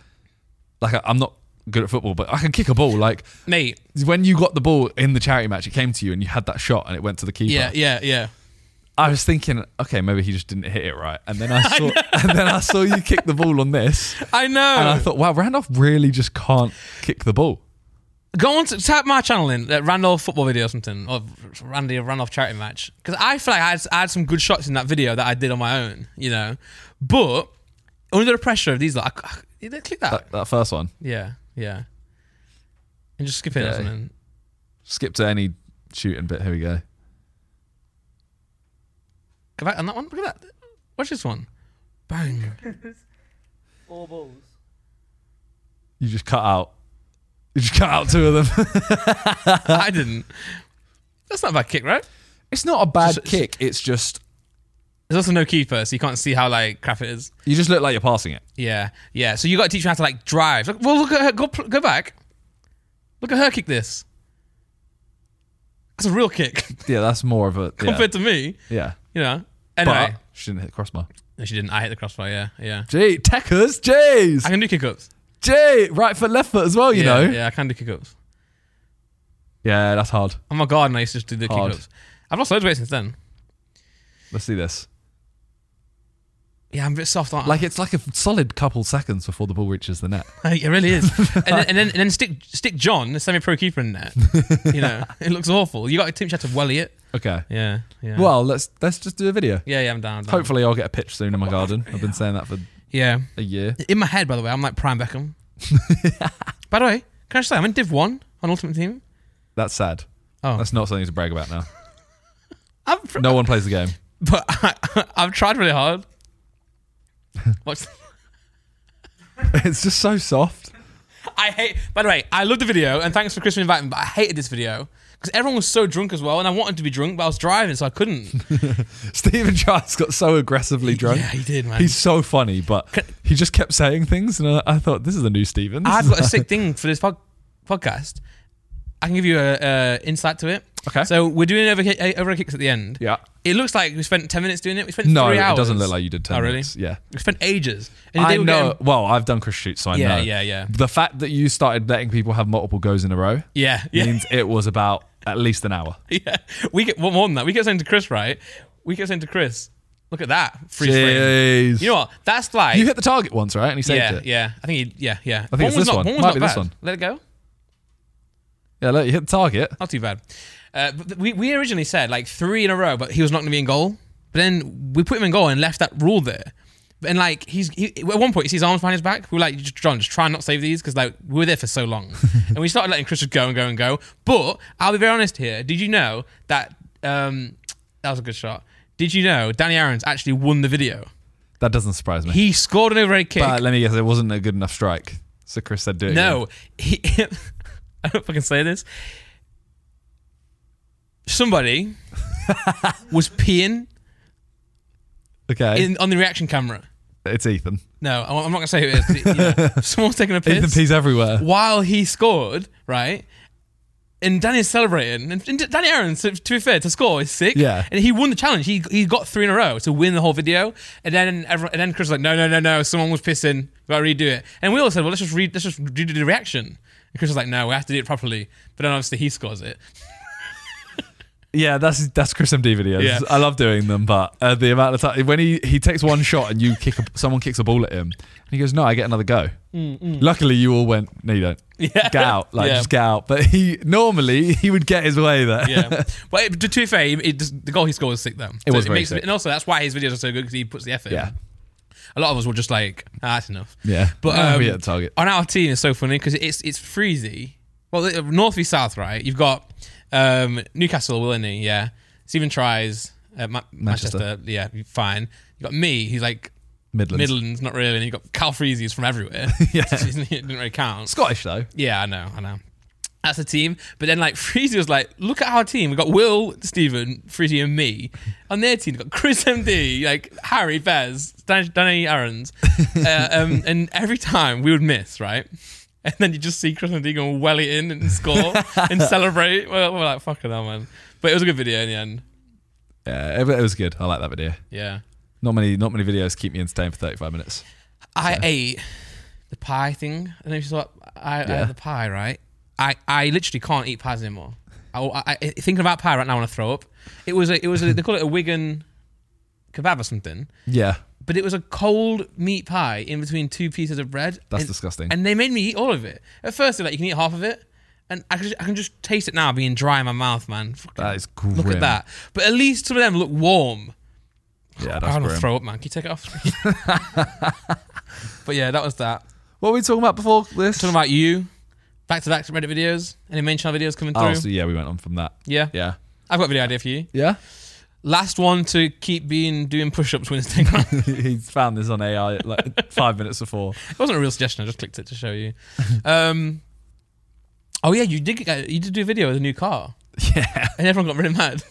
Speaker 2: like, I- I'm not good at football, but I can kick a ball. Like
Speaker 1: Mate,
Speaker 2: when you got the ball in the charity match, it came to you and you had that shot and it went to the keeper.
Speaker 1: yeah, yeah, yeah.
Speaker 2: I was thinking, okay, maybe he just didn't hit it right, and then I saw, and then I saw you kick the ball on this,
Speaker 1: I know.
Speaker 2: and I thought, wow, Randolph really just can't kick the ball.
Speaker 1: Go on to type my channel in, uh, Randolph football video or something, or Randy Randolph charity match. Because I feel like I had, I had some good shots in that video that I did on my own, you know. But under the pressure of these, like, I, I, you know, click that.
Speaker 2: That, that first one,
Speaker 1: Yeah, yeah. And just skip it or
Speaker 2: Okay.
Speaker 1: something.
Speaker 2: skip to any shooting bit. Here we go.
Speaker 1: Go back on that one. Look at that. Watch this one. Bang.
Speaker 4: Four balls.
Speaker 2: You just cut out. You just cut out two of them.
Speaker 1: I didn't. That's not a bad kick, right?
Speaker 2: It's not a bad
Speaker 1: Just-
Speaker 2: kick. It's just
Speaker 1: There's also no keeper, so you can't see how like crap it is.
Speaker 2: you just look like you're passing it.
Speaker 1: Yeah, yeah. So you got to teach me how to like drive. Look, well, look at her. Go, pl- go back. Look at her kick this. That's a real kick
Speaker 2: Yeah, that's more of a yeah.
Speaker 1: compared to me.
Speaker 2: yeah.
Speaker 1: You know.
Speaker 2: But
Speaker 1: Anyway,
Speaker 2: she didn't hit the crossbar.
Speaker 1: no, she didn't. I hit the crossbar. Yeah, yeah.
Speaker 2: Gee, Techers, jeez,
Speaker 1: I can do kick ups.
Speaker 2: gee, right foot, left foot as well. You
Speaker 1: yeah,
Speaker 2: know. Yeah.
Speaker 1: Yeah, I can do kick ups.
Speaker 2: that's hard.
Speaker 1: Oh my god, I used to just do the kick
Speaker 2: Hard.
Speaker 1: ups. I've lost loads of weight since then.
Speaker 2: Let's see this.
Speaker 1: Yeah, I'm a bit soft, aren't I?
Speaker 2: Like it's like a solid couple seconds before the ball reaches the net.
Speaker 1: it really is. and, then, and then and then stick stick John, the semi pro keeper in there. you know, it looks awful. You got a team chat to welly it.
Speaker 2: Okay.
Speaker 1: Yeah, yeah.
Speaker 2: Well, let's let's just do a video.
Speaker 1: yeah, yeah, I'm down. I'm down.
Speaker 2: Hopefully, I'll get a pitch soon in my garden. I've been saying that for
Speaker 1: Yeah.
Speaker 2: a year.
Speaker 1: In my head, by the way, I'm like Prime Beckham. by the way, can I just say I'm in Div One on Ultimate Team?
Speaker 2: That's sad.
Speaker 1: Oh,
Speaker 2: That's not something to brag about now.
Speaker 1: I'm pr-
Speaker 2: No one plays the game.
Speaker 1: but I, I've tried really hard. Watch.
Speaker 2: It's just so soft.
Speaker 1: I hate. By the way, I love the video, and thanks for Chris for inviting me. But I hated this video because everyone was so drunk as well, and I wanted to be drunk, but I was driving, so I couldn't.
Speaker 2: Stephen Charles got so aggressively drunk.
Speaker 1: Yeah, he did, man.
Speaker 2: He's so funny, but he just kept saying things, and I, I thought, this is a new Steven. This
Speaker 1: I've
Speaker 2: is-
Speaker 1: got a sick thing for this pod- podcast. I can give you a, a insight to it.
Speaker 2: Okay.
Speaker 1: So we're doing over over kicks at the end.
Speaker 2: yeah.
Speaker 1: It looks like we spent ten minutes doing it. We spent
Speaker 2: No,
Speaker 1: three hours.
Speaker 2: it doesn't look like you did 10
Speaker 1: Oh, really?
Speaker 2: minutes. Yeah.
Speaker 1: We spent ages. And
Speaker 2: I
Speaker 1: they were
Speaker 2: know.
Speaker 1: getting-
Speaker 2: well, I've done Chris shoots, so I
Speaker 1: Yeah,
Speaker 2: know.
Speaker 1: yeah, yeah.
Speaker 2: The fact that you started letting people have multiple goes in a row
Speaker 1: yeah, yeah,
Speaker 2: means it was about at least an hour.
Speaker 1: yeah. We get well, more than that. We get sent to Chris, right? We get sent to Chris. Look at that freeze frame.
Speaker 2: Jeez.
Speaker 1: You know what? That's like
Speaker 2: You hit the target once, right? And he saved
Speaker 1: yeah,
Speaker 2: it.
Speaker 1: yeah. I think he, yeah, yeah. I
Speaker 2: think it's
Speaker 1: was
Speaker 2: this
Speaker 1: not, was
Speaker 2: one. Might
Speaker 1: not
Speaker 2: be
Speaker 1: bad.
Speaker 2: this one.
Speaker 1: Let it go.
Speaker 2: Yeah, look, you hit the target.
Speaker 1: Not too bad. Uh, but th- we, we originally said like three in a row, but he was not going to be in goal. But then we put him in goal and left that rule there. And like he's he, at one point, you see his arms behind his back. We were like, "Just- John, just try and not save these because like we were there for so long, and we started letting Chris just go and go and go. But I'll be very honest here. Did you know that um, that was a good shot? Did you know Danny Aaron's actually won the video?
Speaker 2: That doesn't surprise me.
Speaker 1: He scored an overhead kick.
Speaker 2: but let me guess, it wasn't a good enough strike. So Chris said, "Do it." again.
Speaker 1: No, he, I don't fucking say this. Somebody was peeing
Speaker 2: Okay.
Speaker 1: in, on the reaction camera.
Speaker 2: it's Ethan.
Speaker 1: No, I'm I'm not gonna say who it is. but, you know, someone's taking a
Speaker 2: Ethan
Speaker 1: piss
Speaker 2: pees everywhere.
Speaker 1: while he scored, right? And Danny's celebrating. And, and Danny Aaron, to, to be fair, to score is sick.
Speaker 2: Yeah.
Speaker 1: And he won the challenge. He he got three in a row to win the whole video. And then everyone, and then Chris was like, no, no, no, no. Someone was pissing. We gotta redo it. And we all said, well, let's just read. Let's just redo the reaction. And Chris was like, no, we have to do it properly. But then obviously he scores it.
Speaker 2: Yeah, that's that's Chris MD videos.
Speaker 1: Yeah.
Speaker 2: I love doing them, but uh, the amount of time when he he takes one shot and you kick a, someone kicks a ball at him, and he goes, "No, I get another go." Luckily, you all went, "No, you don't.
Speaker 1: Mm, Yeah.
Speaker 2: Get out, like
Speaker 1: Yeah.
Speaker 2: just get out." But he normally he would get his way there.
Speaker 1: Yeah. but it, to, to be fair, it, it just, the goal he scored was sick though.
Speaker 2: It was very
Speaker 1: makes,
Speaker 2: sick.
Speaker 1: And also that's why his videos are so good because he puts the effort.
Speaker 2: Yeah.
Speaker 1: In. A lot of us were just like, ah, that's enough.
Speaker 2: yeah.
Speaker 1: But
Speaker 2: Oh,
Speaker 1: um,
Speaker 2: we hit the target.
Speaker 1: on our team is so funny because it's it's freezy. Well, it- north v south, right? You've got um, Newcastle, Willany, yeah. Stephen tries uh, Ma- Manchester.
Speaker 2: Manchester.
Speaker 1: yeah, fine. You have got me, who's like
Speaker 2: Midlands.
Speaker 1: Midlands, not really. And you have got Cal Freezy's from everywhere.
Speaker 2: Yeah.
Speaker 1: it didn't really count.
Speaker 2: Scottish though.
Speaker 1: Yeah, I know, I know. That's the team. But then, like, Freezy was like, look at our team. We've got Will, Stephen, Freezy, and me. On their team, we've got Chris MD, like, Harry, Bez, Dan- Danny Aarons. uh, um, and every time we would miss, right? And then you just see Chris MD go well it in and score and celebrate. We're, we're like, fucking hell, man. But it was a good video in the end.
Speaker 2: Yeah, it, it was good. I like that video.
Speaker 1: Yeah.
Speaker 2: Not many not many videos keep me entertained for 35 minutes.
Speaker 1: I ate the pie thing. I don't know if you saw. it. I, I
Speaker 2: Yeah.
Speaker 1: had the pie, right? I, I literally can't eat pies anymore. I, I, I- thinking about pie right now, I want to throw up. It was a, it was a, they call it a Wigan kebab or something,
Speaker 2: Yeah,
Speaker 1: but it was a cold meat pie in between two pieces of bread.
Speaker 2: that's
Speaker 1: and,
Speaker 2: disgusting.
Speaker 1: and they made me eat all of it. At first, they're like, you can eat half of it, and I can, I can just taste it now, being dry in my mouth, man. Fucking
Speaker 2: that is grim.
Speaker 1: look at that. But at least some of them look warm.
Speaker 2: Yeah,
Speaker 1: I
Speaker 2: that's
Speaker 1: want to
Speaker 2: grim.
Speaker 1: throw up, man. Can you take it off? but yeah, that was that.
Speaker 2: what were we talking about before this?
Speaker 1: Talking about you, back to back Reddit videos. Any main channel videos coming through?
Speaker 2: oh, so yeah, we went on from that.
Speaker 1: yeah.
Speaker 2: Yeah.
Speaker 1: I've got a video idea for you.
Speaker 2: Yeah?
Speaker 1: Last one to keep being doing push ups Wednesday. it
Speaker 2: He's found this on AI like five minutes before.
Speaker 1: wasn't a real suggestion. I just clicked it to show you. Um, oh yeah, you did. Get, you did do a video with a new car,
Speaker 2: Yeah. Oh,
Speaker 1: and everyone got really mad.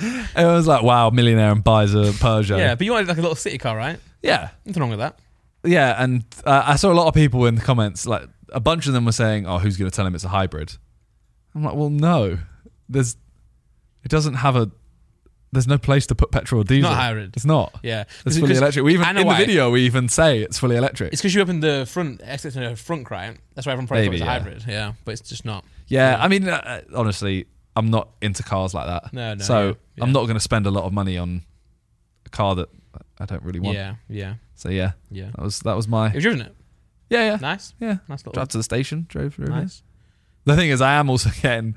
Speaker 2: It was like, wow, millionaire and buys a Peugeot.
Speaker 1: Yeah, but you wanted like a little city car, right?
Speaker 2: Yeah.
Speaker 1: Nothing wrong with that.
Speaker 2: Yeah. And uh, I saw a lot of people in the comments, like a bunch of them were saying, oh, who's going to tell him it's a hybrid? I'm like, well, no. There's, it doesn't have a, there's no place to put petrol or diesel.
Speaker 1: Not hybrid.
Speaker 2: It's not.
Speaker 1: Yeah,
Speaker 2: It's fully electric. We even,
Speaker 1: I
Speaker 2: in
Speaker 1: know
Speaker 2: the
Speaker 1: why.
Speaker 2: video, we even say it's fully electric.
Speaker 1: It's because you opened the front exit in the front, right? That's why everyone probably
Speaker 2: Maybe,
Speaker 1: thought it
Speaker 2: yeah.
Speaker 1: was a hybrid. Yeah, but it's just not.
Speaker 2: Yeah,
Speaker 1: Yeah.
Speaker 2: I mean, uh, uh, honestly, I'm not into cars like that.
Speaker 1: No, no,
Speaker 2: So
Speaker 1: yeah, yeah.
Speaker 2: I'm not going to spend a lot of money on a car that I don't really want.
Speaker 1: Yeah, yeah,
Speaker 2: So yeah,
Speaker 1: yeah.
Speaker 2: that was that was
Speaker 1: Have
Speaker 2: my
Speaker 1: you driven it?
Speaker 2: yeah yeah
Speaker 1: Nice,
Speaker 2: yeah.
Speaker 1: nice little.
Speaker 2: Drive to the station, drove through.
Speaker 1: Nice.
Speaker 2: The thing is, I am also getting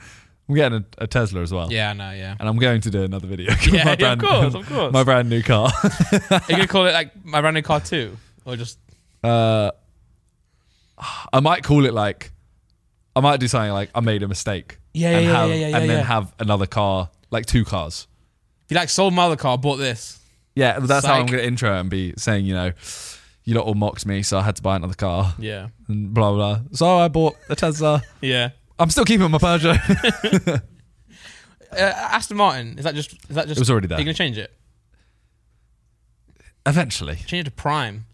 Speaker 2: I'm getting a, a Tesla as well.
Speaker 1: Yeah, I know, yeah.
Speaker 2: And I'm going to do another video. of
Speaker 1: Oh. Yeah,
Speaker 2: my
Speaker 1: yeah, of
Speaker 2: brand-
Speaker 1: course, of course.
Speaker 2: My brand new car.
Speaker 1: Are you gonna call it like my brand new car too, or just
Speaker 2: Uh, I might call it like, I might do something like I made a mistake.
Speaker 1: Yeah,
Speaker 2: and
Speaker 1: yeah, yeah,
Speaker 2: have,
Speaker 1: yeah, yeah,
Speaker 2: And
Speaker 1: yeah,
Speaker 2: then
Speaker 1: yeah.
Speaker 2: have another car, like two cars.
Speaker 1: you like sold my other car, bought this?
Speaker 2: Yeah, that's how I'm
Speaker 1: Psych.
Speaker 2: going to intro and be saying, you know, you lot all mocked me, so I had to buy another car
Speaker 1: Yeah,
Speaker 2: and blah blah. So I bought a Tesla.
Speaker 1: yeah.
Speaker 2: I'm still keeping my Peugeot.
Speaker 1: Uh, Aston Martin is that just is that just?
Speaker 2: It was already
Speaker 1: Are you
Speaker 2: there.
Speaker 1: gonna change it?
Speaker 2: Eventually,
Speaker 1: Change it to Prime.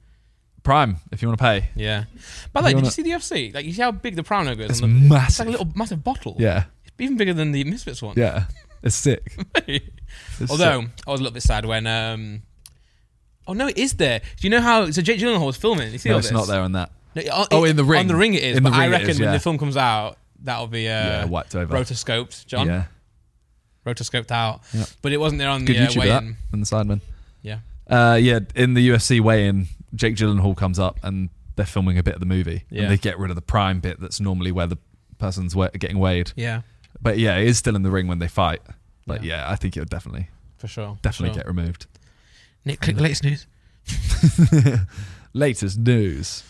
Speaker 2: Prime, if you want to pay,
Speaker 1: Yeah. By the way,
Speaker 2: You
Speaker 1: did you
Speaker 2: wanna-
Speaker 1: see the UFC? Like, you see how big the Prime logo is?
Speaker 2: it's
Speaker 1: on the- it's
Speaker 2: massive.
Speaker 1: like a little massive bottle.
Speaker 2: yeah,
Speaker 1: It's even bigger than the Misfits one.
Speaker 2: yeah, it's sick. It's
Speaker 1: Although
Speaker 2: sick.
Speaker 1: I was a little bit sad when. um Oh no, it is there. Do you know how? So Jake Gyllenhaal was filming. You see
Speaker 2: no,
Speaker 1: all
Speaker 2: it's
Speaker 1: this?
Speaker 2: not there on that.
Speaker 1: No, it- uh,
Speaker 2: Oh,
Speaker 1: it-
Speaker 2: in the ring.
Speaker 1: On the ring it is.
Speaker 2: In the
Speaker 1: but I
Speaker 2: ring it
Speaker 1: reckon
Speaker 2: is,
Speaker 1: when
Speaker 2: yeah.
Speaker 1: the film comes out, that'll be uh,
Speaker 2: yeah, wiped over.
Speaker 1: rotoscoped, John.
Speaker 2: Yeah,
Speaker 1: Rotoscoped out.
Speaker 2: Yep.
Speaker 1: But it wasn't there on
Speaker 2: good
Speaker 1: the uh,
Speaker 2: YouTube that
Speaker 1: weigh-in.
Speaker 2: and the sideman.
Speaker 1: Yeah.
Speaker 2: Uh, yeah, in the UFC weigh-in, Jake Gyllenhaal comes up and they're filming a bit of the movie.
Speaker 1: Yeah.
Speaker 2: and they get rid of the prime bit that's normally where the person's we- getting weighed.
Speaker 1: Yeah.
Speaker 2: But yeah, it is still in the ring when they fight. But
Speaker 1: Yeah.
Speaker 2: yeah, I think it would definitely
Speaker 1: For sure.
Speaker 2: definitely
Speaker 1: for sure.
Speaker 2: get removed.
Speaker 1: Nick, click the latest news.
Speaker 2: Latest news.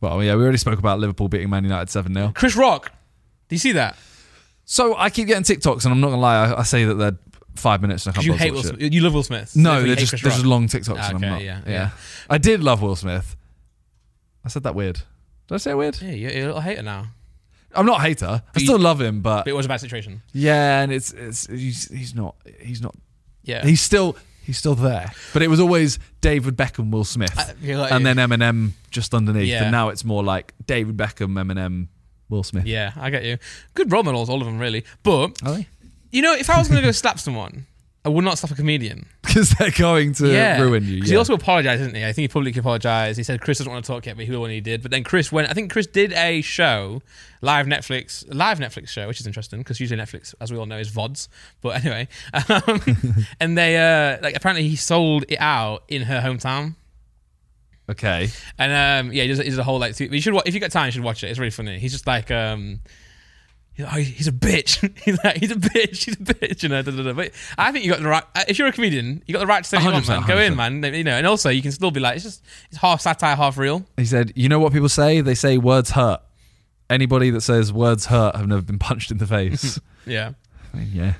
Speaker 2: Well, yeah, we already spoke about Liverpool beating Man United 7 0.
Speaker 1: Chris Rock. Do you see that?
Speaker 2: So I keep getting TikToks, and I'm not going to lie, I, I say that they're five minutes and I
Speaker 1: Because
Speaker 2: can't
Speaker 1: you
Speaker 2: bother to
Speaker 1: hate
Speaker 2: watch
Speaker 1: Will
Speaker 2: it.
Speaker 1: Smith. You love Will Smith.
Speaker 2: No,
Speaker 1: Therefore you
Speaker 2: they're
Speaker 1: hate
Speaker 2: just
Speaker 1: Chris
Speaker 2: they're
Speaker 1: Rock.
Speaker 2: just long TikToks and I'm
Speaker 1: Okay,
Speaker 2: not.
Speaker 1: yeah,
Speaker 2: Yeah,
Speaker 1: yeah.
Speaker 2: I did love Will Smith. I said that weird. Did I say it weird?
Speaker 1: Yeah, you're, you're a little hater now.
Speaker 2: I'm not a hater. I
Speaker 1: But you-
Speaker 2: still love him, but
Speaker 1: But it was a bad situation.
Speaker 2: yeah, and it's it's he's he's not he's not
Speaker 1: Yeah.
Speaker 2: he's still he's still there. But it was always David Beckham, Will Smith,
Speaker 1: I- you're like-
Speaker 2: and then Eminem just underneath.
Speaker 1: Yeah.
Speaker 2: And now it's more like David Beckham, Eminem, Will Smith.
Speaker 1: yeah, I get you. Good role models, all of them, really. But,
Speaker 2: Are they?
Speaker 1: you know, if I was going to go slap someone, I would not slap a comedian.
Speaker 2: Because they're going to ruin you.
Speaker 1: 'Cause He
Speaker 2: Yeah.
Speaker 1: also apologized, didn't he? I think he publicly apologized. He said Chris doesn't want to talk yet, but he will when he did. But then Chris went. I think Chris did a show, live Netflix, live Netflix show, which is interesting because usually Netflix, as we all know, is vods. But anyway, um, and they uh, like apparently he sold it out in her hometown.
Speaker 2: okay.
Speaker 1: And um, yeah, he does, he does a whole like. two- You should wa- if you got time, you should watch it. It's really funny. He's just like um. He's, like, oh, he's a bitch. he's like, he's a bitch. He's a bitch. You know, da, da, da. but I think you got the right. uh, If you're a comedian, you got the right to say what you want,
Speaker 2: 100%,
Speaker 1: man. Go in, man. You know, and also you can still be like, it's just it's half satire, half real.
Speaker 2: He said, "You know what people say? They say words hurt. Anybody that says words hurt have never been punched in the face."
Speaker 1: Yeah,
Speaker 2: I mean, yeah.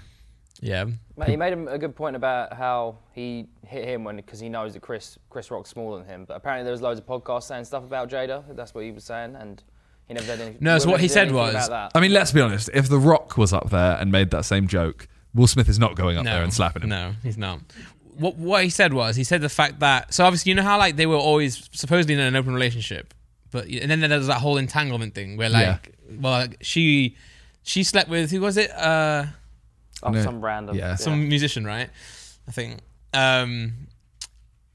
Speaker 1: yeah,
Speaker 3: Mate, you made him a good point about how he hit him when because he knows that Chris Chris Rock's smaller than him. But apparently there was loads of podcasts saying stuff about Jada. That's what he was saying, and he never did anything.
Speaker 1: No, so what he
Speaker 3: did
Speaker 1: said
Speaker 3: anything
Speaker 1: was-
Speaker 3: about that.
Speaker 2: I mean, let's be honest. If The Rock was up there and made that same joke, Will Smith is not going up there and slapping him.
Speaker 1: No, he's not. What what he said was he said the fact that so obviously you know how like they were always supposedly in an open relationship, but and then there was that whole entanglement thing where
Speaker 2: Yeah.
Speaker 1: like well like, she she slept with who was it uh.
Speaker 3: Oh,
Speaker 2: No.
Speaker 3: some random.
Speaker 2: Yeah.
Speaker 1: some musician, right? I think. Um,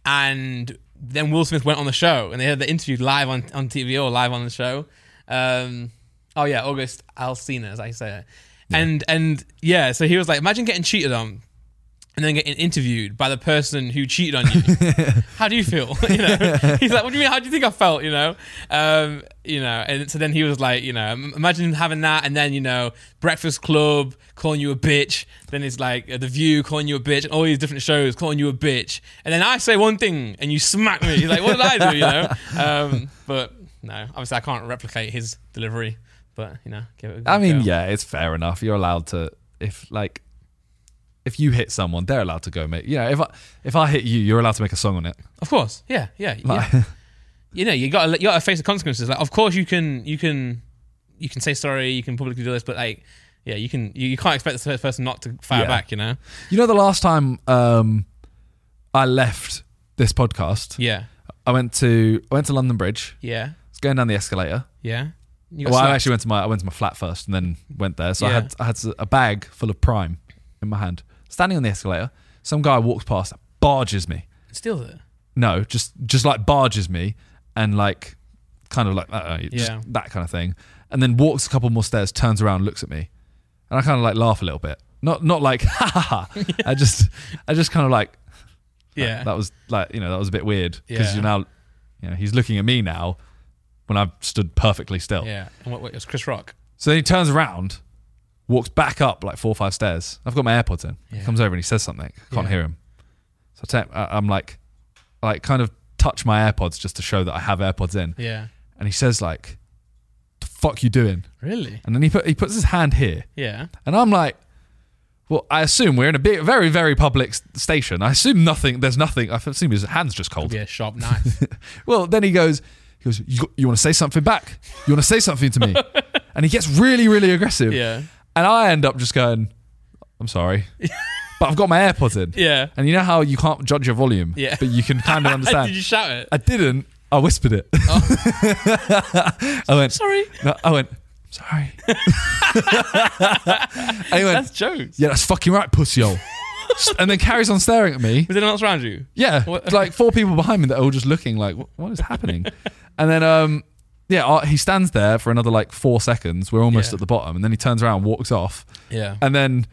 Speaker 1: and then Will Smith went on the show, and they had the interview live on, on TV or live on the show. Um, oh yeah, August Alsina, as I say it. And and yeah, so he was like, imagine getting cheated on. And then getting interviewed by the person who cheated on you. how do you feel? you know, he's like, "What do you mean? How do you think I felt?" You know, um, you know. And so then he was like, you know, im- imagine having that, and then you know, Breakfast Club calling you a bitch. Then it's like uh, The View calling you a bitch, and all these different shows calling you a bitch. And then I say one thing, and you smack me. You're like, "What did I do?" You know. Um, but no, obviously I can't replicate his delivery. But you know, give it. A
Speaker 2: I mean,
Speaker 1: go.
Speaker 2: yeah, it's fair enough. You're allowed to if like if you hit someone, they're allowed to go make. You know, if I if I hit you, you're allowed to make a song on it.
Speaker 1: of course, yeah, yeah, yeah.
Speaker 2: Like,
Speaker 1: you know you got to you got to face the consequences. Like, of course you can you can you can say sorry, you can publicly do this, but like, yeah, you can you, you can't expect the first person not to fire
Speaker 2: Yeah.
Speaker 1: back. You know,
Speaker 2: you know, the last time um, I left this podcast,
Speaker 1: yeah,
Speaker 2: I went to I went to London Bridge.
Speaker 1: yeah,
Speaker 2: I was going down the escalator.
Speaker 1: yeah. You got
Speaker 2: Well, I
Speaker 1: slapped.
Speaker 2: actually went to my I went to my flat first and then went there. So I
Speaker 1: Yeah.
Speaker 2: had I had a bag full of prime in my hand, standing on the escalator. Some guy walks past, barges me.
Speaker 1: steal it.
Speaker 2: No, just just like barges me and like kind of like uh, just
Speaker 1: Yeah.
Speaker 2: that kind of thing, and then walks a couple more stairs, turns around, looks at me, and I kind of like laugh a little bit. Not not like ha ha ha. I just I just kind of like that-
Speaker 1: Yeah,
Speaker 2: That, was like you know that was a bit weird because
Speaker 1: Yeah.
Speaker 2: you're now you know he's looking at me now when I've stood perfectly still.
Speaker 1: yeah. And what, what it was Chris Rock?
Speaker 2: So then he turns around, walks back up like four or five stairs. I've got my AirPods in. He
Speaker 1: Yeah.
Speaker 2: comes over and he says something. I can't
Speaker 1: Yeah.
Speaker 2: hear him. So I take, I- I'm like, like kind of touch my AirPods just to show that I have AirPods in.
Speaker 1: Yeah,
Speaker 2: And he says like, "The fuck you doing?"
Speaker 1: really?
Speaker 2: And then he put, he puts his hand here,
Speaker 1: Yeah,
Speaker 2: and I'm like, well, I assume we're in a big, very very public s- station. I assume nothing. There's nothing. I assume his hand's just cold.
Speaker 1: be a sharp knife.
Speaker 2: Well, then he goes, he goes, you, got- you want to say something back? You want to say something to me? and he gets really, really aggressive.
Speaker 1: Yeah.
Speaker 2: And I end up just going, I'm sorry. but I've got my AirPods in.
Speaker 1: Yeah.
Speaker 2: And you know how you can't judge your volume,
Speaker 1: Yeah.
Speaker 2: but you can kind
Speaker 1: Did
Speaker 2: of
Speaker 1: Oh.
Speaker 2: understand.
Speaker 1: you shout it?
Speaker 2: I didn't. I whispered it. I went,
Speaker 1: Sorry,
Speaker 2: no, I went, sorry. and he went,
Speaker 1: that's jokes.
Speaker 2: yeah, that's fucking right, pussy hole. and then carries on staring at me.
Speaker 1: Was anyone else around you?
Speaker 2: Yeah,
Speaker 1: What-
Speaker 2: like four people behind me that are all just looking like, "What- what is happening? and then, um, yeah, uh, he stands there for another like four seconds. We're almost
Speaker 1: Yeah.
Speaker 2: at the bottom, and then he turns around, and walks off,
Speaker 1: Yeah.
Speaker 2: and then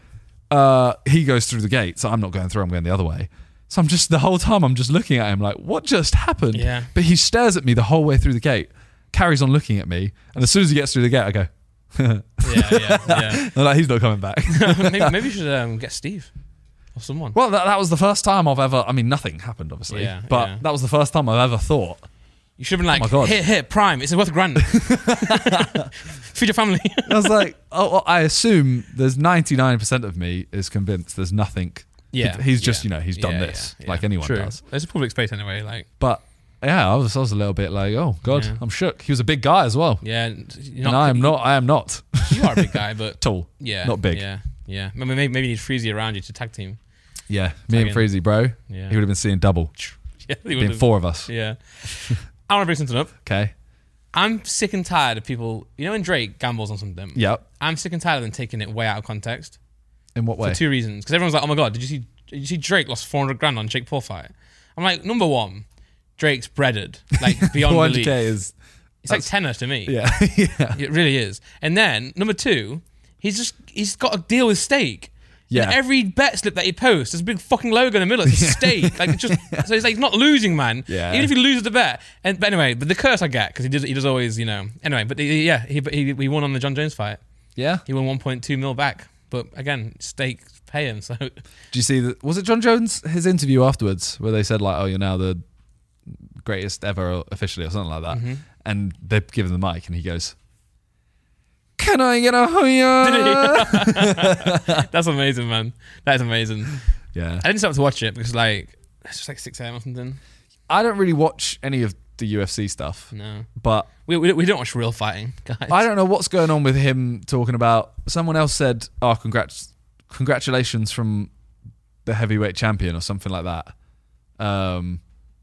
Speaker 2: uh, he goes through the gate. So I'm not going through; I'm going the other way. So I'm just the whole time I'm just looking at him like, what just happened?
Speaker 1: Yeah.
Speaker 2: But he stares at me the whole way through the gate, carries on looking at me, and as soon as he gets through the gate, I go,
Speaker 1: yeah, yeah, yeah.
Speaker 2: "I'm like he's not coming back.
Speaker 1: maybe, maybe you should um, get Steve or someone.
Speaker 2: Well, that, that was the first time I've ever. I mean, nothing happened, obviously.
Speaker 1: Yeah,
Speaker 2: but
Speaker 1: yeah.
Speaker 2: that was the first time I've ever thought
Speaker 1: You should have been
Speaker 2: Oh my
Speaker 1: like,
Speaker 2: God.
Speaker 1: here, here, Prime. It's worth a grand. Feed your family.
Speaker 2: I was like, oh, well, I assume there's 99% of me is convinced there's nothing.
Speaker 1: Yeah,
Speaker 2: He's just,
Speaker 1: yeah.
Speaker 2: you know, he's done
Speaker 1: Yeah,
Speaker 2: this
Speaker 1: yeah, yeah.
Speaker 2: like anyone
Speaker 1: True.
Speaker 2: does.
Speaker 1: It's a public space anyway. Like,
Speaker 2: But yeah, I was, I was a little bit like, oh God,
Speaker 1: Yeah.
Speaker 2: I'm shook. He was a big guy as well.
Speaker 1: yeah, you're
Speaker 2: and I am not, I am not
Speaker 1: You are a big guy, but
Speaker 2: tall.
Speaker 1: yeah,
Speaker 2: Not big. Yeah.
Speaker 1: Yeah, yeah. Maybe maybe, maybe you need Freezy around you to tag team.
Speaker 2: Me and
Speaker 1: Again.
Speaker 2: Freezy, bro.
Speaker 1: Yeah.
Speaker 2: He would have been seeing double.
Speaker 1: Yeah, they
Speaker 2: Being
Speaker 1: would've-
Speaker 2: four of us.
Speaker 1: Yeah, I want to bring something up.
Speaker 2: Okay.
Speaker 1: I'm sick and tired of people. You know, when Drake gambles on something,
Speaker 2: Yep.
Speaker 1: I'm sick and tired of them taking it way out of context
Speaker 2: In what way?
Speaker 1: for two reasons. Because everyone's like, "Oh my god, did you see? Did you see Drake lost 400 grand on Jake Paul fight?" I'm like, number one, Drake's breaded like beyond
Speaker 2: 400k
Speaker 1: belief.
Speaker 2: is
Speaker 1: It's like tenor to me.
Speaker 2: yeah yeah
Speaker 1: It really is. And then number two, he's just he's got a deal with steak.
Speaker 2: Yeah.
Speaker 1: And every bet slip that he posts, there's a big fucking logo in the middle. It's a steak. Like it's just so he's like he's not losing, man.
Speaker 2: Yeah.
Speaker 1: Even if he loses the bet. And but anyway, but the curse I get because he does he does always you know anyway. But he, yeah, he, but he he won on the John Jones fight.
Speaker 2: yeah.
Speaker 1: He won 1.2 mil back. But again, steak pay him. So
Speaker 2: Do you see that? Was it John Jones his interview afterwards where they said like, oh, you're now the greatest ever or- officially or something like
Speaker 1: Mm-hmm.
Speaker 2: that, and they give him the mic and he goes, "Can I get a higher?"
Speaker 1: that's amazing, man. That is amazing.
Speaker 2: yeah.
Speaker 1: I didn't stop to watch it because like it's just like 6 a.m. or something.
Speaker 2: I don't really watch any of the UFC stuff,
Speaker 1: No,
Speaker 2: but
Speaker 1: we, we, we don't watch real fighting, guys.
Speaker 2: I don't know what's going on with him talking about. Someone else said, "Oh, congrats, congratulations from the heavyweight champion" or something like that, um,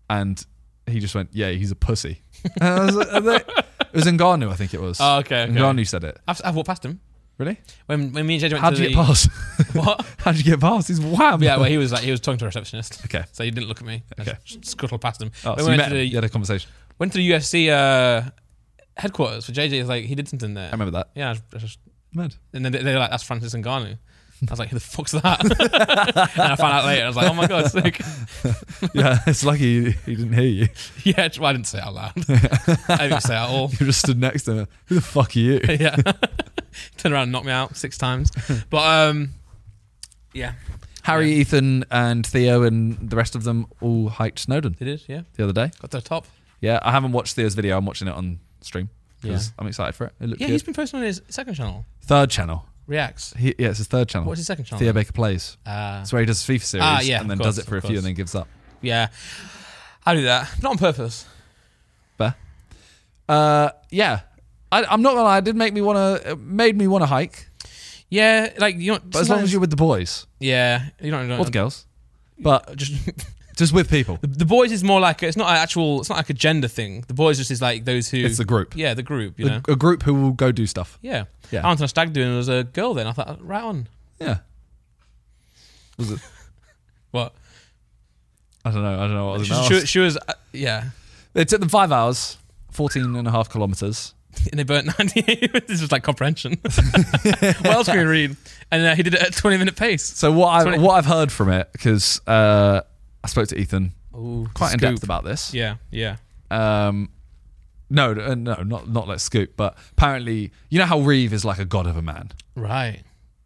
Speaker 2: and he just went, "Yeah, he's a pussy." And I was like- I was like- it was Ngannou, I think it was.
Speaker 1: Oh, okay, okay.
Speaker 2: Ngannou said it.
Speaker 1: I've, I've walked past him.
Speaker 2: Really?
Speaker 1: When when me and JJ went
Speaker 2: How
Speaker 1: to
Speaker 2: would you
Speaker 1: the
Speaker 2: get past?
Speaker 1: what?
Speaker 2: How would you get past? He's wham.
Speaker 1: yeah, well, he was like he was talking to a receptionist,
Speaker 2: okay.
Speaker 1: so he didn't look at me. I
Speaker 2: Okay.
Speaker 1: just scuttled past him.
Speaker 2: Oh,
Speaker 1: When
Speaker 2: so
Speaker 1: we
Speaker 2: you
Speaker 1: went,
Speaker 2: met
Speaker 1: to
Speaker 2: him.
Speaker 1: the,
Speaker 2: You had a conversation.
Speaker 1: went to the UFC uh, headquarters for JJ. Is like he did something there.
Speaker 2: I remember that.
Speaker 1: Yeah, I was- I was-
Speaker 2: Mad.
Speaker 1: and then they- they're like, "That's Francis Ngannou." I was like, "Who the fuck's that?" and I found out later. I was like, "Oh my god!" Sick.
Speaker 2: Yeah, it's lucky he, he didn't hear you.
Speaker 1: Yeah, well, I didn't say it out loud. I didn't say it at all.
Speaker 2: You just stood next to him. Who the fuck are you?
Speaker 1: yeah, turned around and knocked me out six times. But um, yeah,
Speaker 2: Harry,
Speaker 1: Yeah.
Speaker 2: Ethan, and Theo, and the rest of them all hiked Snowdon
Speaker 1: they did. Yeah,
Speaker 2: the other day.
Speaker 1: got to the top.
Speaker 2: Yeah, I haven't watched Theo's video. I'm watching it on stream. 'cause I'm excited for it. It looked
Speaker 1: Yeah,
Speaker 2: good.
Speaker 1: he's been posting on his second channel,
Speaker 2: third channel.
Speaker 1: Reacts.
Speaker 2: He, yeah, it's his third channel.
Speaker 1: What's his second channel?
Speaker 2: Theo Baker plays.
Speaker 1: Ah,
Speaker 2: That's where he does FIFA series
Speaker 1: Ah, yeah,
Speaker 2: and
Speaker 1: of
Speaker 2: then
Speaker 1: course,
Speaker 2: does it for a
Speaker 1: of
Speaker 2: few
Speaker 1: course.
Speaker 2: and then gives up.
Speaker 1: yeah. I do that, not on purpose.
Speaker 2: Fair. Uh, yeah, I, I'm not gonna lie. It did make me wanna. It made me wanna hike.
Speaker 1: Yeah, like you know.
Speaker 2: But as long as you're with the boys
Speaker 1: yeah, you don't. You
Speaker 2: or the
Speaker 1: don't
Speaker 2: girls, but
Speaker 1: just
Speaker 2: just with people,
Speaker 1: the, the boys is more like a, it's not an actual. It's not like a gender thing. The boys just is like those who.
Speaker 2: it's a group.
Speaker 1: yeah, the group. You
Speaker 2: The-
Speaker 1: know.
Speaker 2: a group who will go do stuff.
Speaker 1: Yeah.
Speaker 2: Yeah.
Speaker 1: I went on a stag doing. There was a girl then. I thought right on.
Speaker 2: Yeah. Was it?
Speaker 1: What?
Speaker 2: I don't know. I don't know what I was
Speaker 1: She,
Speaker 2: gonna
Speaker 1: she-
Speaker 2: ask.
Speaker 1: she was. Uh, yeah.
Speaker 2: It took them five hours, 14 and a half kilometers.
Speaker 1: And they burnt 98. this was like comprehension. what else can we read? And uh, he did it at 20 minute pace.
Speaker 2: So what I
Speaker 1: Sorry.
Speaker 2: what I've heard from it because uh, I spoke to Ethan
Speaker 1: Ooh,
Speaker 2: quite in
Speaker 1: scoop.
Speaker 2: depth about this.
Speaker 1: Yeah, yeah.
Speaker 2: Um, no, uh, no, not not like Scoop, but apparently you know how Reeve is like a god of a man.
Speaker 1: Right.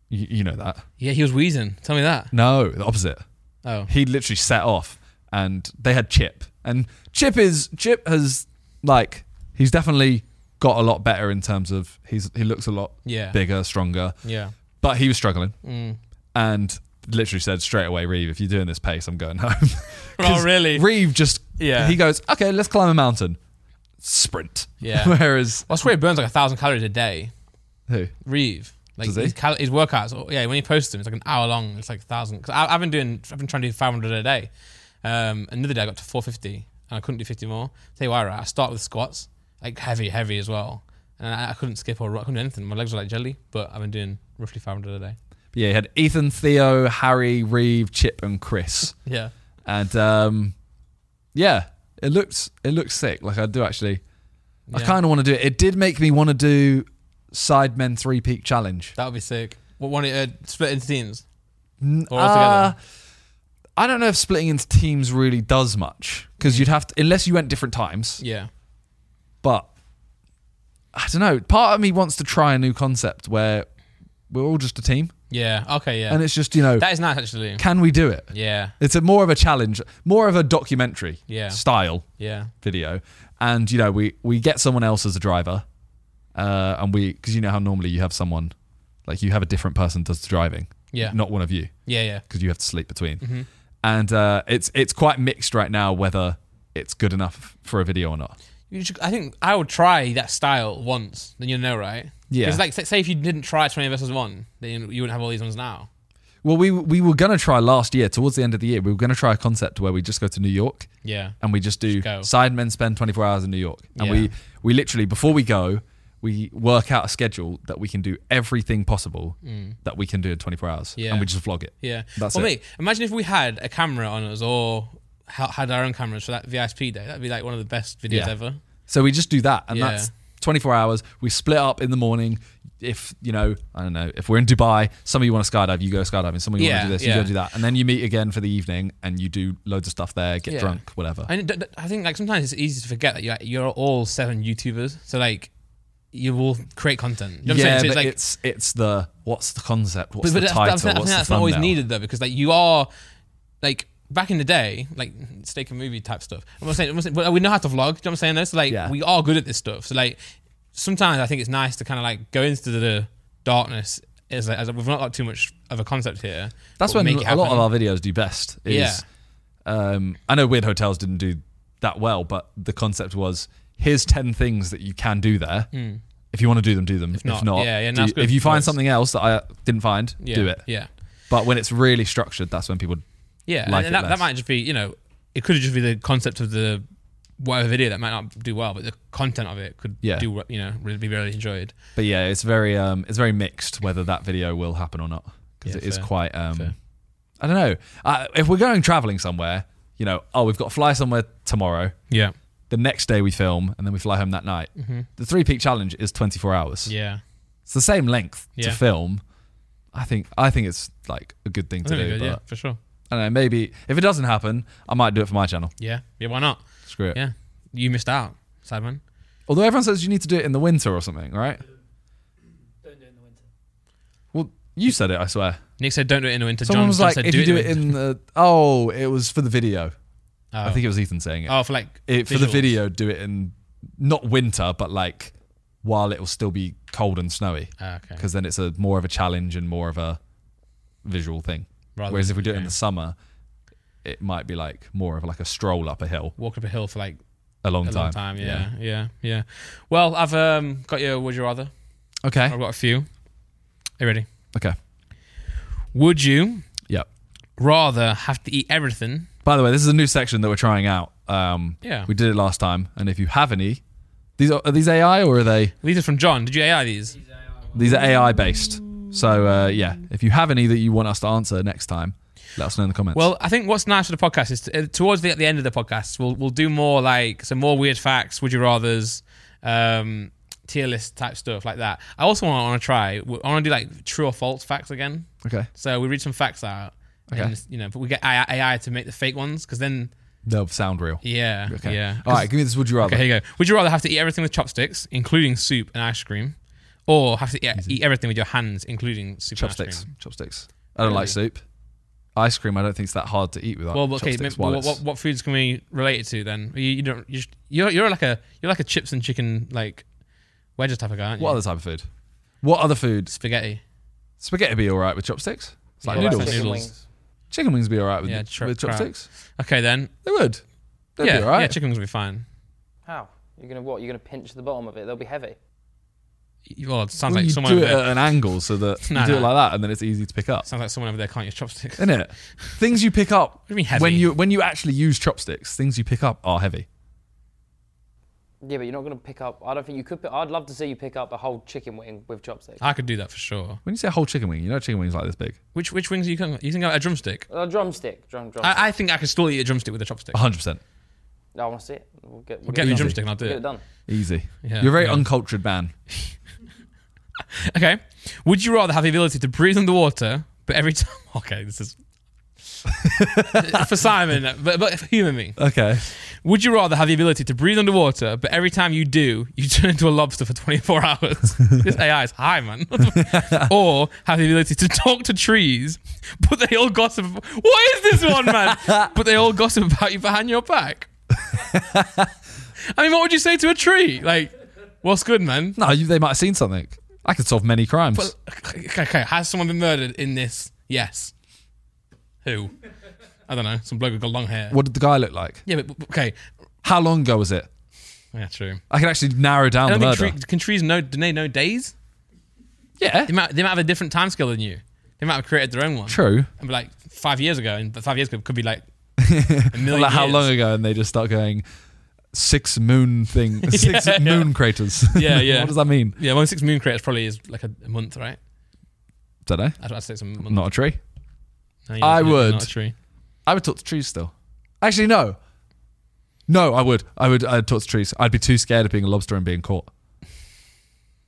Speaker 2: You, you know that?
Speaker 1: Yeah, he was wheezing. Tell me that.
Speaker 2: No, the opposite.
Speaker 1: Oh.
Speaker 2: He literally set off, and they had Chip, and Chip is Chip has like he's definitely got a lot better in terms of he's he looks a lot
Speaker 1: Yeah.
Speaker 2: bigger, stronger,
Speaker 1: Yeah.
Speaker 2: but he was struggling
Speaker 1: Mm.
Speaker 2: and literally said straight away, Reeve, if you're doing this pace, I'm going home. 'Cause
Speaker 1: Oh, really?
Speaker 2: Reeve just
Speaker 1: Yeah.
Speaker 2: He goes, okay, let's climb a mountain, sprint.
Speaker 1: Yeah.
Speaker 2: Whereas
Speaker 1: Well, I swear he burns like a thousand calories a day.
Speaker 2: who?
Speaker 1: Reeve. Like
Speaker 2: Does he?
Speaker 1: his, cal- his workouts, oh, yeah. When he posts them, it's like an hour long. It's like a thousand. Because I've been doing, I've been trying to do 500 a day. Um, another day I got to 450, and I couldn't do 50 more. Tell you why, right? I start with squats, like heavy, heavy as well, and I, I couldn't skip or ru- I couldn't do anything. My legs were like jelly, but I've been doing roughly 500 a day.
Speaker 2: But yeah, he had Ethan, Theo, Harry, Reeve, Chip, and Chris,
Speaker 1: Yeah.
Speaker 2: and um, yeah, it looks it looks sick. Like I do actually, I
Speaker 1: Yeah.
Speaker 2: kind of want to do it. It did make me want to do Sidemen Three Peak Challenge.
Speaker 1: That would be sick. What one? Uh, split into teams.
Speaker 2: N-
Speaker 1: Or altogether?
Speaker 2: uh, I don't know if splitting into teams really does much because you'd have to, unless you went different times.
Speaker 1: Yeah.
Speaker 2: but I don't know. Part of me wants to try a new concept where we're all just a team,
Speaker 1: Yeah. Okay. Yeah.
Speaker 2: and it's just you know,
Speaker 1: that is nice, actually.
Speaker 2: can we do it?
Speaker 1: Yeah.
Speaker 2: It's a more of a challenge, more of a documentary
Speaker 1: Yeah.
Speaker 2: style
Speaker 1: Yeah.
Speaker 2: video, and you know we we get someone else as a driver, uh, and we because you know how normally you have someone, like you have a different person does the driving,
Speaker 1: Yeah.
Speaker 2: not one of you
Speaker 1: Yeah, yeah.
Speaker 2: because you have to sleep between.
Speaker 1: Mm-hmm.
Speaker 2: And uh, it's it's quite mixed right now whether it's good enough for a video or not.
Speaker 1: You should, I think I would try that style once, then you know, right?
Speaker 2: Yeah.
Speaker 1: Because like, say- say if you didn't try twenty versus one, then you wouldn't have all these ones now.
Speaker 2: Well, we we were gonna try last year towards the end of the year. We were gonna try a concept where we just go to New York
Speaker 1: Yeah.
Speaker 2: and we just do
Speaker 1: Just go.
Speaker 2: sidemen spend 24 hours in New York, and
Speaker 1: Yeah.
Speaker 2: we we literally before we go. We work out a schedule that we can do everything possible that we can do in 24 hours,
Speaker 1: Mm. Yeah.
Speaker 2: and we just vlog it.
Speaker 1: Yeah.
Speaker 2: That's
Speaker 1: well,
Speaker 2: it.
Speaker 1: mate, imagine if we had a camera on us or ha- had our own cameras for that VISP day. That'd be like one of the best videos
Speaker 2: Yeah.
Speaker 1: ever.
Speaker 2: So we just do that, and
Speaker 1: Yeah.
Speaker 2: that's 24 hours. We split up in the morning. If you know, I don't know, if we're in Dubai, some of you want to skydive, you go skydiving. Some of you
Speaker 1: Yeah,
Speaker 2: want to do this,
Speaker 1: yeah.
Speaker 2: you go do that, and then you meet again for the evening, and you do loads of stuff there, get
Speaker 1: Yeah.
Speaker 2: drunk, whatever.
Speaker 1: I, d- d- I think like sometimes it's easy to forget that you're, like, you're all seven YouTubers, so like you will create content. You know what
Speaker 2: yeah,
Speaker 1: I'm saying? So it's
Speaker 2: but
Speaker 1: like,
Speaker 2: it's it's the what's the concept, what's
Speaker 1: but, but
Speaker 2: the
Speaker 1: that's,
Speaker 2: title,
Speaker 1: that's, I think
Speaker 2: what's the
Speaker 1: that's not always
Speaker 2: thumbnail?
Speaker 1: needed though, because like you are like back in the day, like steak and movie type stuff. I'm not saying, I'm not saying but we know how to vlog. Do you know what I'm saying? Though? So like
Speaker 2: Yeah.
Speaker 1: we are good at this stuff. So like sometimes I think it's nice to kind of like go into the darkness. As, as we've not got too much of a concept here.
Speaker 2: That's
Speaker 1: but
Speaker 2: when
Speaker 1: make it
Speaker 2: a lot
Speaker 1: happen.
Speaker 2: of our videos do best. Is,
Speaker 1: Yeah.
Speaker 2: Um, I know Weird Hotels didn't do that well, but the concept was here's 10 things that you can do there. If you want to do them, do them. If
Speaker 1: Hmm. not, yeah, yeah,
Speaker 2: do-
Speaker 1: that's good
Speaker 2: if you find
Speaker 1: advice.
Speaker 2: something else that I didn't find,
Speaker 1: yeah,
Speaker 2: do it.
Speaker 1: Yeah.
Speaker 2: But when it's really structured, that's when people.
Speaker 1: Yeah, and-
Speaker 2: like
Speaker 1: and
Speaker 2: it
Speaker 1: that, that
Speaker 2: less.
Speaker 1: might just be you know, it could just be the concept of the whatever video that might not do well, but the content of it could
Speaker 2: Yeah.
Speaker 1: do you know really be really enjoyed.
Speaker 2: But yeah, it's very um, it's very mixed whether that video will happen or not because
Speaker 1: Yeah,
Speaker 2: it is
Speaker 1: fair.
Speaker 2: quite. Um,
Speaker 1: Fair.
Speaker 2: I don't know. Uh, if we're going traveling somewhere, you know, oh, we've got to fly somewhere tomorrow.
Speaker 1: Yeah,
Speaker 2: The next day we film, and then we fly home that night. The three peak challenge is twenty four hours.
Speaker 1: Mm-hmm. yeah,
Speaker 2: It's the same length
Speaker 1: Yeah.
Speaker 2: to film. I think I think it's like a good thing
Speaker 1: I
Speaker 2: to
Speaker 1: think
Speaker 2: do.
Speaker 1: it'd be
Speaker 2: but
Speaker 1: good, yeah, for sure.
Speaker 2: I don't know. Maybe if it doesn't happen, I might do it for my channel.
Speaker 1: Yeah, yeah, why not?
Speaker 2: Screw it.
Speaker 1: Yeah, you missed out, Simon.
Speaker 2: Although everyone says you need to do it in the winter or something, right?
Speaker 4: Don't do it in the winter.
Speaker 2: Well, you said it. I swear.
Speaker 1: Nick said don't do it in the winter.
Speaker 2: Someone
Speaker 1: John,
Speaker 2: was
Speaker 1: John
Speaker 2: like,
Speaker 1: said
Speaker 2: if
Speaker 1: do
Speaker 2: you do
Speaker 1: it.
Speaker 2: it in the oh, it was for the video.
Speaker 1: oh.
Speaker 2: I think it was Ethan saying it.
Speaker 1: oh for like
Speaker 2: It- for the
Speaker 1: visuals.
Speaker 2: video, do it in not winter, but like while it will still be cold and snowy,
Speaker 1: Ah, okay.
Speaker 2: because then it's a more of a challenge and more of a visual thing.
Speaker 1: Rather
Speaker 2: Whereas
Speaker 1: than-
Speaker 2: if we do it in
Speaker 1: yeah.
Speaker 2: the summer, it might be like more of like a stroll up a hill,
Speaker 1: walk up a hill for like
Speaker 2: a long
Speaker 1: a
Speaker 2: time.
Speaker 1: long time. Yeah, yeah, yeah, Well, I've um, got your would you rather.
Speaker 2: Okay.
Speaker 1: I've got a few. Are you ready?
Speaker 2: Okay.
Speaker 1: Would you
Speaker 2: Yeah.
Speaker 1: rather have to eat everything
Speaker 2: By the way, this is a new section that we're trying out. Um,
Speaker 1: Yeah.
Speaker 2: We did it last time, and if you have any, these are, are these AI or are they?
Speaker 1: These are from John. Did you AI these?
Speaker 2: These are AI based. So uh, yeah, if you have any that you want us to answer next time, let us know in the comments.
Speaker 1: Well, I think what's nice for the podcast is to, uh, towards the, the end of the podcast, we'll we'll do more like some more weird facts, would you rather's, um, tier list type stuff like that. I also want, want to try. I want to do like true or false facts again.
Speaker 2: okay,
Speaker 1: So we read some facts out.
Speaker 2: Okay.
Speaker 1: And, you know, but we get AI, AI to make the fake ones because then,
Speaker 2: they'll sound real.
Speaker 1: yeah,
Speaker 2: Okay.
Speaker 1: yeah.
Speaker 2: All right, give me this. Would you rather?
Speaker 1: Okay, here you go. Would you rather have to eat everything with chopsticks, including soup and ice cream, or have to eat, eat everything with your hands, including soup and ice
Speaker 2: chopsticks.
Speaker 1: cream?
Speaker 2: Chopsticks. I don't like soup. Ice cream. I don't think it's that hard to eat without
Speaker 1: Well, okay. Maybe,
Speaker 2: chopsticks. while
Speaker 1: what, what,
Speaker 2: it's-
Speaker 1: what foods can we relate it to then? You, you don't. You, you're you're like a you're like a chips and chicken like wedges type of guy, aren't you?
Speaker 2: what other type of food? What other food?
Speaker 1: spaghetti.
Speaker 2: Spaghetti be all right with chopsticks. It's like
Speaker 1: Yeah,
Speaker 2: noodles.
Speaker 1: like
Speaker 3: Chicken
Speaker 1: noodles.
Speaker 3: wings.
Speaker 2: Chicken wings be all right with,
Speaker 1: Yeah, chop-
Speaker 2: with chopsticks.
Speaker 1: Okay, then.
Speaker 2: They would. They'd
Speaker 1: yeah,
Speaker 2: be all right.
Speaker 1: yeah. Chicken wings will be fine.
Speaker 3: How? You're gonna what? You're gonna pinch the bottom of it. They'll be heavy.
Speaker 1: You- Well, it sounds
Speaker 2: Well,
Speaker 1: like
Speaker 2: you
Speaker 1: someone
Speaker 2: do
Speaker 1: over
Speaker 2: it
Speaker 1: there.
Speaker 2: at an angle so that
Speaker 1: Nah,
Speaker 2: you do it
Speaker 1: nah.
Speaker 2: like that, and then it's easy to pick up.
Speaker 1: sounds like someone over there can't use chopsticks.
Speaker 2: isn't it? Things you pick up
Speaker 1: do you mean heavy?
Speaker 2: when you when you actually use chopsticks, things you pick up are heavy.
Speaker 3: Yeah, but you're not gonna pick up. I don't think you could. Pick, I'd love to see you pick up a whole chicken wing with chopsticks.
Speaker 1: I could do that for sure.
Speaker 2: When you say a whole chicken wing, you know chicken wings like this big,
Speaker 1: Which which wings are you cooking? You think a drumstick?
Speaker 3: A drumstick. Drum. Drum.
Speaker 1: I, I think I could still eat a drumstick with a chopstick.
Speaker 2: 100 percent
Speaker 3: I want to see it. We'll get, we'll
Speaker 1: Get me a
Speaker 3: it,
Speaker 1: drumstick and I'll do
Speaker 3: get it
Speaker 1: it.
Speaker 3: done.
Speaker 2: easy.
Speaker 1: Yeah,
Speaker 2: You're a very
Speaker 1: yeah.
Speaker 2: uncultured man.
Speaker 1: Okay. Would you rather have the ability to breathe underwater, but every time? Okay, this is for Simon, but but humour me.
Speaker 2: Okay,
Speaker 1: Would you rather have the ability to breathe underwater, but every time you do, you turn into a lobster for 24 hours? this AI is high, man. or have the ability to talk to trees, but they all gossip. What is this one, man? but they all gossip about you behind your back. I mean, what would you say to a tree? Like, what's good, man?
Speaker 2: No, you, they might have seen something. I could solve many crimes.
Speaker 1: But okay, okay, has someone been murdered in this? Yes. Who? I don't know. Some bloke with got long hair.
Speaker 2: what did the guy look like?
Speaker 1: Yeah, but but- okay.
Speaker 2: How long ago was it?
Speaker 1: Yeah, true.
Speaker 2: I can actually narrow down
Speaker 1: I
Speaker 2: the
Speaker 1: don't think
Speaker 2: murder.
Speaker 1: tree, can trees know? Do they know days?
Speaker 2: yeah,
Speaker 1: They might. They might have a different time scale than you. They might have created their own one.
Speaker 2: true.
Speaker 1: And be like five years ago, and but five years ago could be like a million.
Speaker 2: Like how
Speaker 1: years.
Speaker 2: long ago? And they just start going six moon thing, six
Speaker 1: Yeah.
Speaker 2: moon craters.
Speaker 1: Yeah, yeah.
Speaker 2: what does that mean?
Speaker 1: Yeah, one six moon craters probably is like a, a month, right?
Speaker 2: Don't know.
Speaker 1: I'd, I'd say it's a month.
Speaker 2: Not a tree.
Speaker 1: No, you-
Speaker 2: I
Speaker 1: you're
Speaker 2: would.
Speaker 1: Not a tree.
Speaker 2: I would talk to trees still. Actually, no. No, I would. I would. I'd talk to trees. I'd be too scared of being a lobster and being caught.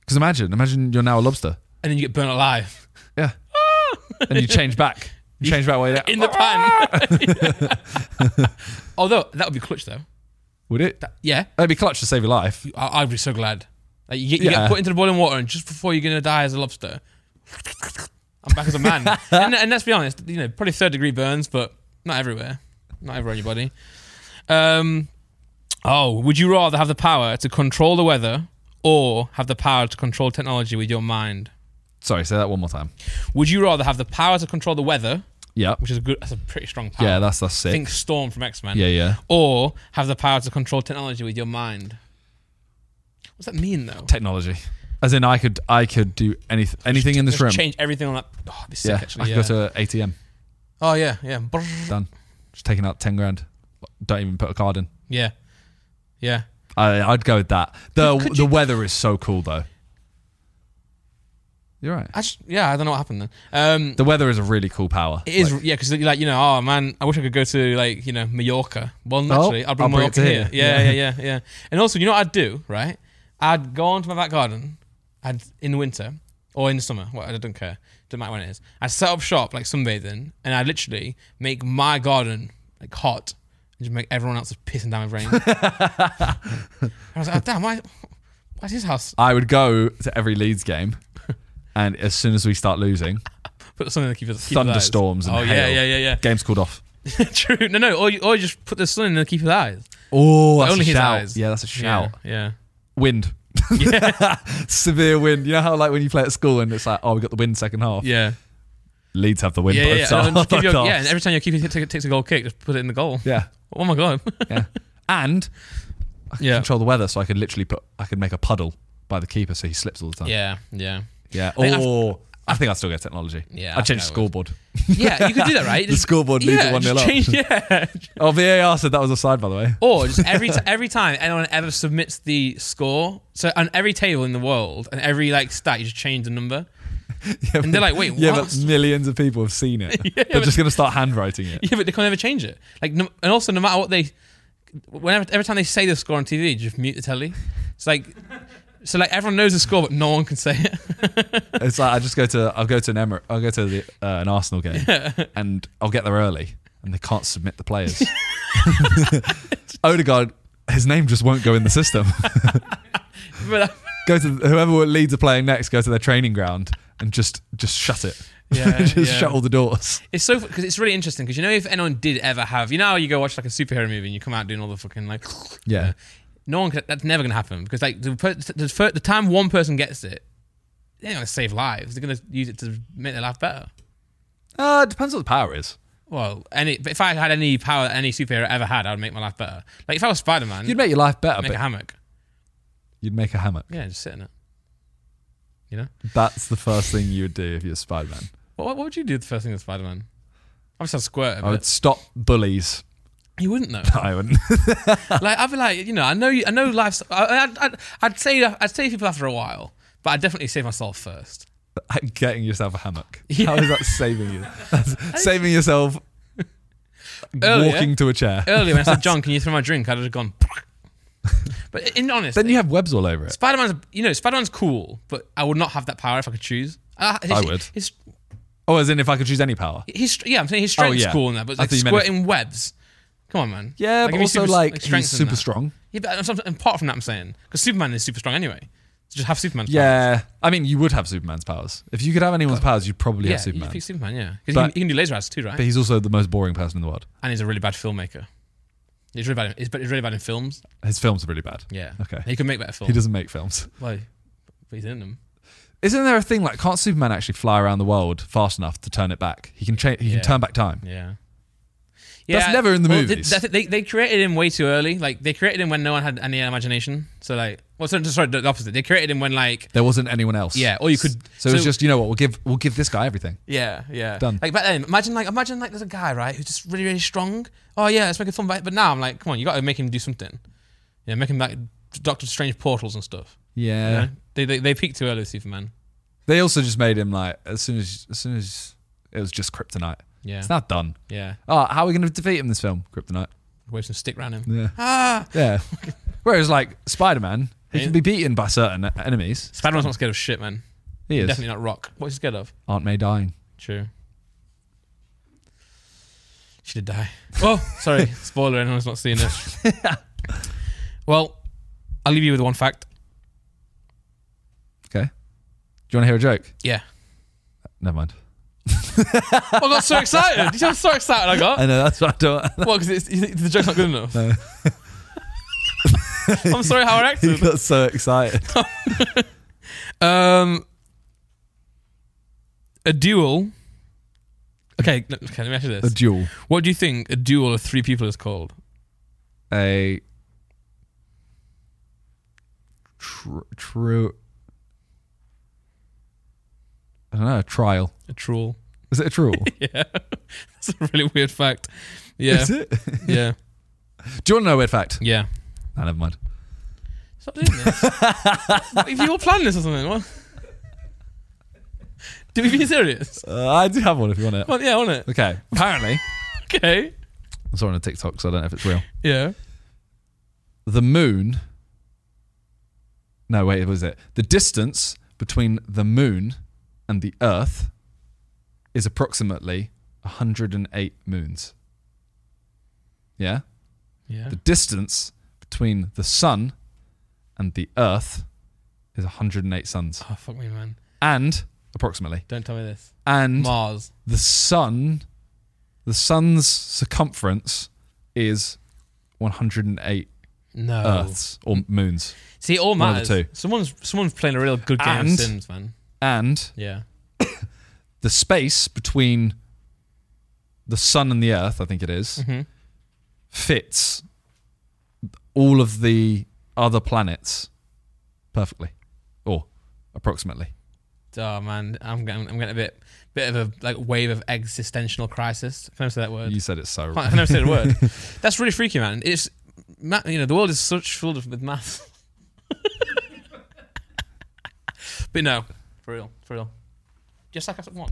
Speaker 2: Because imagine, imagine you're now a lobster.
Speaker 1: And then you get burnt alive
Speaker 2: Yeah. and you change back. You change back way down.
Speaker 1: in the pan. Although that would be clutch though.
Speaker 2: Would it?
Speaker 1: Yeah,
Speaker 2: That'd be clutch to save your life.
Speaker 1: I, I'd be so glad. Like you, get, you
Speaker 2: Yeah.
Speaker 1: get put into the boiling water, and just before you're gonna die as a lobster, I'm back as a man. and, and let's be honest, you know, probably third degree burns, but not everywhere, not everywhere on your body. Um, oh, would you rather have the power to control the weather or have the power to control technology with your mind?
Speaker 2: Sorry, say that one more time.
Speaker 1: Would you rather have the power to control the weather,
Speaker 2: Yeah.
Speaker 1: which is a good, that's a pretty strong power.
Speaker 2: Yeah, that's that's sick.
Speaker 1: think Storm from X Men.
Speaker 2: yeah, yeah.
Speaker 1: Or have the power to control technology with your mind. What's that mean though?
Speaker 2: Technology. As in I could I could do anything anything in this
Speaker 1: Just
Speaker 2: room.
Speaker 1: Change everything on that. Oh, that'd be sick,
Speaker 2: yeah.
Speaker 1: actually.
Speaker 2: I
Speaker 1: yeah.
Speaker 2: could go to ATM.
Speaker 1: oh yeah, yeah, Brrr.
Speaker 2: Done. Just taking out ten grand. Don't even put a card in.
Speaker 1: yeah, yeah.
Speaker 2: I, I'd go with that. The the weather is so cool though. You're right.
Speaker 1: I just, yeah, I don't know what happened then. Um,
Speaker 2: The weather is a really cool power.
Speaker 1: it is
Speaker 2: Like,
Speaker 1: yeah, because like you know, oh man, I wish I could go to like you know Mallorca. Well, naturally, I'll bring
Speaker 2: Oh, I'll bring it
Speaker 1: Mallorca
Speaker 2: to
Speaker 1: here.
Speaker 2: here.
Speaker 1: Yeah, yeah, yeah, yeah, And also, you know what I'd do, right? I'd go onto my back garden, I'd in the winter or in the summer, well, I don't care, doesn't matter when it is. I'd set up shop like sunbathing, and I'd literally make my garden like hot, and just make everyone else's pissing down with rain. And I was like, oh, damn, why, why is his house
Speaker 2: I would go to every Leeds game, and as soon as we start losing,
Speaker 1: put something to keep us keep us eyes.
Speaker 2: thunderstorms and
Speaker 1: Oh yeah,
Speaker 2: hail.
Speaker 1: yeah, yeah, yeah.
Speaker 2: game's called off.
Speaker 1: True. No, no. Or you, or you just put the sun in and keep his eyes.
Speaker 2: Oh, that's
Speaker 1: Only
Speaker 2: a
Speaker 1: his
Speaker 2: shout.
Speaker 1: eyes.
Speaker 2: Yeah, that's a shout.
Speaker 1: Yeah.
Speaker 2: Wind. Severe wind. You know how like when you play at school and it's like, oh, we got the wind second half.
Speaker 1: Yeah.
Speaker 2: Leeds have the wind.
Speaker 1: Yeah. Yeah. Yeah.
Speaker 2: both
Speaker 1: And then just
Speaker 2: halves.
Speaker 1: give your- yeah. And every time your keeper t- takes a goal kick, just put it in the goal.
Speaker 2: yeah,
Speaker 1: Oh my god.
Speaker 2: yeah. And
Speaker 1: yeah.
Speaker 2: control the weather, so I could literally put, I could make a puddle by the keeper, so he slips all the time.
Speaker 1: Yeah. Yeah.
Speaker 2: yeah.
Speaker 1: think I've-
Speaker 2: Or I think I still get technology.
Speaker 1: Yeah, I
Speaker 2: I change
Speaker 1: think I
Speaker 2: scoreboard.
Speaker 1: Yeah. You could do that, right?
Speaker 2: The scoreboard leads
Speaker 1: yeah,
Speaker 2: at 1-0
Speaker 1: just
Speaker 2: up.
Speaker 1: change- Yeah.
Speaker 2: Oh, VAR said that was offside, by the way.
Speaker 1: Or just every t- every time anyone ever submits the score, so on every table in the world and every like stat, you just change the number.
Speaker 2: Yeah,
Speaker 1: And they're like, wait,
Speaker 2: yeah,
Speaker 1: what?
Speaker 2: but millions of people have seen it. they're just gonna start handwriting it.
Speaker 1: Yeah, but they can't ever change it. Like, no, and also, no matter what they, whenever every time they say the score on TV, you just mute the telly. It's like, so like everyone knows the score, but no one can say it.
Speaker 2: It's like I just go to, I'll go to an Emir- I'll go to the, uh, an Arsenal game, and I'll get there early, and they can't submit the players. Odegaard, his name just won't go in the system.
Speaker 1: But,
Speaker 2: go to whoever Leeds are playing next. Go to their training ground and just just shut it.
Speaker 1: Yeah,
Speaker 2: just
Speaker 1: yeah.
Speaker 2: shut all the doors.
Speaker 1: It's so because it's really interesting because you know if anyone did ever have you know how you go watch like a superhero movie and you come out doing all the fucking like
Speaker 2: Yeah.
Speaker 1: no one could, that's never gonna happen because like the, per- the, fir- the time one person gets it they're gonna save lives they're gonna use it to make their life better
Speaker 2: Uh, it depends what the power is.
Speaker 1: well any but if I had any power that any superhero ever had I'd make my life better like if I was Spider Man
Speaker 2: You'd
Speaker 1: you'd
Speaker 2: make your life better,
Speaker 1: make
Speaker 2: but
Speaker 1: a hammock
Speaker 2: you'd make a hammock.
Speaker 1: yeah just sit in it you know
Speaker 2: That's the first thing you would do if you're Spider Man.
Speaker 1: what, what would you do the first thing with Spider Man I would just squirt
Speaker 2: I would stop bullies.
Speaker 1: you wouldn't though
Speaker 2: I wouldn't.
Speaker 1: like I'd be like, you know, I know, you, I know, life's. I, I, I'd, I'd say, I'd save people after a while, but I'd definitely save myself first.
Speaker 2: Getting yourself a hammock.
Speaker 1: Yeah.
Speaker 2: How is that saving you? That's saving yourself
Speaker 1: Earlier.
Speaker 2: walking to a chair.
Speaker 1: Earlier when I said, "John, can you throw my drink?" I'd have gone. but in honest,
Speaker 2: Then you have webs all over it.
Speaker 1: Spider Man's, you know, Spider Man's cool, but I would not have that power if I could choose. I,
Speaker 2: I would.
Speaker 1: His,
Speaker 2: Oh, as in if I could choose any power.
Speaker 1: his, yeah, I'm saying his strength's
Speaker 2: Oh, yeah.
Speaker 1: cool in that, but it's
Speaker 2: I
Speaker 1: like
Speaker 2: thought you meant if-
Speaker 1: squirting webs. Come on, man.
Speaker 2: Yeah,
Speaker 1: Like,
Speaker 2: but
Speaker 1: give me
Speaker 2: also
Speaker 1: super-
Speaker 2: like he's
Speaker 1: strength in
Speaker 2: super
Speaker 1: that.
Speaker 2: strong.
Speaker 1: Yeah, but I'm- I'm- apart from that, I'm saying because Superman is super strong anyway. So just have Superman.
Speaker 2: Yeah, I mean you would have Superman's powers. If you could have anyone's powers, you'd probably
Speaker 1: yeah,
Speaker 2: have
Speaker 1: you
Speaker 2: Superman.
Speaker 1: pick Superman, yeah, because he,
Speaker 2: But-
Speaker 1: can- he can do laser eyes too, right?
Speaker 2: But he's also the most boring person in the world.
Speaker 1: and he's a really bad filmmaker. It's really bad. In, it's, but it's really bad in films.
Speaker 2: His films are really bad.
Speaker 1: Yeah.
Speaker 2: Okay.
Speaker 1: He can make better films.
Speaker 2: He doesn't make films.
Speaker 1: Well, but he's in them.
Speaker 2: Isn't there a thing like can't Superman actually fly around the world fast enough to turn it back? He can change. He
Speaker 1: Yeah.
Speaker 2: can turn back time.
Speaker 1: Yeah.
Speaker 2: That's never in the
Speaker 1: well, they-
Speaker 2: movies.
Speaker 1: that's it. They, they created him way too early. Like they created him when no one had any imagination. So like, well, sorry, sorry the opposite. They created him when like,
Speaker 2: There wasn't anyone else.
Speaker 1: Yeah, or you could-
Speaker 2: So, it's
Speaker 1: so-
Speaker 2: just you know what we'll give we'll give this guy everything.
Speaker 1: yeah, yeah,
Speaker 2: Done.
Speaker 1: Like back then, imagine like, imagine like, there's a guy right who's just really, really strong. Oh yeah, let's make a film. About it. But now I'm like, come on, you got to make him do something. Yeah, make him like Doctor Strange portals and stuff.
Speaker 2: Yeah.
Speaker 1: you know? They, they they peaked too early, with Superman.
Speaker 2: They also just made him like as soon as as soon as it was just kryptonite.
Speaker 1: Yeah,
Speaker 2: It's now done.
Speaker 1: yeah.
Speaker 2: Oh, how are we going to defeat him this film? Kryptonite.
Speaker 1: Wave some stick around him.
Speaker 2: Yeah. Yeah. Whereas like Spider Man, he can be beaten by certain enemies.
Speaker 1: Spider-Man's not scared of shit, man.
Speaker 2: He is.
Speaker 1: Definitely not Rock. What's he scared of?
Speaker 2: Aunt May dying.
Speaker 1: True. She did die. Oh, sorry. Spoiler, anyone's not seeing this. well, I'll leave you with one fact.
Speaker 2: Okay. Do you want to hear a joke?
Speaker 1: Yeah.
Speaker 2: Never mind.
Speaker 1: Oh, I got so excited. Did you know how so excited I got?
Speaker 2: I know that's what I don't.
Speaker 1: What, because the joke's not good enough? I'm sorry how I
Speaker 2: he
Speaker 1: acted.
Speaker 2: got so excited.
Speaker 1: Um, a duel. Okay, no, okay, let me ask you
Speaker 2: a
Speaker 1: this.
Speaker 2: duel.
Speaker 1: What do you think a duel of three people is called?
Speaker 2: A. Tr- true. I don't know. A trial.
Speaker 1: A truel.
Speaker 2: Is it a truel?
Speaker 1: Yeah. That's a really weird fact. Yeah.
Speaker 2: Is it?
Speaker 1: Yeah.
Speaker 2: Do you want to know a weird fact?
Speaker 1: Yeah.
Speaker 2: No, Ah, never mind.
Speaker 1: Stop doing this. if you all planned this or something, what? Do we be serious?
Speaker 2: Uh, I do have one if you want it.
Speaker 1: Well, yeah, wasn't it?
Speaker 2: Okay. Apparently,
Speaker 1: Okay.
Speaker 2: I saw it on a TikTok, so I don't know if it's real.
Speaker 1: Yeah.
Speaker 2: The moon. No, wait, what was it? The distance between the moon and the Earth is approximately 108 moons. Yeah?
Speaker 1: Yeah.
Speaker 2: The distance between the sun and the Earth is 108 suns.
Speaker 1: Oh, fuck me, man.
Speaker 2: And, approximately,
Speaker 1: Don't tell me this.
Speaker 2: and
Speaker 1: Mars.
Speaker 2: the sun the sun's circumference is 108
Speaker 1: No.
Speaker 2: earths or moons
Speaker 1: See, it all
Speaker 2: Uh, One of the
Speaker 1: matters.
Speaker 2: two.
Speaker 1: Someone's someone's playing a real good game of
Speaker 2: And-
Speaker 1: Sims, man.
Speaker 2: and
Speaker 1: Yeah.
Speaker 2: the space between the sun and the earth i think it is,
Speaker 1: Mhm.
Speaker 2: fits all of the other planets perfectly or approximately
Speaker 1: Oh man, I'm getting I'm getting a bit bit of a like wave of existential crisis. Can I say that word?
Speaker 2: you said it so
Speaker 1: I never said a word. That's really freaky, man. It's ma- you know the world is such filled with- with math. but no, for real, for real. Jeff Sarkas at one.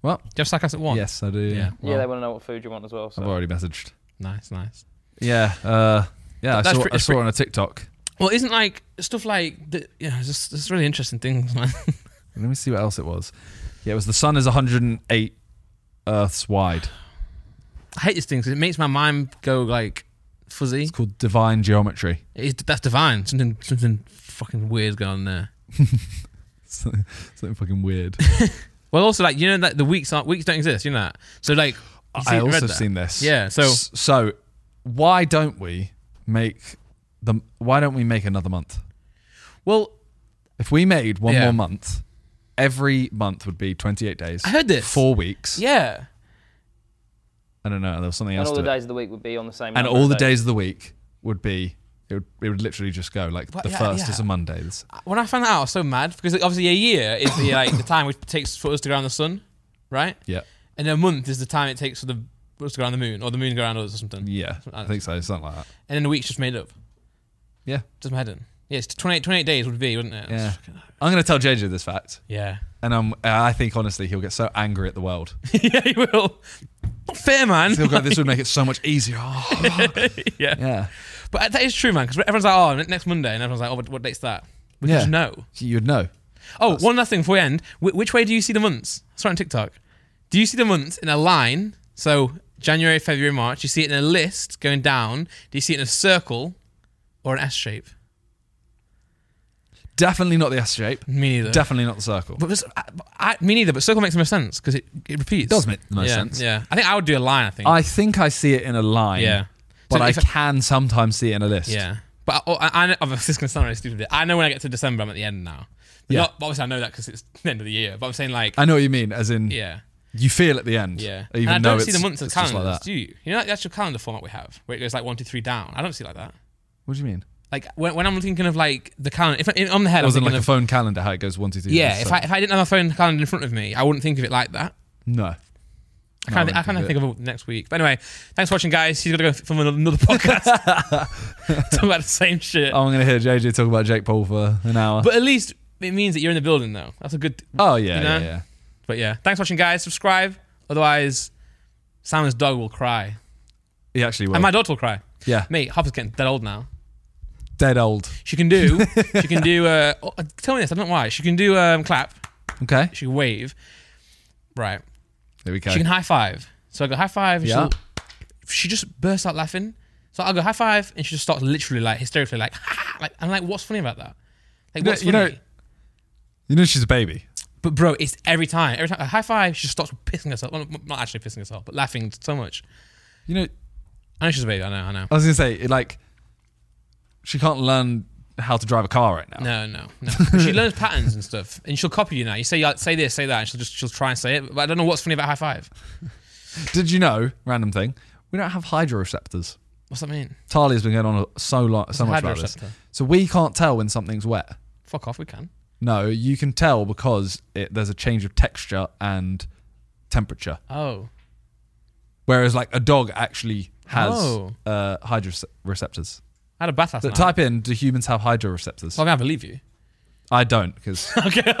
Speaker 2: What?
Speaker 1: Jeff Sarkas at one.
Speaker 2: yes i do
Speaker 1: Yeah.
Speaker 3: yeah, they want to know what food you want as well. So.
Speaker 2: i've already messaged
Speaker 1: Nice, nice.
Speaker 2: yeah uh yeah, I
Speaker 1: That's
Speaker 2: saw,
Speaker 1: pre-
Speaker 2: I
Speaker 1: it's
Speaker 2: saw
Speaker 1: pre-
Speaker 2: it on a TikTok.
Speaker 1: Well, isn't like stuff like the, you know, just just really interesting things, man.
Speaker 2: Let me see what else it was. Yeah, it was the sun is 108 Earths wide.
Speaker 1: I hate these things. 'cause It makes my mind go like fuzzy.
Speaker 2: It's called divine geometry.
Speaker 1: It's, that's divine. Something something fucking weird's going on there.
Speaker 2: Something, something fucking weird.
Speaker 1: Well, also like you know that the weeks aren't weeks don't exist. You know that. So like you see-
Speaker 2: I
Speaker 1: read
Speaker 2: also have
Speaker 1: that.
Speaker 2: seen this.
Speaker 1: Yeah, so-
Speaker 2: S- so why don't we make the why don't we make another month?
Speaker 1: Well,
Speaker 2: If we made one
Speaker 1: Yeah.
Speaker 2: more month, every month would be 28 days.
Speaker 1: I heard this.
Speaker 2: Four weeks.
Speaker 1: yeah.
Speaker 2: I don't know. There was something
Speaker 3: and
Speaker 2: else.
Speaker 3: all
Speaker 2: to
Speaker 3: the
Speaker 2: it.
Speaker 3: days of the week would be on the same.
Speaker 2: And
Speaker 3: number
Speaker 2: all the
Speaker 3: of
Speaker 2: days of the week would be it would, it would literally just go like
Speaker 1: Well,
Speaker 2: the
Speaker 1: yeah,
Speaker 2: first
Speaker 1: yeah.
Speaker 2: is a Monday. This-
Speaker 1: When I found that out, I was so mad because like, obviously a year is the like the time it takes for us to go around the sun, right?
Speaker 2: Yeah.
Speaker 1: And a month is the time it takes for the for us to go around the moon or the moon to go around us or something.
Speaker 2: Yeah. I think so. Something like that.
Speaker 1: And then a week's just made up.
Speaker 2: Yeah.
Speaker 1: Just my head in. Yeah, it's 28, 28 days would be, wouldn't it?
Speaker 2: Yeah. I'm going to tell JJ this fact.
Speaker 1: Yeah.
Speaker 2: And i I think honestly, he'll get so angry at the world.
Speaker 1: yeah, you will. Not fair, man.
Speaker 2: He'll go, "This would make it so much easier." Oh,
Speaker 1: yeah.
Speaker 2: yeah,
Speaker 1: But that is true, man, because everyone's like, oh, next Monday. And everyone's like, oh, what, what date's that? We
Speaker 2: Yeah.
Speaker 1: just know.
Speaker 2: you'd know.
Speaker 1: Oh, one last thing before we end. Wh- which way do you see the months? I saw it on TikTok. Do you see the months in a line? So January, February, March. You see it in a list going down. Do you see it in a circle or an S shape?
Speaker 2: Definitely not the S shape.
Speaker 1: Me neither.
Speaker 2: Definitely not the circle.
Speaker 1: but just, I, I, me neither. But circle makes the most sense because it, it repeats.
Speaker 2: Does make the most
Speaker 1: yeah,
Speaker 2: sense.
Speaker 1: Yeah. I think I would do a line. I think.
Speaker 2: I think I see it in a line.
Speaker 1: yeah.
Speaker 2: But I
Speaker 1: if I-
Speaker 2: can sometimes see it in a list.
Speaker 1: Yeah. But oh, I, I, I know, I'm just going to sound really stupid. there. I know when I get to December, I'm at the end now.
Speaker 2: Yeah.
Speaker 1: Not, but obviously, I know that because it's the end of the year. But I'm saying, like,
Speaker 2: I know what you mean, as in
Speaker 1: yeah.
Speaker 2: you feel at the end.
Speaker 1: Yeah.
Speaker 2: Even
Speaker 1: and
Speaker 2: though
Speaker 1: I don't see
Speaker 2: it's,
Speaker 1: the months of
Speaker 2: it's just
Speaker 1: calendars,
Speaker 2: like that.
Speaker 1: do you? You know, like the actual calendar format we have, where it goes like one, two, three down. I don't see it like that.
Speaker 2: What do you mean?
Speaker 1: Like when, when I'm thinking of like the calendar, if I, in, on the head,
Speaker 2: It
Speaker 1: I'm
Speaker 2: wasn't
Speaker 1: thinking
Speaker 2: like a
Speaker 1: of,
Speaker 2: phone calendar how it goes one, two, three.
Speaker 1: yeah.
Speaker 2: four,
Speaker 1: If I,
Speaker 2: seven.
Speaker 1: if I didn't have my phone calendar in front of me, I wouldn't think of it like that.
Speaker 2: no.
Speaker 1: I
Speaker 2: No,
Speaker 1: kind
Speaker 2: I
Speaker 1: of, I
Speaker 2: wouldn't
Speaker 1: kind of
Speaker 2: think
Speaker 1: think of it next week. But anyway, thanks for watching, guys. He's got to go film another podcast. Talk about the same shit.
Speaker 2: I'm gonna hear JJ talk about Jake Paul for an hour.
Speaker 1: But at least it means that you're in the building, though. That's a good.
Speaker 2: oh yeah,
Speaker 1: you know?
Speaker 2: yeah, yeah.
Speaker 1: But yeah, thanks for watching, guys. Subscribe. Otherwise, Simon's dog will cry,
Speaker 2: He actually will.
Speaker 1: and my daughter will cry.
Speaker 2: yeah,
Speaker 1: Mate, Hopper's getting dead old now.
Speaker 2: dead old.
Speaker 1: She can do. she can do. Uh, oh, tell me this. I don't know why. She can do um, clap.
Speaker 2: Okay,
Speaker 1: She can wave. Right.
Speaker 2: there we go.
Speaker 1: She can high five. So I go high five. And
Speaker 2: Yeah.
Speaker 1: she'll- She just bursts out laughing. So I go high five, and she just starts literally like hysterically like like I'm like, what's funny about that? Like
Speaker 2: know-
Speaker 1: what's
Speaker 2: you know-
Speaker 1: funny?
Speaker 2: you know she's a baby.
Speaker 1: But bro, it's every time. Every time I high five, she just starts pissing herself. Well, not actually pissing herself, but laughing so much.
Speaker 2: You know,
Speaker 1: I know she's a baby. I know. I know.
Speaker 2: I was gonna say it, like she can't learn how to drive a car right now.
Speaker 1: No, no, no. But she learns patterns and stuff, and she'll copy you now. You say like, say this, say that, and she'll just she'll try and say it. But I don't know what's funny about high five.
Speaker 2: Did you know? Random thing. We don't have hydroreceptors.
Speaker 1: What's that mean?
Speaker 2: Talia's been going on so long, so
Speaker 1: a
Speaker 2: much about this.
Speaker 1: hydroreceptor?
Speaker 2: So we can't tell when something's wet.
Speaker 1: Fuck off. We can.
Speaker 2: No, you can tell because it, there's a change of texture and temperature.
Speaker 1: Oh,
Speaker 2: Whereas like a dog actually has
Speaker 1: Oh.
Speaker 2: uh, hydroreceptors.
Speaker 1: I had a bath last
Speaker 2: So
Speaker 1: night.
Speaker 2: type in: Do humans have hydroreceptors?
Speaker 1: so I'm gonna believe you.
Speaker 2: I don't because
Speaker 1: Okay.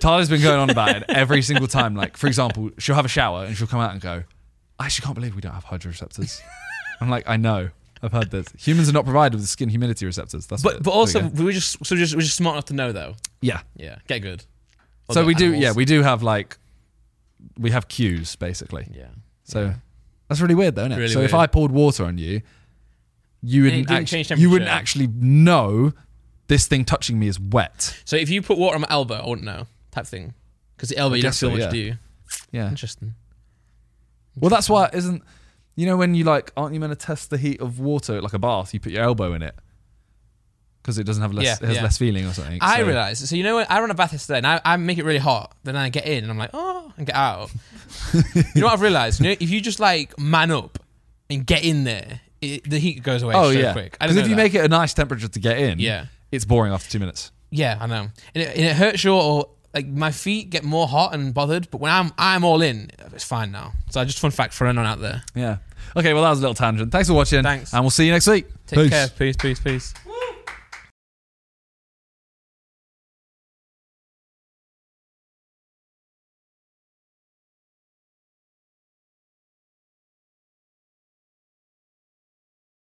Speaker 2: Tyler's been going on about it every single time. Like for example, she'll have a shower and she'll come out and go, "I actually can't believe we don't have hydroreceptors." I'm like, I know. I've heard this. Humans are not provided with skin humidity receptors. That's
Speaker 1: but but
Speaker 2: what- there we
Speaker 1: also
Speaker 2: go.
Speaker 1: we were just so just we're just smart enough to know though.
Speaker 2: yeah.
Speaker 1: Yeah. Get good.
Speaker 2: So
Speaker 1: Other
Speaker 2: we do
Speaker 1: animals.
Speaker 2: yeah we do have like we have cues basically.
Speaker 1: yeah.
Speaker 2: So that's really weird, though, isn't it?
Speaker 1: Really
Speaker 2: so if
Speaker 1: weird.
Speaker 2: I poured water on you, you
Speaker 1: And it
Speaker 2: wouldn't
Speaker 1: didn't
Speaker 2: actually,
Speaker 1: change
Speaker 2: you wouldn't
Speaker 1: temperature.
Speaker 2: actually know this thing touching me is wet.
Speaker 1: So if you put water on my elbow, I wouldn't know type thing because the elbow you don't
Speaker 2: guess
Speaker 1: feel
Speaker 2: so,
Speaker 1: much
Speaker 2: yeah.
Speaker 1: do. you?
Speaker 2: Yeah.
Speaker 1: Interesting.
Speaker 2: Well, that's why isn't you know when you like aren't you meant to test the heat of water at like a bath? You put your elbow in it because it doesn't have less
Speaker 1: Yeah,
Speaker 2: it has
Speaker 1: yeah.
Speaker 2: less feeling or something.
Speaker 1: I
Speaker 2: so-
Speaker 1: realize. So you know, when I run a bath yesterday, and I, I make it really hot. Then I get in, and I'm like, oh, and get out. you know what I've realized? You know, if you just like man up and get in there, it, the heat goes away
Speaker 2: Oh
Speaker 1: so
Speaker 2: yeah,
Speaker 1: quick. I
Speaker 2: because
Speaker 1: don't
Speaker 2: if
Speaker 1: know
Speaker 2: you
Speaker 1: that.
Speaker 2: make it a nice temperature to get in,
Speaker 1: Yeah.
Speaker 2: it's boring after two minutes.
Speaker 1: yeah, I know, and it, and it hurts your or like my feet get more hot and bothered. But when I'm I'm all in, it's fine now. So just fun fact for anyone out there.
Speaker 2: Yeah. Okay. Well, that was a little tangent. Thanks for watching.
Speaker 1: Thanks.
Speaker 2: and we'll see you next week.
Speaker 1: Take
Speaker 2: Peace.
Speaker 1: care. Peace. Peace. Peace.